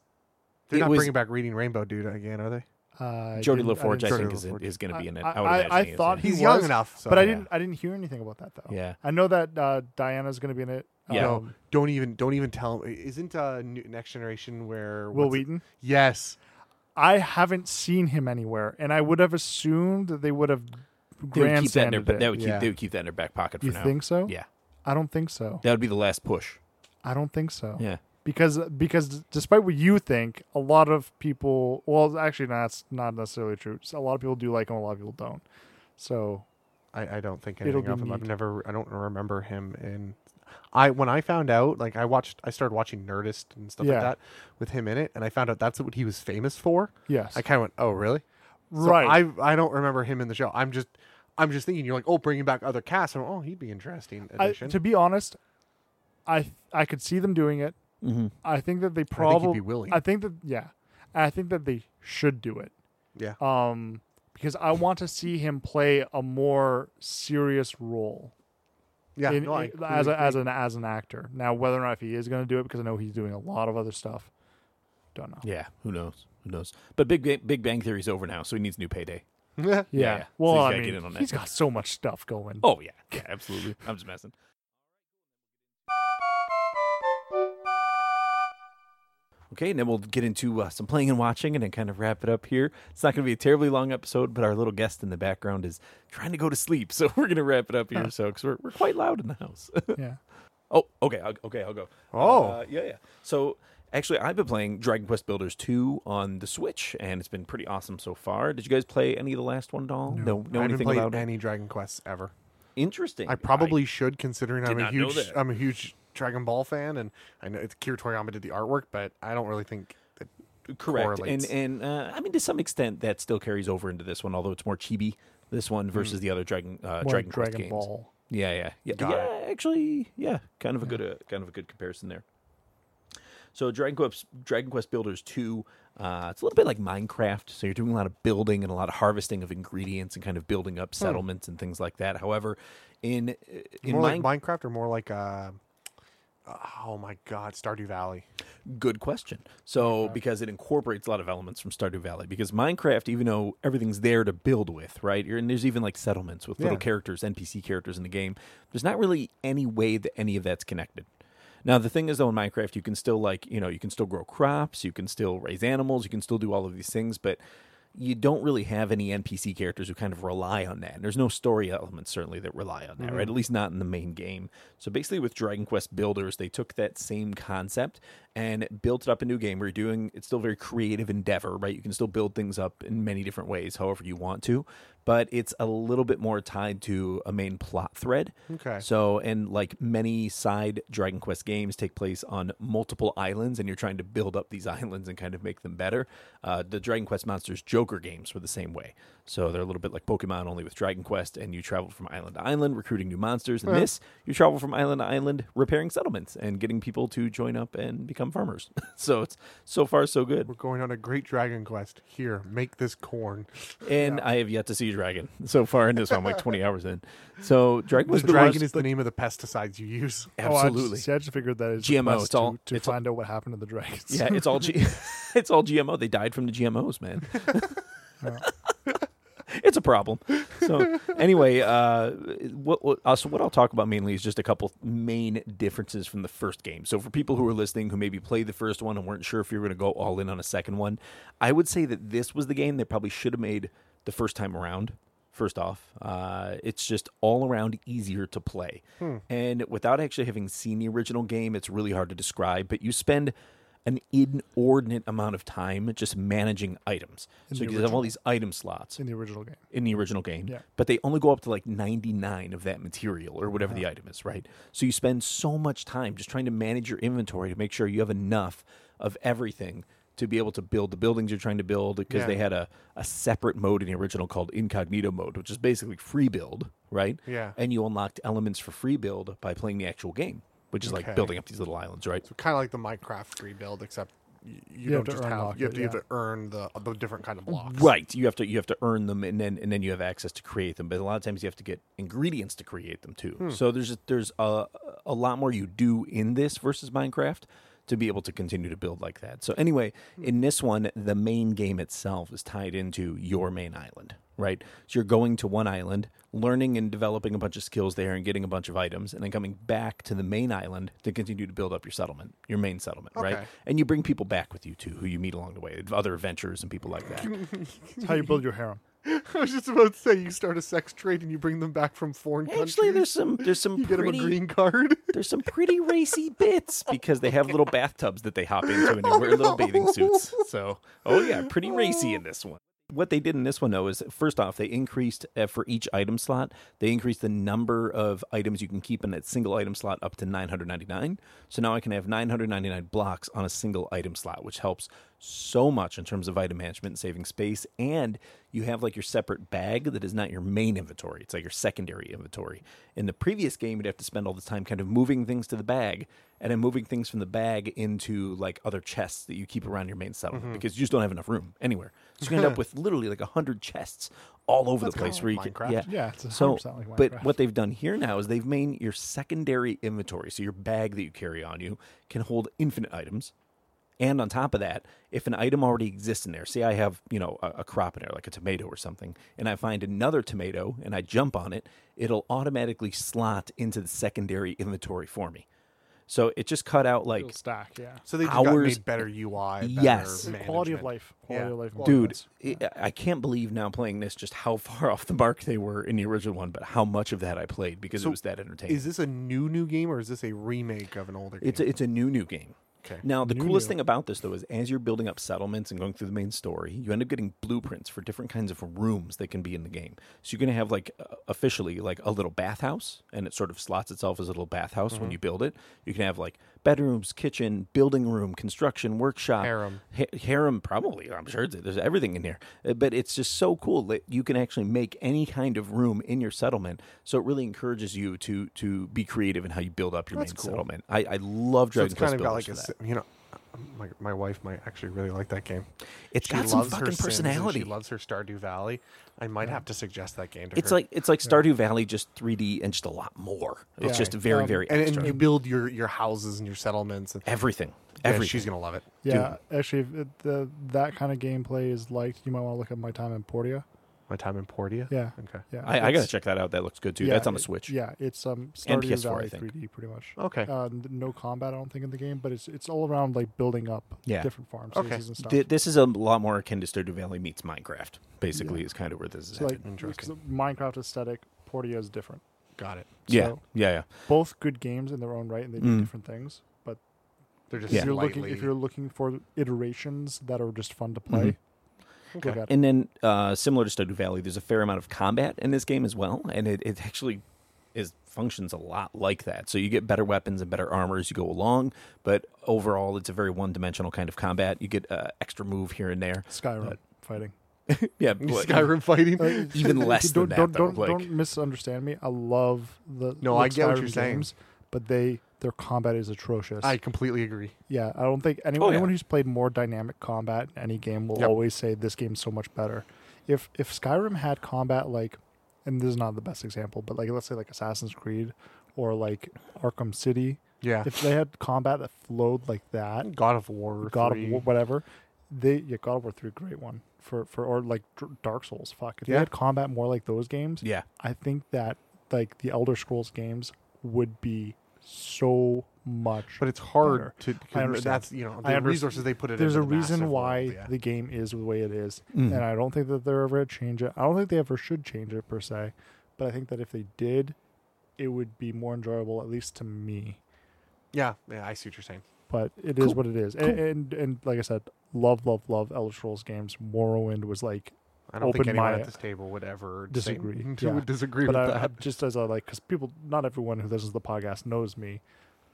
[SPEAKER 1] They're
[SPEAKER 3] It
[SPEAKER 1] not
[SPEAKER 3] was-
[SPEAKER 1] bringing back Reading Rainbow Dude again, are they?
[SPEAKER 2] Uh,
[SPEAKER 3] Jodie
[SPEAKER 2] didn't-
[SPEAKER 3] LaForge, I,
[SPEAKER 2] didn't-
[SPEAKER 1] Jodie
[SPEAKER 3] think, is, in,
[SPEAKER 1] LaForge.
[SPEAKER 3] is going to be in it.
[SPEAKER 2] I-
[SPEAKER 3] I, would
[SPEAKER 2] I-
[SPEAKER 3] imagine
[SPEAKER 2] I
[SPEAKER 3] he is
[SPEAKER 2] thought
[SPEAKER 3] in it.
[SPEAKER 2] he
[SPEAKER 1] He's young
[SPEAKER 2] was,
[SPEAKER 1] enough, so
[SPEAKER 2] but I
[SPEAKER 1] yeah.
[SPEAKER 2] didn't I didn't hear anything about that though.
[SPEAKER 3] Yeah.
[SPEAKER 2] I know that uh, Diana's going to be in it.
[SPEAKER 3] Yeah.
[SPEAKER 1] No,
[SPEAKER 2] Um,
[SPEAKER 1] don't even don't even tell. Isn't uh, New- Next Generation where
[SPEAKER 2] Will
[SPEAKER 1] what's it-
[SPEAKER 2] Wheaton.
[SPEAKER 1] Yes.
[SPEAKER 2] I haven't seen him anywhere, and I would have assumed that they would have
[SPEAKER 3] They would keep that in their
[SPEAKER 2] grandstanded
[SPEAKER 3] they
[SPEAKER 2] it.
[SPEAKER 3] would keep
[SPEAKER 1] Yeah.
[SPEAKER 3] they would keep that in their back pocket for
[SPEAKER 2] You
[SPEAKER 3] now.
[SPEAKER 2] think so?
[SPEAKER 3] Yeah,
[SPEAKER 2] I don't think so.
[SPEAKER 3] that would be the last push.
[SPEAKER 2] I don't think so.
[SPEAKER 3] Yeah,
[SPEAKER 2] Because because despite what you think, a lot of people well actually no, that's not necessarily true. So a lot of people do like him, a lot of people don't. So
[SPEAKER 1] I, I don't think
[SPEAKER 2] It'll
[SPEAKER 1] anything
[SPEAKER 2] be
[SPEAKER 1] of him. I've
[SPEAKER 2] neat.
[SPEAKER 1] never. I don't remember him in. I when I found out, like I watched, I started watching Nerdist and stuff
[SPEAKER 2] Yeah.
[SPEAKER 1] like that with him in it, and I found out that's what he was famous for.
[SPEAKER 2] yes.
[SPEAKER 1] I kind of went, oh really? So
[SPEAKER 2] right.
[SPEAKER 1] I I don't remember him in the show. I'm just I'm just thinking you're like, oh, bringing back other casts. I'm, oh, he'd be interesting
[SPEAKER 2] I-
[SPEAKER 1] addition.
[SPEAKER 2] to be honest, I I could see them doing it. I think that they
[SPEAKER 1] I think he'd
[SPEAKER 2] probably
[SPEAKER 1] be willing.
[SPEAKER 2] I think that yeah, I think that they should do it.
[SPEAKER 1] yeah.
[SPEAKER 2] Um, because I want to see him play a more serious role
[SPEAKER 1] yeah.
[SPEAKER 2] in,
[SPEAKER 1] no, I
[SPEAKER 2] in-
[SPEAKER 1] completely
[SPEAKER 2] as a,
[SPEAKER 1] agree.
[SPEAKER 2] as an as an actor. Now, whether or not he is going to do it, because I know he's doing a lot of other stuff. Don't know.
[SPEAKER 3] yeah. Who knows? Who knows? But Big Bang, Big Bang Theory's over now, so he needs a new payday.
[SPEAKER 1] yeah.
[SPEAKER 3] Yeah, yeah. So
[SPEAKER 2] Well,
[SPEAKER 3] he's
[SPEAKER 2] I
[SPEAKER 3] gotta get
[SPEAKER 2] mean,
[SPEAKER 3] in on that.
[SPEAKER 2] he's got so much stuff going.
[SPEAKER 3] Oh yeah, yeah, absolutely. I'm just messing. Okay, and then we'll get into uh, some playing and watching, and then kind of wrap it up here. It's not going to be a terribly long episode, but our little guest in the background is trying to go to sleep, so we're going to wrap it up
[SPEAKER 2] Ah.
[SPEAKER 3] here. so, because we're we're quite loud in the house.
[SPEAKER 2] Yeah.
[SPEAKER 3] Oh, okay, I'll, okay, I'll go.
[SPEAKER 1] Oh.
[SPEAKER 3] Uh, yeah, yeah. So actually, I've been playing Dragon Quest Builders two on the Switch, and it's been pretty awesome so far. Did you guys play any of the last one at all? No, no,
[SPEAKER 1] I haven't
[SPEAKER 3] anything
[SPEAKER 1] played
[SPEAKER 3] about it.
[SPEAKER 1] any Dragon Quests ever.
[SPEAKER 3] Interesting.
[SPEAKER 1] I probably should, considering I'm a
[SPEAKER 3] not know
[SPEAKER 1] huge
[SPEAKER 3] that.
[SPEAKER 1] I'm a huge Dragon Ball fan, and I know it's Kira Toriyama did the artwork, but I don't really think. It,
[SPEAKER 3] correct,
[SPEAKER 1] correlates.
[SPEAKER 3] and and uh, I mean to some extent that still carries over into this one, although it's more chibi. This one
[SPEAKER 1] Hmm.
[SPEAKER 3] versus the other Dragon
[SPEAKER 2] More
[SPEAKER 3] uh, Dragon, Quest
[SPEAKER 2] Dragon
[SPEAKER 3] games.
[SPEAKER 2] Ball.
[SPEAKER 3] Yeah, yeah, yeah. yeah actually, yeah, kind of a good, uh, kind of a good comparison there. So Dragon Quest, Dragon Quest Builders two, uh, it's a little bit like Minecraft. So you're doing a lot of building and a lot of harvesting of ingredients and kind of building up settlements and things like that. However, in uh,
[SPEAKER 1] Hmm.
[SPEAKER 3] in
[SPEAKER 1] more
[SPEAKER 3] Minecraft,
[SPEAKER 1] like Minecraft or more like uh, oh my god, Stardew Valley.
[SPEAKER 3] good question. So because it incorporates a lot of elements from Stardew Valley. Because Minecraft, even though everything's there to build with, right? You're, and there's even like settlements with little
[SPEAKER 1] Yeah.
[SPEAKER 3] characters, NPC characters in the game. There's not really any way that any of that's connected. Now the thing is though in Minecraft you can still like, you know, you can still grow crops, you can still raise animals, you can still do all of these things, but you don't really have any NPC characters who kind of rely on that. And there's no story elements certainly that rely on that, right? At least not in the main game. So basically with Dragon Quest Builders, they took that same concept and built it up a new game where you're doing it's still a very creative endeavor, right? You can still build things up in many different ways however you want to, but it's a little bit more tied to a main plot thread.
[SPEAKER 1] Okay.
[SPEAKER 3] So, and like many side Dragon Quest games take place on multiple islands, and you're trying to build up these islands and kind of make them better. Uh, the Dragon Quest Monsters Joker games were the same way. So, they're a little bit like Pokemon, only with Dragon Quest, and you travel from island to island recruiting new monsters. And this, you travel from island to island repairing settlements and getting people to join up and become farmers. so, it's so far so good.
[SPEAKER 1] We're going on a great Dragon Quest. Here, make this corn.
[SPEAKER 3] And I have yet to see Dragon so far in this one. I'm like 20 hours in. So, Dragon
[SPEAKER 1] The
[SPEAKER 3] Quest
[SPEAKER 1] dragon is the name of the pesticides you use.
[SPEAKER 2] Oh, I
[SPEAKER 3] Absolutely.
[SPEAKER 2] just, see, I just figured that is a
[SPEAKER 3] GMO,
[SPEAKER 2] quest
[SPEAKER 3] it's all-
[SPEAKER 2] to, to
[SPEAKER 3] it's all-
[SPEAKER 2] find out what happened to the dragons.
[SPEAKER 3] Yeah, it's all G- it's all GMO. They died from the GMOs, man.
[SPEAKER 2] uh,
[SPEAKER 3] it's a problem. So anyway, uh, what, what, uh, so what I'll talk about mainly is just a couple main differences from the first game. So for people who are listening who maybe played the first one and weren't sure if you were going to go all in on a second one, I would say that this was the game they probably should have made the first time around. First off, uh, it's just all around easier to play, and without actually having seen the original game, it's really hard to describe. But you spend an inordinate amount of time just managing items. so you have all these item slots
[SPEAKER 2] in the original game.
[SPEAKER 3] in the original game,
[SPEAKER 2] Yeah.
[SPEAKER 3] but they only go up to like 99 of that material or whatever
[SPEAKER 1] Uh-huh.
[SPEAKER 3] the item is, right? So you spend so much time just trying to manage your inventory to make sure you have enough of everything to be able to build the buildings you're trying to build because
[SPEAKER 1] Yeah.
[SPEAKER 3] they had a, a separate mode in the original called incognito mode, which is basically free build, right?
[SPEAKER 1] Yeah.
[SPEAKER 3] And you unlocked elements for free build by playing the actual game, which is
[SPEAKER 1] Okay.
[SPEAKER 3] like building up these little islands, right?
[SPEAKER 1] kind of like the Minecraft rebuild, except you, you
[SPEAKER 2] have
[SPEAKER 1] don't
[SPEAKER 2] to
[SPEAKER 1] just have
[SPEAKER 2] unlock
[SPEAKER 1] you have
[SPEAKER 2] it,
[SPEAKER 1] to, you have
[SPEAKER 2] yeah.
[SPEAKER 1] to earn the the different kind of blocks.
[SPEAKER 3] Right. You have to you have to earn them and then and then you have access to create them. But a lot of times you have to get ingredients to create them too. So there's a, there's a a lot more you do in this versus Minecraft to be able to continue to build like that. So anyway, in this one, the main game itself is tied into your main island, right? So you're going to one island, learning and developing a bunch of skills there and getting a bunch of items and then coming back to the main island to continue to build up your settlement, your main settlement, right?
[SPEAKER 1] Okay.
[SPEAKER 3] And you bring people back with you too who you meet along the way, other adventurers and people like that.
[SPEAKER 2] It's how you build your harem.
[SPEAKER 1] I was just about to say you start a sex trade and you bring them back from foreign
[SPEAKER 3] Actually,
[SPEAKER 1] countries.
[SPEAKER 3] there's some there's some
[SPEAKER 1] you get them a
[SPEAKER 3] pretty
[SPEAKER 1] green card.
[SPEAKER 3] there's some pretty racy bits because they have little bathtubs that they hop into and they wear little bathing suits. So, oh yeah, pretty racy
[SPEAKER 1] Oh.
[SPEAKER 3] in this one. What they did in this one though is first off, they increased uh, for each item slot, they increased the number of items you can keep in that single item slot up to 999. So now I can have 999 blocks on a single item slot, which helps so much in terms of item management and saving space. And you have like your separate bag that is not your main inventory, it's like your secondary inventory. In the previous game, you'd have to spend all the time kind of moving things to the bag and then moving things from the bag into like other chests that you keep around your main
[SPEAKER 1] Mm-hmm.
[SPEAKER 3] settlement because you just don't have enough room anywhere. So you end up with literally like 100 chests all over the place
[SPEAKER 1] kinda
[SPEAKER 3] where you
[SPEAKER 1] like
[SPEAKER 3] can.
[SPEAKER 1] Minecraft.
[SPEAKER 3] Yeah,
[SPEAKER 2] Yeah, it's
[SPEAKER 3] so,
[SPEAKER 2] 100% like
[SPEAKER 3] but
[SPEAKER 2] Minecraft.
[SPEAKER 3] what they've done here now is they've made your secondary inventory, so your bag that you carry on you, can hold infinite items. And on top of that, if an item already exists in there, say I have you know a, a crop in there, like a tomato or something, and I find another tomato and I jump on it, it'll automatically slot into the secondary inventory for me. So it just cut out like
[SPEAKER 2] Little stack, yeah.
[SPEAKER 1] So they just got
[SPEAKER 3] Hours-
[SPEAKER 1] made better UI. Better
[SPEAKER 3] Yes.
[SPEAKER 2] Quality
[SPEAKER 1] management.
[SPEAKER 2] of life. Quality
[SPEAKER 1] Yeah.
[SPEAKER 2] of life.
[SPEAKER 3] dude it, i can't believe now playing this just how far off the mark they were in the original one but how much of that i played because it was that entertaining
[SPEAKER 1] Is this a new new game or is this a remake of an older game?
[SPEAKER 3] it's a, it's a new new game
[SPEAKER 1] Okay.
[SPEAKER 3] now the coolest thing about this though is as you're building up settlements and going through the main story you end up getting blueprints for different kinds of rooms that can be in the game so you're going to have like uh, officially like a little bathhouse and it sort of slots itself as a little bathhouse
[SPEAKER 1] Mm-hmm.
[SPEAKER 3] when you build it you can have like bedrooms kitchen building room construction workshop
[SPEAKER 1] Harem.
[SPEAKER 3] ha- harem probably i'm sure it's- there's everything in here Uh, but it's just so cool that you can actually make any kind of room in your settlement so it really encourages you to to be creative in how you build up your main settlement i, I love
[SPEAKER 1] so
[SPEAKER 3] Dragon
[SPEAKER 1] it's
[SPEAKER 3] Quest
[SPEAKER 1] kind of got like
[SPEAKER 3] builders for
[SPEAKER 1] a
[SPEAKER 3] that.
[SPEAKER 1] si- you know, my my wife might actually really like that game.
[SPEAKER 3] It's
[SPEAKER 1] She
[SPEAKER 3] got some
[SPEAKER 1] loves her
[SPEAKER 3] fucking
[SPEAKER 1] Sims and
[SPEAKER 3] personality.
[SPEAKER 1] She loves her Stardew Valley. I might have to suggest that game to
[SPEAKER 3] It's
[SPEAKER 1] her.
[SPEAKER 3] like it's like Stardew Valley, just 3D and just a lot more. It's
[SPEAKER 2] Yeah.
[SPEAKER 3] just very
[SPEAKER 2] Um,
[SPEAKER 3] very
[SPEAKER 1] and,
[SPEAKER 3] extra.
[SPEAKER 1] and you build your your houses and your settlements and
[SPEAKER 3] everything,
[SPEAKER 1] Yeah,
[SPEAKER 3] everything.
[SPEAKER 1] she's gonna love it.
[SPEAKER 2] Yeah, actually, if it, the, that kind of gameplay is liked. You might want to look at my time in Portia.
[SPEAKER 1] My time in Portia.
[SPEAKER 2] Yeah.
[SPEAKER 1] Okay.
[SPEAKER 2] Yeah,
[SPEAKER 3] I, I
[SPEAKER 2] it's-
[SPEAKER 3] gotta check that out. That looks good too.
[SPEAKER 2] yeah,
[SPEAKER 3] That's on the
[SPEAKER 2] it-
[SPEAKER 3] Switch.
[SPEAKER 2] Yeah, it's um Stardew
[SPEAKER 3] PS4, I
[SPEAKER 2] Valley
[SPEAKER 3] think.
[SPEAKER 2] 3D pretty much.
[SPEAKER 1] Okay.
[SPEAKER 2] Uh, n- no combat, I don't think in the game, but it's it's all around like building up
[SPEAKER 3] Yeah.
[SPEAKER 2] different farm
[SPEAKER 1] Okay.
[SPEAKER 2] stations and stuff.
[SPEAKER 3] Th- this is a lot more akin to Stardew Valley meets Minecraft. Basically, is kind of where this is.
[SPEAKER 2] It's like
[SPEAKER 3] headed.
[SPEAKER 1] Interesting.
[SPEAKER 2] it's the Minecraft aesthetic, Portia is different.
[SPEAKER 1] Got it.
[SPEAKER 3] yeah,
[SPEAKER 2] so-
[SPEAKER 3] yeah, yeah.
[SPEAKER 2] Both good games in their own right, and they do
[SPEAKER 3] Mm.
[SPEAKER 2] different things. But
[SPEAKER 1] They're just
[SPEAKER 3] Yeah.
[SPEAKER 2] if you're looking
[SPEAKER 1] slightly-
[SPEAKER 2] if you're looking for iterations that are just fun to
[SPEAKER 3] Mm-hmm.
[SPEAKER 2] play,
[SPEAKER 1] Okay.
[SPEAKER 2] look at it.
[SPEAKER 3] And then, uh, similar to Stardew Valley, there's a fair amount of combat in this game as well, and it, it actually is functions a lot like that. So you get better weapons and better armor as you go along, but overall, it's a very one-dimensional kind of combat. You get uh, extra move here and there.
[SPEAKER 2] Skyrim fighting. Uh,
[SPEAKER 3] Yeah, but-
[SPEAKER 1] Skyrim fighting.
[SPEAKER 3] even less
[SPEAKER 2] don't,
[SPEAKER 3] than that.
[SPEAKER 2] Don't,
[SPEAKER 3] though.
[SPEAKER 2] don't,
[SPEAKER 3] like,
[SPEAKER 2] don't misunderstand me. I love the
[SPEAKER 1] No,
[SPEAKER 2] the
[SPEAKER 1] I get what you're
[SPEAKER 2] Skyrim
[SPEAKER 1] saying.
[SPEAKER 2] games, but they their combat is atrocious.
[SPEAKER 1] I completely agree.
[SPEAKER 2] yeah, I don't think anyone
[SPEAKER 3] Oh, yeah.
[SPEAKER 2] anyone who's played more dynamic combat in any game will
[SPEAKER 1] Yep.
[SPEAKER 2] always say this game's so much better. If if Skyrim had combat like, and this is not the best example, but like let's say like Assassin's Creed or like Arkham City,
[SPEAKER 1] Yeah.
[SPEAKER 2] if they had combat that flowed like that,
[SPEAKER 1] God of War.
[SPEAKER 2] God of
[SPEAKER 1] three.
[SPEAKER 2] War, whatever. They yeah, God of War three, great one for for or like Dr- Dark Souls. Fuck, if
[SPEAKER 1] Yeah.
[SPEAKER 2] they had combat more like those games,
[SPEAKER 3] Yeah.
[SPEAKER 2] I think that like the Elder Scrolls games would be so much.
[SPEAKER 1] But it's hard
[SPEAKER 2] better.
[SPEAKER 1] to.
[SPEAKER 2] I understand.
[SPEAKER 1] That's you know
[SPEAKER 2] I
[SPEAKER 1] the
[SPEAKER 2] under-
[SPEAKER 1] resources they put it.
[SPEAKER 2] there's
[SPEAKER 1] into
[SPEAKER 2] a
[SPEAKER 1] the
[SPEAKER 2] reason
[SPEAKER 1] massive
[SPEAKER 2] why
[SPEAKER 1] world, yeah.
[SPEAKER 2] the game is the way it is,
[SPEAKER 3] Hmm.
[SPEAKER 2] and I don't think that they're ever gonna change it. I don't think they ever should change it per se, but I think that if they did, it would be more enjoyable, at least to me.
[SPEAKER 1] yeah. Yeah. I see what you're saying.
[SPEAKER 2] but it is what it is. And, and and like I said, love, love, love Elder Scrolls games. Morrowind was like
[SPEAKER 1] I don't think
[SPEAKER 2] open
[SPEAKER 1] anyone
[SPEAKER 2] my-
[SPEAKER 1] at this table would ever say-
[SPEAKER 2] disagree.
[SPEAKER 1] to
[SPEAKER 2] yeah.
[SPEAKER 1] disagree
[SPEAKER 2] but
[SPEAKER 1] with
[SPEAKER 2] I,
[SPEAKER 1] that.
[SPEAKER 2] I- just as I like, because people, not everyone who listens to the podcast knows me,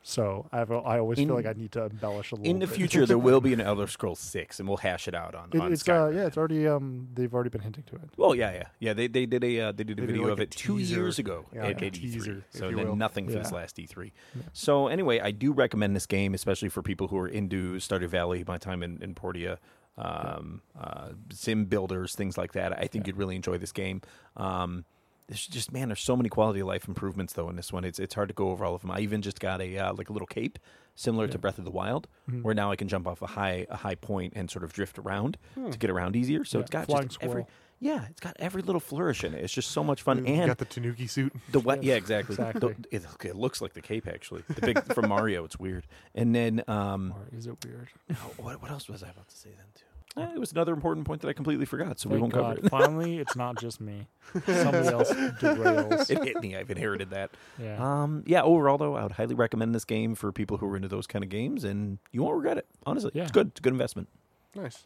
[SPEAKER 2] so I have a, I always
[SPEAKER 3] In-
[SPEAKER 2] feel like I need to embellish a little.
[SPEAKER 3] In the
[SPEAKER 2] bit.
[SPEAKER 3] future, there will be an Elder Scrolls Six, and we'll hash it out on.
[SPEAKER 2] It-
[SPEAKER 3] on
[SPEAKER 2] it's uh,
[SPEAKER 3] Skyrim.
[SPEAKER 2] yeah, it's already um they've already been hinting to it.
[SPEAKER 3] Well, yeah, yeah, yeah. They they did a uh, they did a
[SPEAKER 1] They did
[SPEAKER 3] video
[SPEAKER 1] like
[SPEAKER 3] of
[SPEAKER 1] a
[SPEAKER 3] it two
[SPEAKER 1] teaser.
[SPEAKER 3] years ago
[SPEAKER 1] Yeah,
[SPEAKER 3] at
[SPEAKER 1] like a
[SPEAKER 3] at E3.
[SPEAKER 1] teaser, if
[SPEAKER 3] so
[SPEAKER 1] you
[SPEAKER 3] then
[SPEAKER 1] will.
[SPEAKER 3] nothing for this
[SPEAKER 2] Yeah.
[SPEAKER 3] last E3. So anyway, I do recommend this game, especially for people who are into Stardew Valley, my time in, in Portia, um, uh, sim builders, things like that. I think you'd really enjoy this game. Um, there's just man, there's so many quality of life improvements though in this one. It's it's hard to go over all of them. I even just got a uh, like a little cape similar to Breath of the Wild,
[SPEAKER 2] Mm-hmm.
[SPEAKER 3] where now I can jump off a high a high point and sort of drift around
[SPEAKER 1] Hmm.
[SPEAKER 3] to get around easier. So
[SPEAKER 2] Yeah,
[SPEAKER 3] it's got
[SPEAKER 2] flying
[SPEAKER 3] just every
[SPEAKER 2] squirrel.
[SPEAKER 3] yeah, it's got every little flourish in it. It's just so much fun.
[SPEAKER 1] you
[SPEAKER 3] And
[SPEAKER 1] got the Tanuki suit.
[SPEAKER 3] the wet, yeah, exactly. The-
[SPEAKER 2] exactly.
[SPEAKER 3] it, it looks like the cape actually. The big from Mario. It's weird. And then, um,
[SPEAKER 2] Or is it weird?
[SPEAKER 3] oh, what, what else was I about to say then? Too. Eh, it was another important point that I completely forgot, so we
[SPEAKER 2] Thank
[SPEAKER 3] won't
[SPEAKER 2] God.
[SPEAKER 3] cover it.
[SPEAKER 2] Finally, it's not just me. Somebody else derails.
[SPEAKER 3] It hit me. I've inherited that.
[SPEAKER 2] Yeah.
[SPEAKER 3] Um, yeah. Overall, though, I would highly recommend this game for people who are into those kind of games, and you won't regret it. Honestly,
[SPEAKER 2] Yeah.
[SPEAKER 3] it's good. It's a good investment.
[SPEAKER 1] Nice.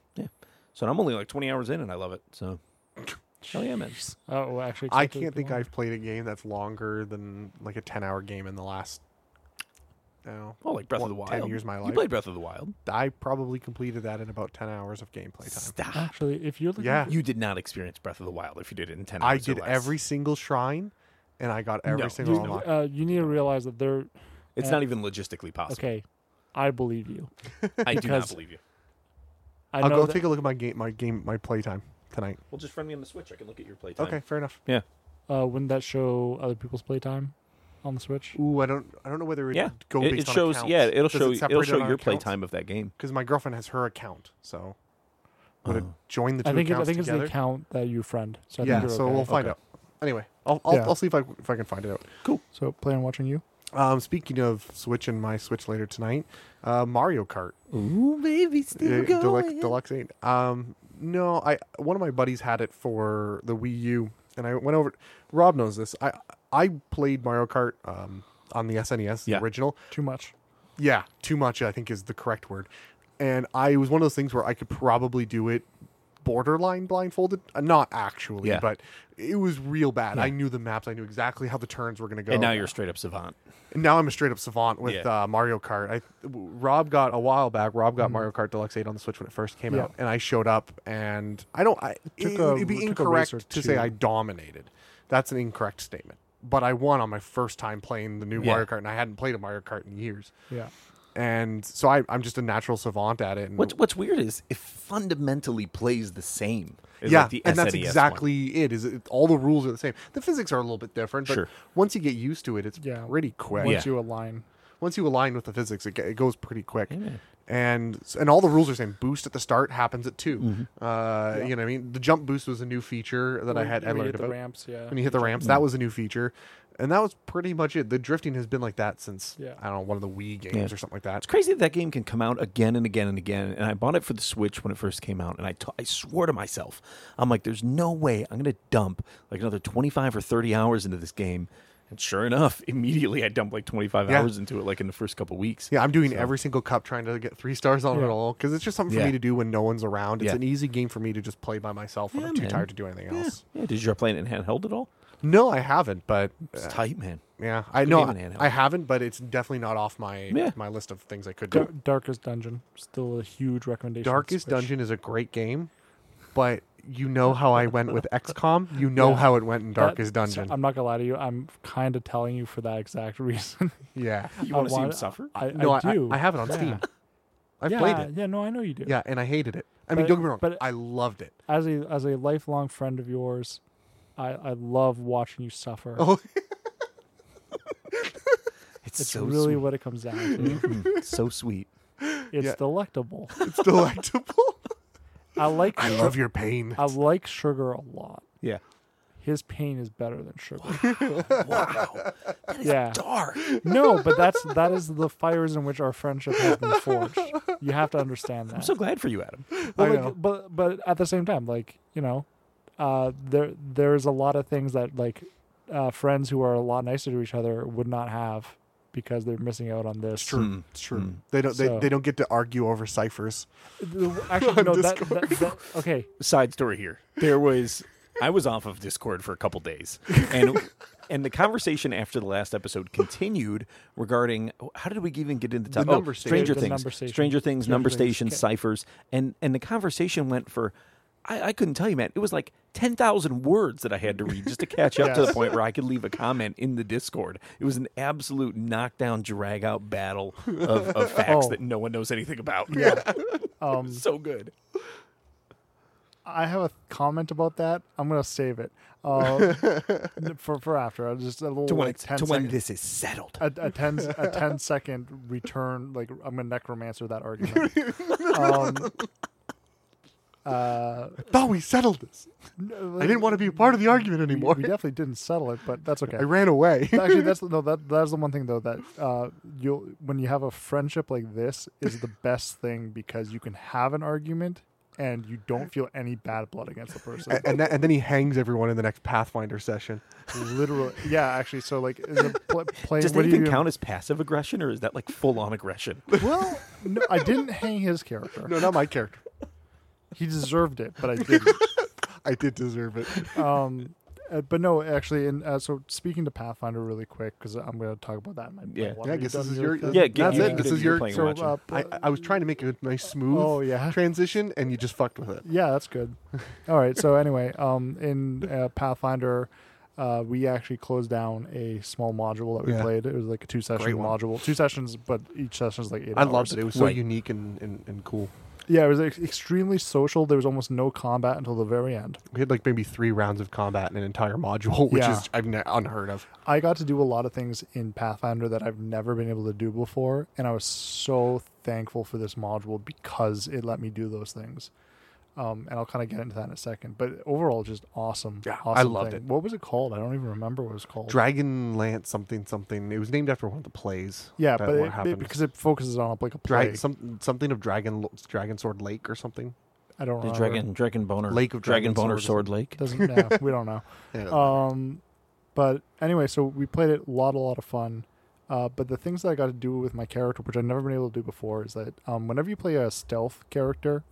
[SPEAKER 3] So I'm only like 20 hours in, and I love it. So, hell yeah, man.
[SPEAKER 2] Oh, well, actually,
[SPEAKER 1] I
[SPEAKER 2] except it
[SPEAKER 1] can't think
[SPEAKER 2] belongs-
[SPEAKER 1] I've played a game that's longer than like a ten-hour game in the last. I don't know,
[SPEAKER 3] Oh, like Breath
[SPEAKER 1] what,
[SPEAKER 3] of the Wild.
[SPEAKER 1] Ten years of my
[SPEAKER 3] You
[SPEAKER 1] life.
[SPEAKER 3] played Breath of the Wild.
[SPEAKER 1] I probably completed that in about ten hours of gameplay time.
[SPEAKER 3] Stop.
[SPEAKER 2] Actually, if you're looking,
[SPEAKER 1] Yeah.
[SPEAKER 3] You did not experience Breath of the Wild if you did it in 10
[SPEAKER 1] I
[SPEAKER 3] hours or
[SPEAKER 1] did
[SPEAKER 3] less.
[SPEAKER 1] every single shrine, and I got every
[SPEAKER 3] No,
[SPEAKER 1] single
[SPEAKER 2] you,
[SPEAKER 1] unlock.
[SPEAKER 2] uh, you need to realize that they're
[SPEAKER 3] It's not even logistically possible.
[SPEAKER 2] okay. I believe you.
[SPEAKER 3] I do not
[SPEAKER 2] Because-
[SPEAKER 3] believe you.
[SPEAKER 2] I
[SPEAKER 1] I'll
[SPEAKER 2] know
[SPEAKER 1] go
[SPEAKER 2] that-
[SPEAKER 1] take a look at my game, my game, my playtime tonight.
[SPEAKER 3] Well, just friend me on the Switch. I can look at your playtime.
[SPEAKER 1] Okay, fair enough.
[SPEAKER 2] uh, wouldn't that show other people's playtime on the Switch?
[SPEAKER 1] Ooh, I don't, I don't know whether it
[SPEAKER 3] Yeah.
[SPEAKER 1] go
[SPEAKER 3] it,
[SPEAKER 1] based
[SPEAKER 3] it
[SPEAKER 1] on
[SPEAKER 3] shows.
[SPEAKER 1] accounts.
[SPEAKER 3] Yeah, it'll
[SPEAKER 1] Does
[SPEAKER 3] show.
[SPEAKER 1] it
[SPEAKER 3] it'll show your playtime of that game.
[SPEAKER 1] because my girlfriend has her account, so would it
[SPEAKER 3] Oh.
[SPEAKER 1] join the two
[SPEAKER 2] I think it, I
[SPEAKER 1] accounts
[SPEAKER 2] think it's the
[SPEAKER 1] together?
[SPEAKER 2] account that you friend. So I
[SPEAKER 1] yeah,
[SPEAKER 2] think you're
[SPEAKER 1] so
[SPEAKER 2] okay.
[SPEAKER 1] we'll find
[SPEAKER 3] Okay.
[SPEAKER 1] out. Anyway, I'll, I'll,
[SPEAKER 2] Yeah.
[SPEAKER 1] I'll see if I if I can find it out.
[SPEAKER 2] So playing, watching you.
[SPEAKER 1] Um, speaking of Switch and my Switch later tonight, uh, Mario Kart
[SPEAKER 3] Ooh, baby,
[SPEAKER 1] uh, Deluxe, Deluxe 8. Um, no, I one of my buddies had it for the Wii U, and I went over. Rob knows this. I I played Mario Kart um, on the SNES, the
[SPEAKER 3] Yeah.
[SPEAKER 1] original.
[SPEAKER 2] Too much.
[SPEAKER 1] Yeah, too much I think is the correct word. And I it was one of those things where I could probably do it borderline blindfolded, Uh, not actually,
[SPEAKER 3] Yeah.
[SPEAKER 1] but it was real bad. I knew the maps, I knew exactly how the turns were going to go.
[SPEAKER 3] And now you're straight up savant.
[SPEAKER 1] And now I'm a straight up savant with
[SPEAKER 3] Yeah. Mm-hmm.
[SPEAKER 1] uh, Mario Kart. I, w- Rob got a while back. Rob got Mario Kart Deluxe 8 on the Switch when it first came
[SPEAKER 2] Yeah.
[SPEAKER 1] out, and I showed up, and I don't. I,
[SPEAKER 2] Took
[SPEAKER 1] it,
[SPEAKER 2] a-
[SPEAKER 1] would be
[SPEAKER 2] took a race or
[SPEAKER 1] incorrect to say
[SPEAKER 2] two.
[SPEAKER 1] I dominated. That's an incorrect statement. But I won on my first time playing the new
[SPEAKER 3] Yeah.
[SPEAKER 1] Mario Kart, and I hadn't played a Mario Kart in years.
[SPEAKER 2] Yeah.
[SPEAKER 1] And so I, I'm just a natural savant at it. And
[SPEAKER 3] What's What's weird is it fundamentally plays the same. As
[SPEAKER 1] yeah,
[SPEAKER 3] like the
[SPEAKER 1] and
[SPEAKER 3] SNES
[SPEAKER 1] that's
[SPEAKER 3] one.
[SPEAKER 1] exactly it. Is it, all the rules are the same. The physics are a little bit different, but
[SPEAKER 3] Sure.
[SPEAKER 1] once you get used to it, it's
[SPEAKER 2] Yeah.
[SPEAKER 1] pretty quick.
[SPEAKER 2] Once
[SPEAKER 3] Yeah.
[SPEAKER 2] you align.
[SPEAKER 1] once you align with the physics, it, ge- it goes pretty quick. And and all the rules are the same. Boost at the start happens at 2 Uh, You know, what I mean, the jump boost was a new feature that I
[SPEAKER 2] When-
[SPEAKER 1] had I
[SPEAKER 2] when you
[SPEAKER 1] learned
[SPEAKER 2] hit
[SPEAKER 1] about
[SPEAKER 2] the ramps. Yeah.
[SPEAKER 1] when you hit the ramps. That was a new feature, and that was pretty much it. The drifting has been like that since
[SPEAKER 2] Yeah.
[SPEAKER 1] I don't know one of the Wii games or something like that.
[SPEAKER 3] It's crazy that that game can come out again and again and again. And I bought it for the Switch when it first came out, and I t- I swore to myself, I'm like, there's no way I'm gonna dump like another 25 or 30 hours into this game. And sure enough, immediately I dumped like 25
[SPEAKER 1] Yeah.
[SPEAKER 3] hours into it, like in the first couple weeks.
[SPEAKER 1] Yeah, I'm doing every single cup trying to get three stars on it
[SPEAKER 2] Yeah.
[SPEAKER 1] all because it's just something for
[SPEAKER 3] Yeah.
[SPEAKER 1] me to do when no one's around. It's
[SPEAKER 3] Yeah.
[SPEAKER 1] an easy game for me to just play by myself when
[SPEAKER 3] Yeah,
[SPEAKER 1] I'm too
[SPEAKER 3] man.
[SPEAKER 1] tired to do anything
[SPEAKER 3] Yeah.
[SPEAKER 1] else.
[SPEAKER 3] Yeah. Did you ever play it in handheld at all?
[SPEAKER 1] No, I haven't, but uh,
[SPEAKER 3] It's tight, man.
[SPEAKER 1] yeah, I know
[SPEAKER 3] game in handheld.
[SPEAKER 1] I haven't, but it's definitely not off my
[SPEAKER 3] Yeah.
[SPEAKER 1] my list of things I could do.
[SPEAKER 2] Dar- Darkest Dungeon. Still a huge recommendation. on
[SPEAKER 1] Darkest
[SPEAKER 2] Switch.
[SPEAKER 1] Dungeon is a great game, but you know how I went with XCOM. You know how it went in
[SPEAKER 2] That-
[SPEAKER 1] Darkest
[SPEAKER 2] so
[SPEAKER 1] Dungeon.
[SPEAKER 2] I'm not gonna lie to you. I'm kind of telling you for that exact reason.
[SPEAKER 1] yeah.
[SPEAKER 3] You
[SPEAKER 2] I
[SPEAKER 3] want to see him
[SPEAKER 2] wanna-
[SPEAKER 3] suffer?
[SPEAKER 2] I,
[SPEAKER 1] No, I,
[SPEAKER 2] I do.
[SPEAKER 1] I, have it on
[SPEAKER 2] Yeah.
[SPEAKER 1] Steam. I've
[SPEAKER 2] yeah,
[SPEAKER 1] played it.
[SPEAKER 2] Yeah. No, I know you do.
[SPEAKER 1] Yeah, and I hated it. I mean,
[SPEAKER 2] But-
[SPEAKER 1] don't get me wrong.
[SPEAKER 2] but-
[SPEAKER 1] I loved it.
[SPEAKER 2] As a as a lifelong friend of yours, I I love watching you suffer.
[SPEAKER 1] Oh,
[SPEAKER 3] It's,
[SPEAKER 2] It's
[SPEAKER 3] so
[SPEAKER 2] really
[SPEAKER 3] sweet.
[SPEAKER 2] what it comes down to.
[SPEAKER 3] Mm, so sweet.
[SPEAKER 2] It's
[SPEAKER 1] Yeah.
[SPEAKER 2] delectable.
[SPEAKER 1] it's delectable.
[SPEAKER 2] I like
[SPEAKER 1] I
[SPEAKER 2] su-
[SPEAKER 1] love your pain.
[SPEAKER 2] I like sugar a lot.
[SPEAKER 3] Yeah.
[SPEAKER 2] His pain is better than sugar.
[SPEAKER 3] Wow. That is
[SPEAKER 2] Yeah.
[SPEAKER 3] dark.
[SPEAKER 2] no, but that's that is the fires in which our friendship has been forged. You have to understand that.
[SPEAKER 3] I'm so glad for you, Adam.
[SPEAKER 2] But
[SPEAKER 1] I
[SPEAKER 2] like-
[SPEAKER 1] know.
[SPEAKER 2] but but at the same time, like you know, uh, there there's a lot of things that like uh, friends who are a lot nicer to each other would not have because they're missing out on this.
[SPEAKER 1] True,
[SPEAKER 3] Mm,
[SPEAKER 1] it's true. They don't. They,
[SPEAKER 2] So-
[SPEAKER 1] they don't get to argue over ciphers.
[SPEAKER 2] Actually, no. That,
[SPEAKER 1] Discord.
[SPEAKER 2] that- that- okay,
[SPEAKER 3] side story here. There was I was off of Discord for a couple days, and and the conversation after the last episode continued regarding how did we even get into topic?
[SPEAKER 1] number station.
[SPEAKER 3] Stranger
[SPEAKER 2] The
[SPEAKER 3] Things,
[SPEAKER 2] number station.
[SPEAKER 3] Stranger Things,
[SPEAKER 2] Stranger
[SPEAKER 3] number
[SPEAKER 2] Things.
[SPEAKER 3] stations,
[SPEAKER 2] Okay.
[SPEAKER 3] ciphers, and and the conversation went for I, I couldn't tell you, man. It was like ten thousand words that I had to read just to catch up to the
[SPEAKER 2] Yes.
[SPEAKER 3] point where I could leave a comment in the Discord. It was an absolute knockdown, drag out battle of, of facts
[SPEAKER 2] Oh.
[SPEAKER 3] that no one knows anything about. Yeah,
[SPEAKER 2] um,
[SPEAKER 3] so good.
[SPEAKER 2] I have a comment about that. I'm gonna save it uh, for for after. I'll just a little
[SPEAKER 3] To when,
[SPEAKER 2] like
[SPEAKER 3] it's-
[SPEAKER 2] 10
[SPEAKER 3] to when
[SPEAKER 2] second-
[SPEAKER 3] this is settled.
[SPEAKER 2] a, a 10 a 10 second return like i'm gonna necromancer that argument um, uh,
[SPEAKER 1] I thought we settled this.
[SPEAKER 2] no,
[SPEAKER 1] I didn't want to be a part of the argument
[SPEAKER 2] we,
[SPEAKER 1] anymore.
[SPEAKER 2] we definitely didn't settle it but that's okay
[SPEAKER 1] I ran away.
[SPEAKER 2] actually that's no that that's the one thing though that uh you'll when you have a friendship like this is the best thing because you can have an argument and you don't feel any bad blood against the person
[SPEAKER 1] and, and, that, and then he hangs everyone in the next Pathfinder session.
[SPEAKER 2] literally yeah actually so like is it pl- playing
[SPEAKER 3] Does
[SPEAKER 2] what do
[SPEAKER 3] that even
[SPEAKER 2] you
[SPEAKER 3] count as passive aggression, or is that like full on aggression?
[SPEAKER 2] well no, i didn't hang his character
[SPEAKER 1] No, not my character.
[SPEAKER 2] he deserved it but i didn't
[SPEAKER 1] I did deserve it.
[SPEAKER 2] um, uh, but no, actually, and uh, so speaking to Pathfinder really quick because I'm going to talk about that. In my, my
[SPEAKER 3] Yeah.
[SPEAKER 2] water
[SPEAKER 1] Yeah, I guess this
[SPEAKER 2] done
[SPEAKER 1] is
[SPEAKER 2] here.
[SPEAKER 1] your.
[SPEAKER 2] That's-
[SPEAKER 3] Yeah, get-
[SPEAKER 1] that's
[SPEAKER 2] you
[SPEAKER 1] it.
[SPEAKER 2] can
[SPEAKER 1] This
[SPEAKER 3] do
[SPEAKER 1] is
[SPEAKER 3] your
[SPEAKER 1] your.
[SPEAKER 3] playing.
[SPEAKER 2] So,
[SPEAKER 3] watching.
[SPEAKER 2] uh,
[SPEAKER 1] I,
[SPEAKER 2] pl-
[SPEAKER 1] I was trying to make a nice smooth
[SPEAKER 2] oh yeah,
[SPEAKER 1] transition, and you just fucked with it.
[SPEAKER 2] yeah, that's good. All right, so anyway, um, in uh, Pathfinder. Uh, we actually closed down a small module that we
[SPEAKER 1] Yeah.
[SPEAKER 2] played. It was like a two session
[SPEAKER 1] Great one.
[SPEAKER 2] module, two sessions, but each session is like eight
[SPEAKER 1] I
[SPEAKER 2] hours.
[SPEAKER 1] loved it. It was so
[SPEAKER 3] Right.
[SPEAKER 1] unique and, and, and cool.
[SPEAKER 2] Yeah, it was ex- extremely social. There was almost no combat until the very end.
[SPEAKER 1] We had like maybe three rounds of combat in an entire module, which
[SPEAKER 2] Yeah.
[SPEAKER 1] is I've ne- unheard of.
[SPEAKER 2] I got to do a lot of things in Pathfinder that I've never been able to do before, and I was so thankful for this module because it let me do those things. Um, and I'll kind of get into that in a second, but overall, just awesome.
[SPEAKER 1] Yeah, I
[SPEAKER 2] awesome
[SPEAKER 1] loved it.
[SPEAKER 2] What was it called? I don't even remember what it was called.
[SPEAKER 1] Dragon Lance something something. It was named after one of the plays.
[SPEAKER 2] yeah,
[SPEAKER 1] that
[SPEAKER 2] but
[SPEAKER 1] what
[SPEAKER 2] it- it,
[SPEAKER 1] happened.
[SPEAKER 2] because it focuses on like a play.
[SPEAKER 1] Dra- some, something of Dragon Lo- Dragon Sword Lake or something.
[SPEAKER 2] I don't
[SPEAKER 3] The
[SPEAKER 2] remember.
[SPEAKER 3] dragon, dragon boner,
[SPEAKER 1] Lake of
[SPEAKER 3] dragon
[SPEAKER 1] Dragon
[SPEAKER 3] boner, sword,
[SPEAKER 1] Sword
[SPEAKER 3] lake.
[SPEAKER 2] doesn't. Yeah, we don't know.
[SPEAKER 1] Yeah.
[SPEAKER 2] Um, but anyway, so we played it a lot, a lot of fun. Uh, but the things that I got to do with my character, which I've never been able to do before, is that um, whenever you play a stealth character,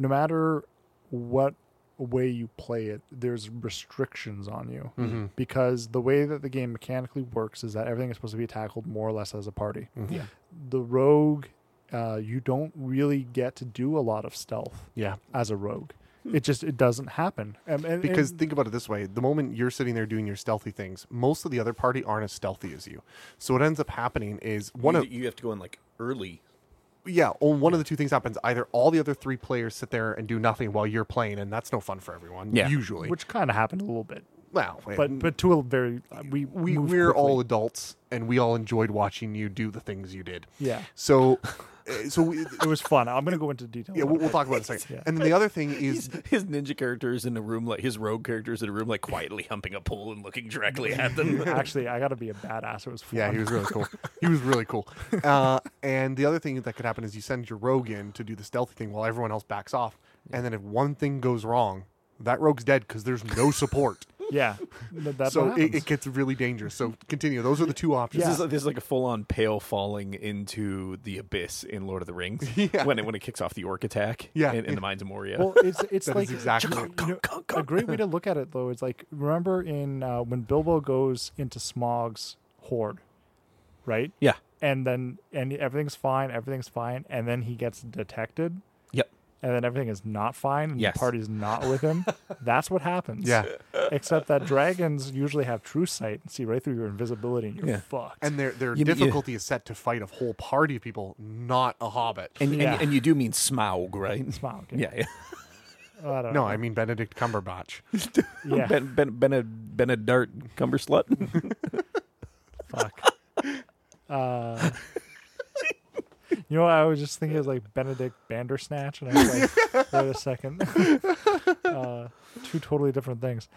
[SPEAKER 2] no matter what way you play it, there's restrictions on you
[SPEAKER 1] Mhm.
[SPEAKER 2] because the way that the game mechanically works is that everything is supposed to be tackled more or less as a party.
[SPEAKER 1] Yeah.
[SPEAKER 2] The rogue, uh, you don't really get to do a lot of stealth
[SPEAKER 1] Yeah.
[SPEAKER 2] as a rogue. It just it doesn't happen. Um, and-
[SPEAKER 1] Because
[SPEAKER 2] and-
[SPEAKER 1] think about it this way: the moment you're sitting there doing your stealthy things, most of the other party aren't as stealthy as you. So what ends up happening is one
[SPEAKER 3] you,
[SPEAKER 1] of
[SPEAKER 3] you have to go in like early.
[SPEAKER 1] yeah, well, one of the two things happens: either all the other three players sit there and do nothing while you're playing, and that's no fun for everyone.
[SPEAKER 3] Yeah.
[SPEAKER 1] usually.
[SPEAKER 2] which kind of happened a little bit.
[SPEAKER 1] well,
[SPEAKER 2] but but to a very uh, we
[SPEAKER 1] we
[SPEAKER 2] moved
[SPEAKER 1] we're
[SPEAKER 2] quickly.
[SPEAKER 1] all adults, and we all enjoyed watching you do the things you did.
[SPEAKER 2] yeah.
[SPEAKER 1] So, uh, so we,
[SPEAKER 2] It was fun. I'm gonna go into detail.
[SPEAKER 1] yeah,
[SPEAKER 2] about
[SPEAKER 1] we'll,
[SPEAKER 2] it.
[SPEAKER 1] we'll talk about it in a second.
[SPEAKER 2] Yeah.
[SPEAKER 1] And then the other thing is
[SPEAKER 3] His, his ninja character is in a room like his rogue character is in a room like quietly humping a pole and looking directly at them.
[SPEAKER 2] Actually, I gotta be a badass. It was fun.
[SPEAKER 1] Yeah, he was really cool. he was really cool. Uh, and the other thing that could happen is you send your rogue in to do the stealthy thing while everyone else backs off. And then if one thing goes wrong, that rogue's dead because there's no support.
[SPEAKER 2] yeah. Th- That's
[SPEAKER 1] so
[SPEAKER 2] what
[SPEAKER 1] it,
[SPEAKER 2] happens.
[SPEAKER 1] it gets really dangerous. So continue. Those are the two options.
[SPEAKER 3] This
[SPEAKER 2] Yeah.
[SPEAKER 3] is like, this is like a full on pale falling into the abyss in Lord of the Rings
[SPEAKER 1] Yeah.
[SPEAKER 3] when it when it kicks off the orc attack.
[SPEAKER 1] Yeah.
[SPEAKER 3] in, in the Mines of Moria.
[SPEAKER 2] well, it's it's
[SPEAKER 1] That is
[SPEAKER 2] like
[SPEAKER 1] exactly
[SPEAKER 2] you
[SPEAKER 1] it.
[SPEAKER 2] know, a great way to look at it though is like remember in uh, when Bilbo goes into Smog's horde, right?
[SPEAKER 3] yeah.
[SPEAKER 2] And then and everything's fine, everything's fine, and then he gets detected.
[SPEAKER 3] Yep.
[SPEAKER 2] and then everything is not fine and
[SPEAKER 3] Yes.
[SPEAKER 2] the party's not with him, that's what happens.
[SPEAKER 1] Yeah.
[SPEAKER 2] Except that dragons usually have true sight and see right through your invisibility and you're
[SPEAKER 3] Yeah.
[SPEAKER 2] fucked.
[SPEAKER 1] And their, their
[SPEAKER 3] You- you-
[SPEAKER 1] difficulty is set to fight a whole party of people, not a hobbit.
[SPEAKER 3] And,
[SPEAKER 2] Yeah.
[SPEAKER 3] and and you do mean Smaug, right?
[SPEAKER 2] Smile, okay.
[SPEAKER 3] Yeah, yeah.
[SPEAKER 2] I don't
[SPEAKER 1] Uh, no,
[SPEAKER 2] know.
[SPEAKER 1] I mean Benedict Cumberbatch.
[SPEAKER 2] Yeah.
[SPEAKER 3] Ben Ben Ben a Ben a dart cumber slut.
[SPEAKER 2] Fuck. Uh, you know what I was just thinking it was like Benedict Bandersnatch and I was like, wait a second. uh, two totally different things.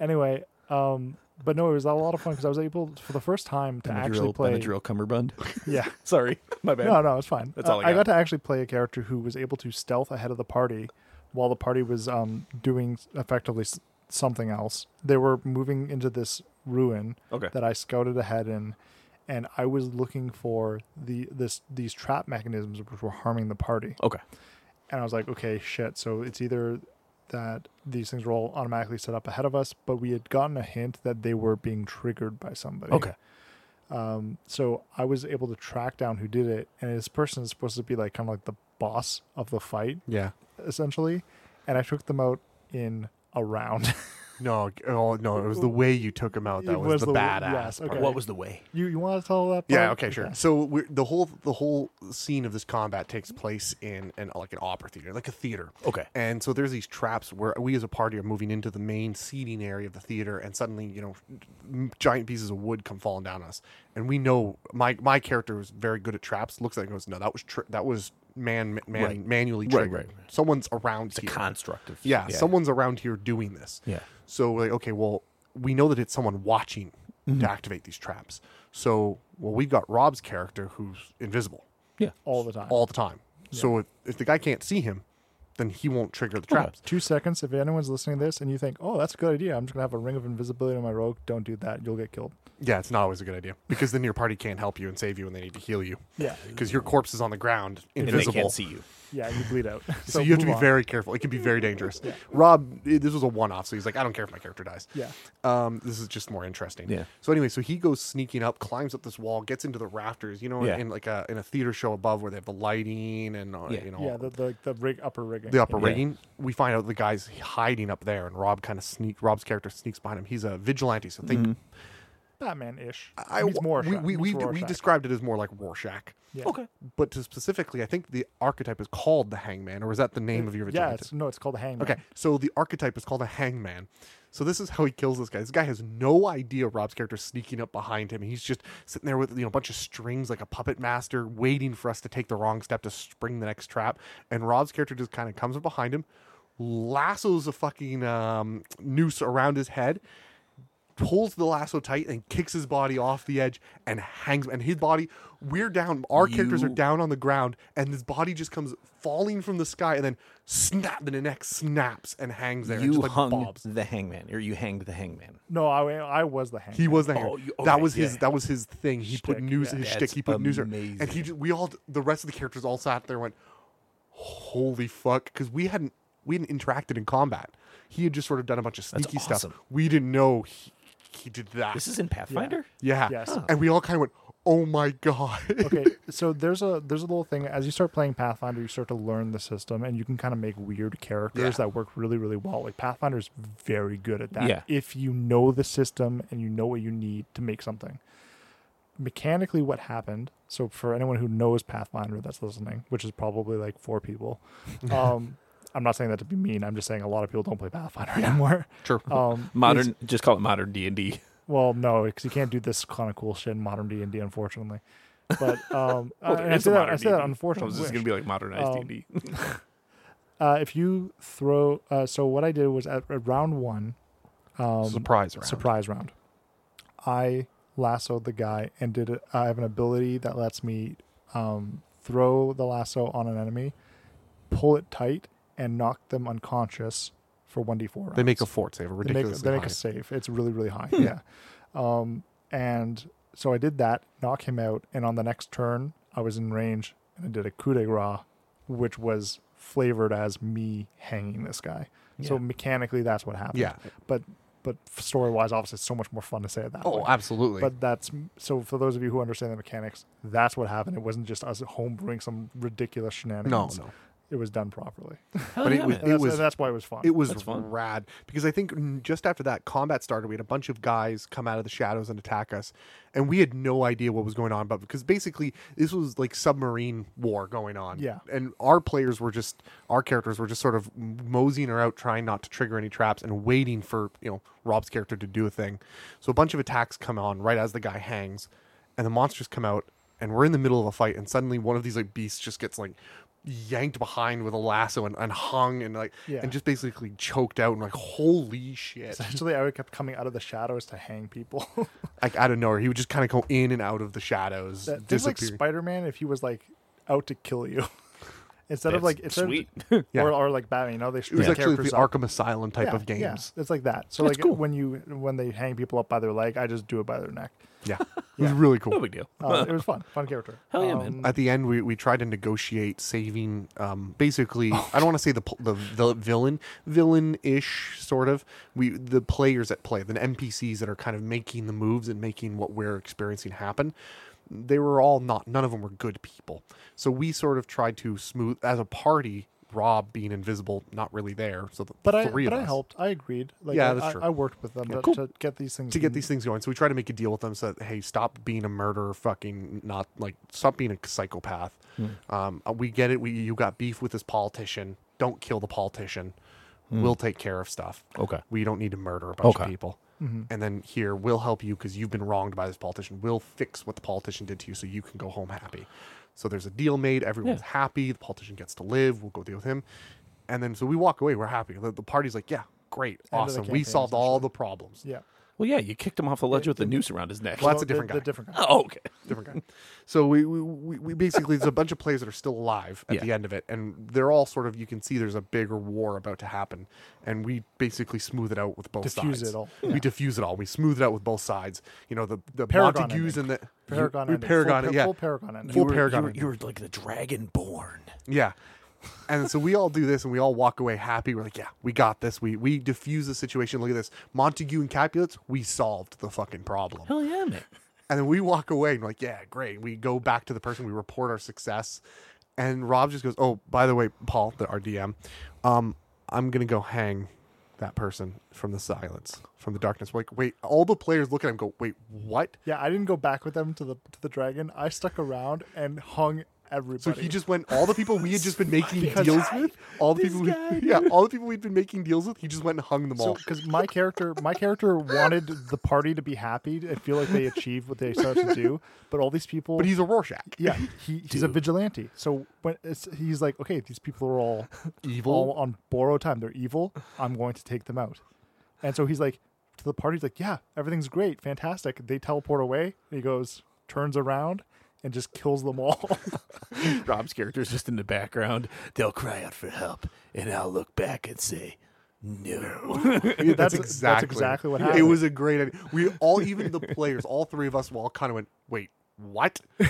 [SPEAKER 2] Anyway, um, but no, it was a lot of fun because I was able for the first time to actually play.
[SPEAKER 3] Benadryl cummerbund.
[SPEAKER 2] Yeah.
[SPEAKER 3] Sorry, my bad.
[SPEAKER 2] No, no, it's fine. Uh,
[SPEAKER 3] That's all I
[SPEAKER 2] I got to actually play a character who was able to stealth ahead of the party while the party was um, doing effectively s- something else. They were moving into this ruin
[SPEAKER 3] Okay.
[SPEAKER 2] that I scouted ahead in, and I was looking for the this these trap mechanisms which were harming the party.
[SPEAKER 3] Okay.
[SPEAKER 2] And I was like, okay, shit. So it's either that these things were all automatically set up ahead of us, but we had gotten a hint that they were being triggered by somebody.
[SPEAKER 3] Okay.
[SPEAKER 2] Um, So I was able to track down who did it, and this person is supposed to be like kind of like the boss of the fight,
[SPEAKER 1] Yeah.
[SPEAKER 2] essentially. And I took them out in a round.
[SPEAKER 1] No, oh no, it was the way you took him out that
[SPEAKER 2] It
[SPEAKER 1] was,
[SPEAKER 2] was
[SPEAKER 1] the,
[SPEAKER 2] the way-
[SPEAKER 1] badass.
[SPEAKER 2] yes,
[SPEAKER 1] part.
[SPEAKER 2] okay.
[SPEAKER 3] What was the way?
[SPEAKER 2] you you want to tell that?
[SPEAKER 1] Yeah.
[SPEAKER 2] part?
[SPEAKER 1] Okay. Sure. So we're, the whole the whole scene of this combat takes place in an like an opera theater, like a theater.
[SPEAKER 3] Okay.
[SPEAKER 1] And so there's these traps where we as a party are moving into the main seating area of the theater, and suddenly you know m- giant pieces of wood come falling down on us, and we know my my character was very good at traps. Looks like it goes no, that was tri- that was man man
[SPEAKER 3] Right.
[SPEAKER 1] manually
[SPEAKER 3] Right,
[SPEAKER 1] triggered.
[SPEAKER 3] right, right.
[SPEAKER 1] Someone's around
[SPEAKER 3] The
[SPEAKER 1] here.
[SPEAKER 3] construct of
[SPEAKER 1] yeah, someone's around here doing this.
[SPEAKER 3] Yeah.
[SPEAKER 1] So we're like, okay, well, we know that it's someone watching to activate these traps. So, well, we've got Rob's character who's invisible
[SPEAKER 3] yeah.
[SPEAKER 2] All the time.
[SPEAKER 1] all the time. So if, if the guy can't see him, then he won't trigger the traps.
[SPEAKER 2] Two seconds. If anyone's listening to this and you think, "Oh, that's a good idea," I'm just gonna have a ring of invisibility on my rogue. Don't do that. You'll get killed.
[SPEAKER 1] Yeah, it's not always a good idea because then your party can't help you and save you, and they need to heal you.
[SPEAKER 2] Yeah.
[SPEAKER 1] because your corpse is on the ground,
[SPEAKER 3] And
[SPEAKER 1] invisible.
[SPEAKER 3] they can't see you.
[SPEAKER 2] Yeah, you bleed out.
[SPEAKER 1] So, you have to
[SPEAKER 2] move
[SPEAKER 1] be
[SPEAKER 2] on.
[SPEAKER 1] very careful. It can be very dangerous. Rob, i- this was a one-off, so he's like, I don't care if my character dies.
[SPEAKER 2] Yeah.
[SPEAKER 1] Um, this is just more interesting.
[SPEAKER 3] Yeah.
[SPEAKER 1] So anyway, so he goes sneaking up, climbs up this wall, gets into the rafters. You know,
[SPEAKER 3] Yeah.
[SPEAKER 1] in like a in a theater show above where they have the lighting and uh,
[SPEAKER 3] Yeah.
[SPEAKER 1] you know
[SPEAKER 2] Yeah, the the, the rig upper rigging.
[SPEAKER 1] the upper
[SPEAKER 3] Yeah.
[SPEAKER 1] rigging. We find out the guy's hiding up there, and Rob kind of sneak. Rob's character sneaks behind him. He's a vigilante, so think
[SPEAKER 3] Mm-hmm.
[SPEAKER 2] Batman ish.
[SPEAKER 1] I
[SPEAKER 2] He's more.
[SPEAKER 1] we we we, we described it as more like Rorschach.
[SPEAKER 2] Yeah.
[SPEAKER 3] Okay.
[SPEAKER 1] But to specifically, I think the archetype is called the Hangman, or is that the name of your
[SPEAKER 2] Yeah,
[SPEAKER 1] vigilante?
[SPEAKER 2] it's, no, it's called the hangman.
[SPEAKER 1] Okay, so the archetype is called a hangman. So this is how he kills this guy. This guy has no idea Rob's character sneaking up behind him. He's just sitting there with you know a bunch of strings like a puppet master, waiting for us to take the wrong step to spring the next trap. And Rob's character just kind of comes up behind him, lassos a fucking um, noose around his head, pulls the lasso tight, and kicks his body off the edge and hangs. And his body, we're down. Our characters are
[SPEAKER 3] You-
[SPEAKER 1] down on the ground, and his body just comes falling from the sky, and then snap. Then the neck snaps and hangs there. and
[SPEAKER 3] You
[SPEAKER 1] just, like,
[SPEAKER 3] hung
[SPEAKER 1] bobs.
[SPEAKER 3] the hangman, or you hanged the hangman.
[SPEAKER 2] No, I I was the hangman.
[SPEAKER 1] He was the hanger.
[SPEAKER 3] Oh, you-
[SPEAKER 1] that
[SPEAKER 3] okay,
[SPEAKER 1] was his.
[SPEAKER 3] yeah.
[SPEAKER 1] That was his thing. He put
[SPEAKER 2] Shtick,
[SPEAKER 1] news.
[SPEAKER 2] yeah.
[SPEAKER 1] His shtick.
[SPEAKER 3] That's
[SPEAKER 1] He put news.
[SPEAKER 3] amazing.
[SPEAKER 1] And he. Just, we all. The rest of the characters all sat there and went, "Holy fuck!" Because we hadn't. We hadn't interacted in combat. He had just sort of done a bunch of sneaky
[SPEAKER 3] awesome.
[SPEAKER 1] stuff. We didn't know he, he did that.
[SPEAKER 3] This is in Pathfinder.
[SPEAKER 1] yeah.
[SPEAKER 2] Yes. Huh.
[SPEAKER 1] And we all kind of went, "Oh my god!"
[SPEAKER 2] okay, so there's a there's a little thing as you start playing Pathfinder, you start to learn the system, and you can kind of make weird characters
[SPEAKER 1] Yeah.
[SPEAKER 2] that work really really well. Like Pathfinder's very good at that.
[SPEAKER 3] Yeah.
[SPEAKER 2] If you know the system and you know what you need to make something. Mechanically, what happened? So for anyone who knows Pathfinder that's listening, which is probably like four people, um, I'm not saying that to be mean. I'm just saying a lot of people don't play Pathfinder anymore.
[SPEAKER 1] Sure.
[SPEAKER 2] Um,
[SPEAKER 3] Modern, just call it modern D and D.
[SPEAKER 2] well, no, because you can't do this kind of cool shit in modern D and D, unfortunately. But um,
[SPEAKER 3] Oh, there
[SPEAKER 2] and I
[SPEAKER 3] is a
[SPEAKER 2] say that,
[SPEAKER 3] modern
[SPEAKER 2] I say that
[SPEAKER 3] D&D. I
[SPEAKER 2] unfortunately.
[SPEAKER 3] was just Oh, gonna be like modernized D
[SPEAKER 2] Um,
[SPEAKER 3] and D.
[SPEAKER 2] uh, if you throw, uh, so what I did was at, at round one,
[SPEAKER 1] Um, Surprise round.
[SPEAKER 2] surprise round, I lassoed the guy and did. it- I have an ability that lets me um, throw the lasso on an enemy, pull it tight, and knock them unconscious for one d four rounds.
[SPEAKER 1] They make a fort save. A
[SPEAKER 2] they make,
[SPEAKER 1] ridiculous.
[SPEAKER 2] they make a save. It's really really high.
[SPEAKER 1] Hmm.
[SPEAKER 2] Yeah. Um, and so I did that, knock him out, and on the next turn I was in range and I did a coup de grace, which was flavored as me hanging this guy. So
[SPEAKER 3] Yeah.
[SPEAKER 2] mechanically, that's what happened.
[SPEAKER 1] Yeah.
[SPEAKER 2] But but story wise, obviously, it's so much more fun to say it that.
[SPEAKER 1] Oh,
[SPEAKER 2] way.
[SPEAKER 1] absolutely.
[SPEAKER 2] But that's so. For those of you who understand the mechanics, that's what happened. It wasn't just us at home brewing some ridiculous
[SPEAKER 1] no,
[SPEAKER 2] shenanigans.
[SPEAKER 1] no.
[SPEAKER 2] It was done properly.
[SPEAKER 1] But it, was-
[SPEAKER 2] And
[SPEAKER 1] it
[SPEAKER 2] that's,
[SPEAKER 1] was
[SPEAKER 2] that's why it was fun.
[SPEAKER 1] It was
[SPEAKER 3] That's fun.
[SPEAKER 1] rad because I think mm, just after that combat started, we had a bunch of guys come out of the shadows and attack us, and we had no idea what was going on. But because basically this was like submarine war going on,
[SPEAKER 2] Yeah.
[SPEAKER 1] and our players were just our characters were just sort of moseying around, trying not to trigger any traps and waiting for you know Rob's character to do a thing. So a bunch of attacks come on right as the guy hangs, and the monsters come out. And we're in the middle of a fight, and suddenly one of these like beasts just gets like yanked behind with a lasso and, and hung and like
[SPEAKER 2] Yeah.
[SPEAKER 1] and just basically choked out and like holy shit
[SPEAKER 2] Essentially, I kept coming out of the shadows to hang people.
[SPEAKER 1] like out of nowhere he would just kind of go in and out of the shadows
[SPEAKER 2] that things like
[SPEAKER 1] disappear
[SPEAKER 2] Spider Man, if he was like out to kill you, instead of
[SPEAKER 3] That's
[SPEAKER 2] like instead
[SPEAKER 3] sweet.
[SPEAKER 2] Of,
[SPEAKER 1] Yeah.
[SPEAKER 2] or, or like Batman. You know, they
[SPEAKER 1] It
[SPEAKER 2] shoot
[SPEAKER 1] was
[SPEAKER 2] the
[SPEAKER 1] actually the
[SPEAKER 2] characters up.
[SPEAKER 1] Arkham Asylum type of
[SPEAKER 2] Yeah,
[SPEAKER 1] games.
[SPEAKER 2] Yeah, it's like that. So
[SPEAKER 3] That's
[SPEAKER 2] like
[SPEAKER 3] cool.
[SPEAKER 2] when you when they hang people up by their leg, I just do it by their neck.
[SPEAKER 1] Yeah, it was really cool.
[SPEAKER 3] No big deal.
[SPEAKER 2] Uh, it was fun, fun character. Um,
[SPEAKER 3] Hell yeah, man.
[SPEAKER 1] at the end we, we tried to negotiate saving um, basically
[SPEAKER 2] Oh.
[SPEAKER 1] i don't want to say the, pl- the the villain villain-ish sort of we the players at play the npcs that are kind of making the moves and making what we're experiencing happen they were all not none of them were good people so we sort of tried to smooth as a party rob being invisible not really there so the
[SPEAKER 2] But I
[SPEAKER 1] three
[SPEAKER 2] but
[SPEAKER 1] of
[SPEAKER 2] I
[SPEAKER 1] us
[SPEAKER 2] helped. I agreed. Like,
[SPEAKER 1] Yeah,
[SPEAKER 2] I,
[SPEAKER 1] that's
[SPEAKER 2] I-
[SPEAKER 1] true.
[SPEAKER 2] I worked with them to,
[SPEAKER 1] cool.
[SPEAKER 2] to get these things
[SPEAKER 1] to get
[SPEAKER 2] in-
[SPEAKER 1] these things going. So we try to make a deal with them so that hey, stop being a murderer, fucking not like stop being a psychopath.
[SPEAKER 2] Hmm.
[SPEAKER 1] Um, uh, we get it. We you got beef with this politician. Don't kill the politician.
[SPEAKER 2] Hmm.
[SPEAKER 1] We'll take care of stuff.
[SPEAKER 3] Okay.
[SPEAKER 1] We don't need to murder a bunch of
[SPEAKER 3] Okay.
[SPEAKER 1] people.
[SPEAKER 2] Mm-hmm.
[SPEAKER 1] And then here we'll help you because you've been wronged by this politician. We'll fix what the politician did to you so you can go home happy. So there's a deal made. Everyone's happy. The politician gets to live. We'll go deal with him. And then so we walk away. We're happy. The, the party's like, yeah, great,
[SPEAKER 2] End of the
[SPEAKER 1] awesome. We
[SPEAKER 2] campaign,
[SPEAKER 1] solved all the problems.
[SPEAKER 2] Yeah,
[SPEAKER 3] Well, yeah, you kicked him off the ledge with a noose around his neck.
[SPEAKER 1] Well, that's
[SPEAKER 2] So
[SPEAKER 1] a different
[SPEAKER 2] the, the
[SPEAKER 1] guy.
[SPEAKER 2] different guy.
[SPEAKER 3] Oh, okay.
[SPEAKER 1] different guy. So we, we- we we basically there's a bunch of players that are still alive at
[SPEAKER 3] Yeah.
[SPEAKER 1] the end of it, and they're all sort of you can see there's a bigger war about to happen, and we basically smooth it out with both
[SPEAKER 2] Diffuse
[SPEAKER 1] sides.
[SPEAKER 2] it all.
[SPEAKER 1] We diffuse it all. We smooth it out with both sides. You know the the
[SPEAKER 2] Paragon
[SPEAKER 1] Montagues and the
[SPEAKER 2] Paragon.
[SPEAKER 1] we
[SPEAKER 2] ending.
[SPEAKER 1] Paragon
[SPEAKER 2] Full,
[SPEAKER 1] it,
[SPEAKER 2] pa-
[SPEAKER 1] yeah
[SPEAKER 2] Full paragon. Ending.
[SPEAKER 1] Full
[SPEAKER 3] you were,
[SPEAKER 1] paragon
[SPEAKER 3] You were,
[SPEAKER 1] ending.
[SPEAKER 3] you were like the dragonborn.
[SPEAKER 1] yeah. And so we all do this, and we all walk away happy. We're like, yeah, we got this. We we diffuse the situation. Look at this, Montague and Capulets. We solved the fucking problem.
[SPEAKER 3] Hell yeah, man.
[SPEAKER 1] And then we walk away and we're like, yeah, great. We go back to the person, we report our success. And Rob just goes, oh, by the way, Paul, the RDM, um, I'm going to go hang that person from the silence, from the darkness. We're like, wait, all the players look at him and go, wait, what?
[SPEAKER 2] Yeah, I didn't go back with them to the to the dragon. I stuck around and hung
[SPEAKER 1] So
[SPEAKER 2] everybody.
[SPEAKER 1] he just went all the people we had just been making deals with, all the people, we, yeah, all the people we'd been making deals with. He just went and hung them all.
[SPEAKER 2] because my character my character wanted the party to be happy and feel like they achieved what they started to do, but all these people.
[SPEAKER 1] But he's a Rorschach,
[SPEAKER 2] yeah, he, he's a vigilante. So when it's, he's like, okay, these people are all all
[SPEAKER 1] evil.
[SPEAKER 2] on borrowed time. They're evil. I'm going to take them out. And so he's like to the party, he's like, yeah, everything's great, fantastic. They teleport away. And he goes, turns around, and just kills them all.
[SPEAKER 3] Rob's character's just in the background. They'll cry out for help, and I'll look back and say, "No."
[SPEAKER 1] Yeah,
[SPEAKER 2] that's- that's exactly what
[SPEAKER 1] It
[SPEAKER 2] happened.
[SPEAKER 1] was a great idea. We all, even the players, all three of us, we all kind of went, wait, what?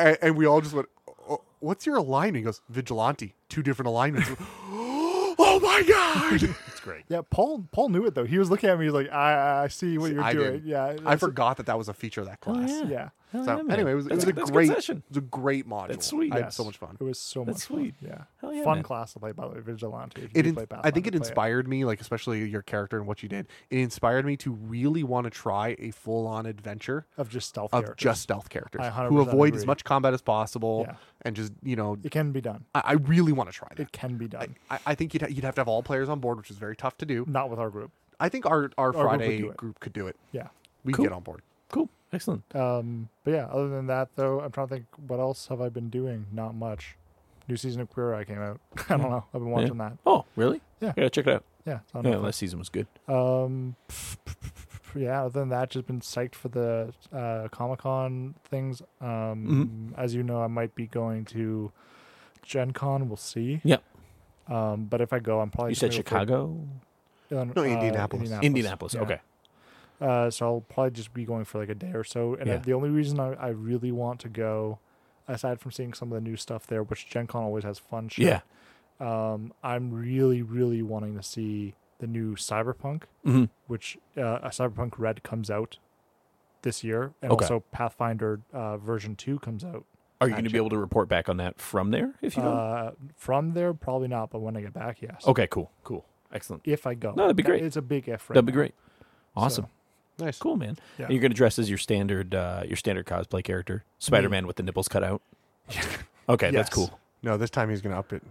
[SPEAKER 1] And, and we all just went, "Oh, what's your alignment? He goes, vigilante. Two different alignments. oh my God. It's great.
[SPEAKER 2] yeah, Paul. Paul knew it though. He was looking at me. He's like, I, I see what you're
[SPEAKER 1] I
[SPEAKER 2] doing.
[SPEAKER 1] did.
[SPEAKER 2] Yeah,
[SPEAKER 1] I
[SPEAKER 2] that's-
[SPEAKER 1] forgot that that was a feature of that class.
[SPEAKER 2] Yeah,
[SPEAKER 3] yeah. Hell
[SPEAKER 1] So
[SPEAKER 3] yeah, man.
[SPEAKER 1] anyway, it was, it was
[SPEAKER 3] That's a-
[SPEAKER 1] a
[SPEAKER 3] that's a good
[SPEAKER 1] great,
[SPEAKER 3] session.
[SPEAKER 1] it was a great module.
[SPEAKER 3] That's sweet.
[SPEAKER 1] I had
[SPEAKER 2] yes.
[SPEAKER 1] so much fun.
[SPEAKER 2] It was so
[SPEAKER 3] That's
[SPEAKER 2] much
[SPEAKER 3] sweet.
[SPEAKER 2] Fun. Yeah,
[SPEAKER 3] Hell yeah,
[SPEAKER 2] fun
[SPEAKER 3] man.
[SPEAKER 2] class to play. By the way, vigilante. If you
[SPEAKER 1] It
[SPEAKER 2] do
[SPEAKER 1] in-
[SPEAKER 2] play
[SPEAKER 1] I think
[SPEAKER 2] Pathfinder,
[SPEAKER 1] it
[SPEAKER 2] play
[SPEAKER 1] inspired me, like especially your character and what you did. It inspired me to really want to try a full-on adventure
[SPEAKER 2] of just stealth.
[SPEAKER 1] of
[SPEAKER 2] characters.
[SPEAKER 1] just stealth characters
[SPEAKER 2] I
[SPEAKER 1] who
[SPEAKER 2] 100%
[SPEAKER 1] avoid as
[SPEAKER 2] agree.
[SPEAKER 1] much combat as possible
[SPEAKER 2] Yeah.
[SPEAKER 1] and just you know
[SPEAKER 2] it can be done.
[SPEAKER 1] I, I really want to try that.
[SPEAKER 2] It can be done.
[SPEAKER 1] I, I think you'd, ha- you'd have to have all players on board, which is very tough to do.
[SPEAKER 2] Not with our group.
[SPEAKER 1] I think our, our,
[SPEAKER 2] Mm. group would
[SPEAKER 1] Friday
[SPEAKER 2] do it.
[SPEAKER 1] group could do it.
[SPEAKER 2] Yeah.
[SPEAKER 1] We can
[SPEAKER 3] Cool.
[SPEAKER 1] get on board.
[SPEAKER 3] Cool. Excellent.
[SPEAKER 2] Um, but yeah, other than that, though, I'm trying to think what else have I been doing? Not much. New season of Queer Eye came out. I don't know. I've been watching
[SPEAKER 3] Hmm. Yeah.
[SPEAKER 2] that.
[SPEAKER 3] Oh, really?
[SPEAKER 2] Yeah.
[SPEAKER 3] Yeah. Check it out.
[SPEAKER 2] Yeah. It's on
[SPEAKER 3] Yeah,
[SPEAKER 2] Netflix.
[SPEAKER 3] last season was good.
[SPEAKER 2] Um, yeah. Other than that, just been psyched for the uh, Comic Con things. Um,
[SPEAKER 3] Mm-hmm.
[SPEAKER 2] as you know, I might be going to Gen Con. We'll see.
[SPEAKER 3] Yep.
[SPEAKER 2] Um, but if I go, I'm probably
[SPEAKER 3] You
[SPEAKER 2] just
[SPEAKER 3] said
[SPEAKER 2] gonna go for-
[SPEAKER 3] Chicago,
[SPEAKER 2] Illinois-
[SPEAKER 1] No,
[SPEAKER 2] uh,
[SPEAKER 1] Indianapolis.
[SPEAKER 3] Indianapolis.
[SPEAKER 2] yeah.
[SPEAKER 3] Okay.
[SPEAKER 2] Uh, so I'll probably just be going for like a day or so. And I-
[SPEAKER 3] Yeah.
[SPEAKER 2] the only reason I, I really want to go, aside from seeing some of the new stuff there, which Gen Con always has fun shit,
[SPEAKER 3] Yeah.
[SPEAKER 2] um, I'm really, really wanting to see the new Cyberpunk,
[SPEAKER 3] hmm
[SPEAKER 2] which uh, a Cyberpunk Red comes out this year, and
[SPEAKER 3] Okay.
[SPEAKER 2] also Pathfinder uh, version two comes out.
[SPEAKER 3] Are you going to be able to report back on that from there if you go?
[SPEAKER 2] Uh, from there, probably not, but when I get back, yes.
[SPEAKER 3] okay. Cool. Cool. Excellent.
[SPEAKER 2] If I go,
[SPEAKER 3] No, that'd be great.
[SPEAKER 2] It's a big if. Right
[SPEAKER 3] That'd be
[SPEAKER 2] now.
[SPEAKER 3] great. Awesome.
[SPEAKER 1] Nice.
[SPEAKER 3] Cool, man.
[SPEAKER 2] Yeah.
[SPEAKER 3] And you're going to dress as your standard, uh, your standard cosplay character, Spider Man with the nipples cut out. Okay,
[SPEAKER 2] Yes.
[SPEAKER 3] that's cool.
[SPEAKER 1] No, this time he's going to up it.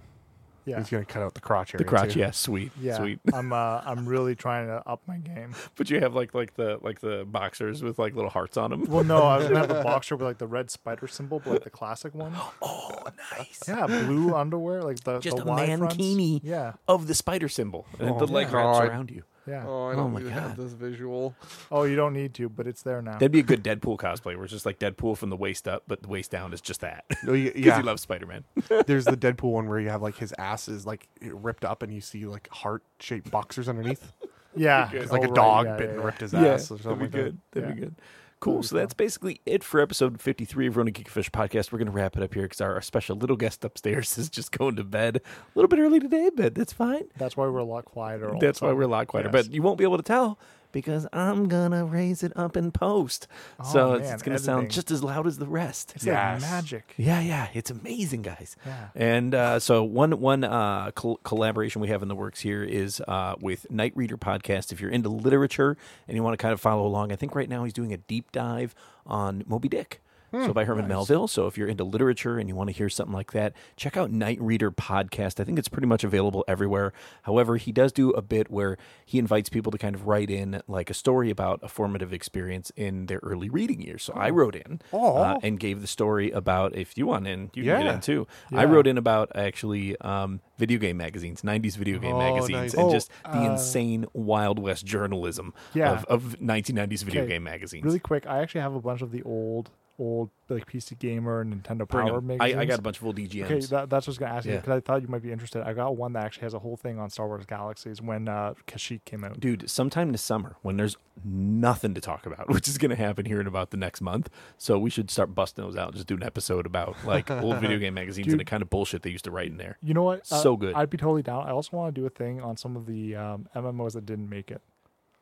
[SPEAKER 2] Yeah.
[SPEAKER 1] He's going to cut out the crotch area.
[SPEAKER 3] The crotch,
[SPEAKER 1] too.
[SPEAKER 3] yeah, sweet,
[SPEAKER 2] Yeah,
[SPEAKER 3] sweet.
[SPEAKER 2] I'm uh, I'm really trying to up my game.
[SPEAKER 3] But you have like like the like the boxers with like little hearts on them.
[SPEAKER 2] Well, no, I was gonna have the boxer with like the red spider symbol, but like the classic one.
[SPEAKER 3] Oh, nice!
[SPEAKER 2] Yeah, blue underwear, like the
[SPEAKER 3] Just
[SPEAKER 2] the
[SPEAKER 3] a
[SPEAKER 2] Y fronts.
[SPEAKER 3] mankini.
[SPEAKER 2] Yeah,
[SPEAKER 3] Of the spider symbol, and
[SPEAKER 1] Oh,
[SPEAKER 3] the leg
[SPEAKER 1] yeah.
[SPEAKER 3] wraps
[SPEAKER 1] God.
[SPEAKER 3] around you.
[SPEAKER 2] Yeah. Oh.
[SPEAKER 1] Oh, I
[SPEAKER 3] Oh
[SPEAKER 1] don't
[SPEAKER 3] my
[SPEAKER 1] even have this visual.
[SPEAKER 2] you don't need to, but it's there now.
[SPEAKER 3] That'd be a good Deadpool cosplay where it's just like Deadpool from the waist up, but the waist down is just that. Because
[SPEAKER 1] No, you,
[SPEAKER 3] he loves Spider Man.
[SPEAKER 1] There's the Deadpool one where you have like his ass is like ripped up and you see like heart shaped boxers underneath.
[SPEAKER 2] yeah.
[SPEAKER 1] It's like
[SPEAKER 2] Oh,
[SPEAKER 1] a
[SPEAKER 2] right,
[SPEAKER 1] dog
[SPEAKER 2] yeah,
[SPEAKER 1] bit
[SPEAKER 2] yeah,
[SPEAKER 1] and
[SPEAKER 2] yeah.
[SPEAKER 1] ripped his
[SPEAKER 3] Yeah,
[SPEAKER 1] ass or something.
[SPEAKER 3] that'd be
[SPEAKER 1] like
[SPEAKER 3] good.
[SPEAKER 1] That.
[SPEAKER 3] That'd be good. Cool. So that's basically it for episode 53 of Ronan Geekfish podcast. We're going to wrap it up here because our, our special little guest upstairs is just going to bed a little bit early today, but that's fine.
[SPEAKER 2] That's why we're a lot quieter. all
[SPEAKER 3] That's
[SPEAKER 2] the
[SPEAKER 3] why
[SPEAKER 2] time.
[SPEAKER 3] we're a lot quieter.
[SPEAKER 2] Yes.
[SPEAKER 3] But you won't be able to tell because I'm gonna raise it up in post. so
[SPEAKER 2] Oh,
[SPEAKER 3] it's-
[SPEAKER 2] man,
[SPEAKER 3] it's gonna sound
[SPEAKER 2] editing.
[SPEAKER 3] just as loud as the rest.
[SPEAKER 2] It's like
[SPEAKER 1] Yes.
[SPEAKER 2] magic.
[SPEAKER 3] Yeah, yeah, it's amazing, guys.
[SPEAKER 2] Yeah.
[SPEAKER 3] And uh, so one one uh, col- collaboration we have in the works here is uh, with Night Reader Podcast. If you're into literature and you want to kind of follow along, I think right now he's doing a deep dive on Moby Dick. So by Herman Melville. So if you're into literature and you want to hear something like that, check out Night Reader podcast. I think it's pretty much available everywhere. However, he does do a bit where he invites people to kind of write in like a story about a formative experience in their early reading years. So I wrote in uh, and gave the story about if you want in, you can get
[SPEAKER 1] Yeah.
[SPEAKER 3] in too. I wrote in about actually um, video game magazines, 90s video game
[SPEAKER 1] Oh,
[SPEAKER 3] magazines,
[SPEAKER 1] nice.
[SPEAKER 3] and
[SPEAKER 2] Oh,
[SPEAKER 3] just the insane Wild West journalism
[SPEAKER 2] Yeah.
[SPEAKER 3] of, of 1990s video
[SPEAKER 2] Okay,
[SPEAKER 3] game magazines.
[SPEAKER 2] Really quick, I actually have a bunch of the old, old like PC Gamer and Nintendo
[SPEAKER 3] Bring
[SPEAKER 2] Power
[SPEAKER 3] 'em. I,
[SPEAKER 2] magazines.
[SPEAKER 3] I got a bunch of old DGMs.
[SPEAKER 2] Okay, that, that's what I was gonna ask you
[SPEAKER 3] Yeah.
[SPEAKER 2] because I thought you might be interested. I got one that actually has a whole thing on Star Wars Galaxies when uh, Kashyyyk came out.
[SPEAKER 3] Dude, sometime this summer when there's nothing to talk about, which is going to happen here in about the next month. So we should start busting those out and just do an episode about like old video game magazines and the kind of bullshit they used to write in there.
[SPEAKER 2] You know what? Uh,
[SPEAKER 3] So good.
[SPEAKER 2] I'd be totally down. I also want to do a thing on some of the um, MMOs that didn't make it.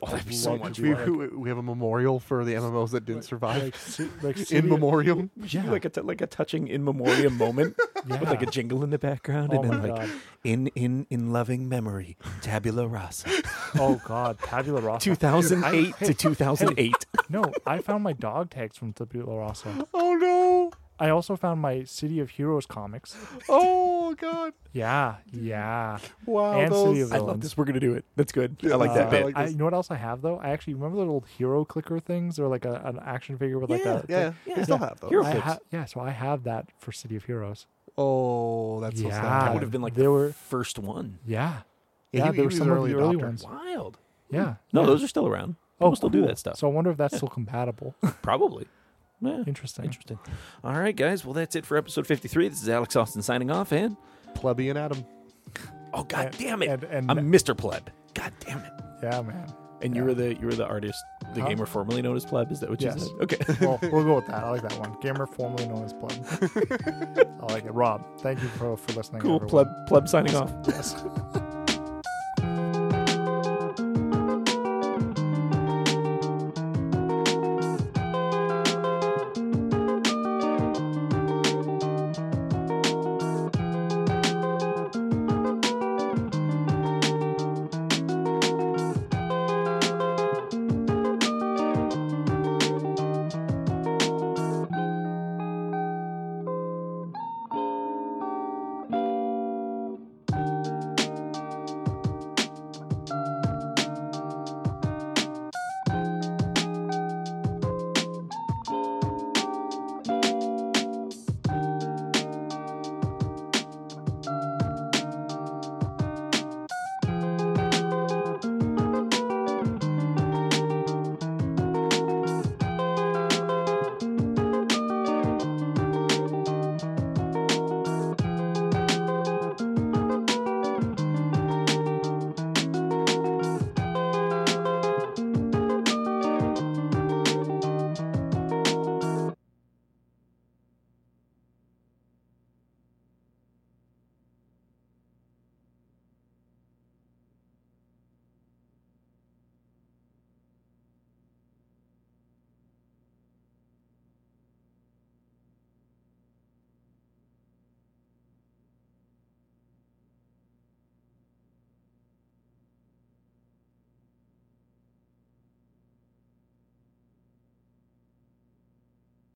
[SPEAKER 3] Oh, that'd be
[SPEAKER 2] I'd
[SPEAKER 3] so
[SPEAKER 2] love to
[SPEAKER 3] much
[SPEAKER 2] do
[SPEAKER 1] We,
[SPEAKER 2] that.
[SPEAKER 3] fun.
[SPEAKER 1] we, we have a memorial for the MMOs that didn't survive.
[SPEAKER 2] Like, si- like
[SPEAKER 1] In
[SPEAKER 2] City-
[SPEAKER 1] memoriam.
[SPEAKER 3] We should do like a t- like a touching in memoriam moment
[SPEAKER 2] Yeah.
[SPEAKER 3] with like a jingle in the background
[SPEAKER 2] Oh
[SPEAKER 3] and then
[SPEAKER 2] my
[SPEAKER 3] like
[SPEAKER 2] God.
[SPEAKER 3] in in in loving memory tabula rasa
[SPEAKER 2] oh god, Tabula Rasa.
[SPEAKER 3] 2008 to 2008
[SPEAKER 2] no, I found my dog tags from Tabula Rasa.
[SPEAKER 1] Oh no.
[SPEAKER 2] I also found my City of Heroes comics.
[SPEAKER 1] Oh god.
[SPEAKER 2] Yeah, yeah.
[SPEAKER 1] Wow.
[SPEAKER 2] And
[SPEAKER 1] those.
[SPEAKER 2] City of
[SPEAKER 3] I love
[SPEAKER 2] Villains.
[SPEAKER 3] this we're going to do it that's good I like that
[SPEAKER 1] Uh,
[SPEAKER 3] bit
[SPEAKER 1] like
[SPEAKER 2] I,
[SPEAKER 1] this.
[SPEAKER 2] you know what else I have though? I actually remember the little hero clicker things, or like a, an action figure with like
[SPEAKER 3] Yeah,
[SPEAKER 2] a
[SPEAKER 1] yeah,
[SPEAKER 3] Yeah.
[SPEAKER 1] we still have those.
[SPEAKER 3] You're-
[SPEAKER 2] I
[SPEAKER 3] Clips.
[SPEAKER 2] ha- yeah, so I have that for City of Heroes.
[SPEAKER 1] Oh, that's so sad.
[SPEAKER 3] that would have been like
[SPEAKER 2] They
[SPEAKER 3] the
[SPEAKER 2] were-
[SPEAKER 3] first one
[SPEAKER 2] Yeah,
[SPEAKER 1] Yeah,
[SPEAKER 2] yeah,
[SPEAKER 1] he-
[SPEAKER 2] they
[SPEAKER 1] he
[SPEAKER 2] were
[SPEAKER 1] was
[SPEAKER 2] some
[SPEAKER 1] an
[SPEAKER 2] of
[SPEAKER 1] early
[SPEAKER 2] the early
[SPEAKER 1] adopter.
[SPEAKER 2] ones.
[SPEAKER 3] wild
[SPEAKER 2] Yeah,
[SPEAKER 3] Hmm. no
[SPEAKER 2] yeah. Oh,
[SPEAKER 3] those are still around people still do
[SPEAKER 2] cool.
[SPEAKER 3] that stuff
[SPEAKER 2] So I wonder if that's still compatible.
[SPEAKER 3] probably yeah.
[SPEAKER 2] Interesting.
[SPEAKER 3] interesting all right guys well that's it for episode 53 this is Alex Austin signing off and
[SPEAKER 1] Plebeian Adam.
[SPEAKER 3] oh god
[SPEAKER 2] And-
[SPEAKER 3] damn it
[SPEAKER 2] and- and-
[SPEAKER 3] I'm Mr. Pleb god damn it
[SPEAKER 2] Yeah, man.
[SPEAKER 3] and you
[SPEAKER 2] Yeah.
[SPEAKER 3] were the you were the artist the
[SPEAKER 2] Huh?
[SPEAKER 3] gamer formerly known as Pleb is that what you
[SPEAKER 2] Yes.
[SPEAKER 3] said okay
[SPEAKER 2] Well, we'll go with that. I like that one. Gamer formerly known as Pleb. I like it. Rob, thank you for, for listening.
[SPEAKER 3] cool
[SPEAKER 2] everyone.
[SPEAKER 3] pleb pleb signing off
[SPEAKER 2] Yes.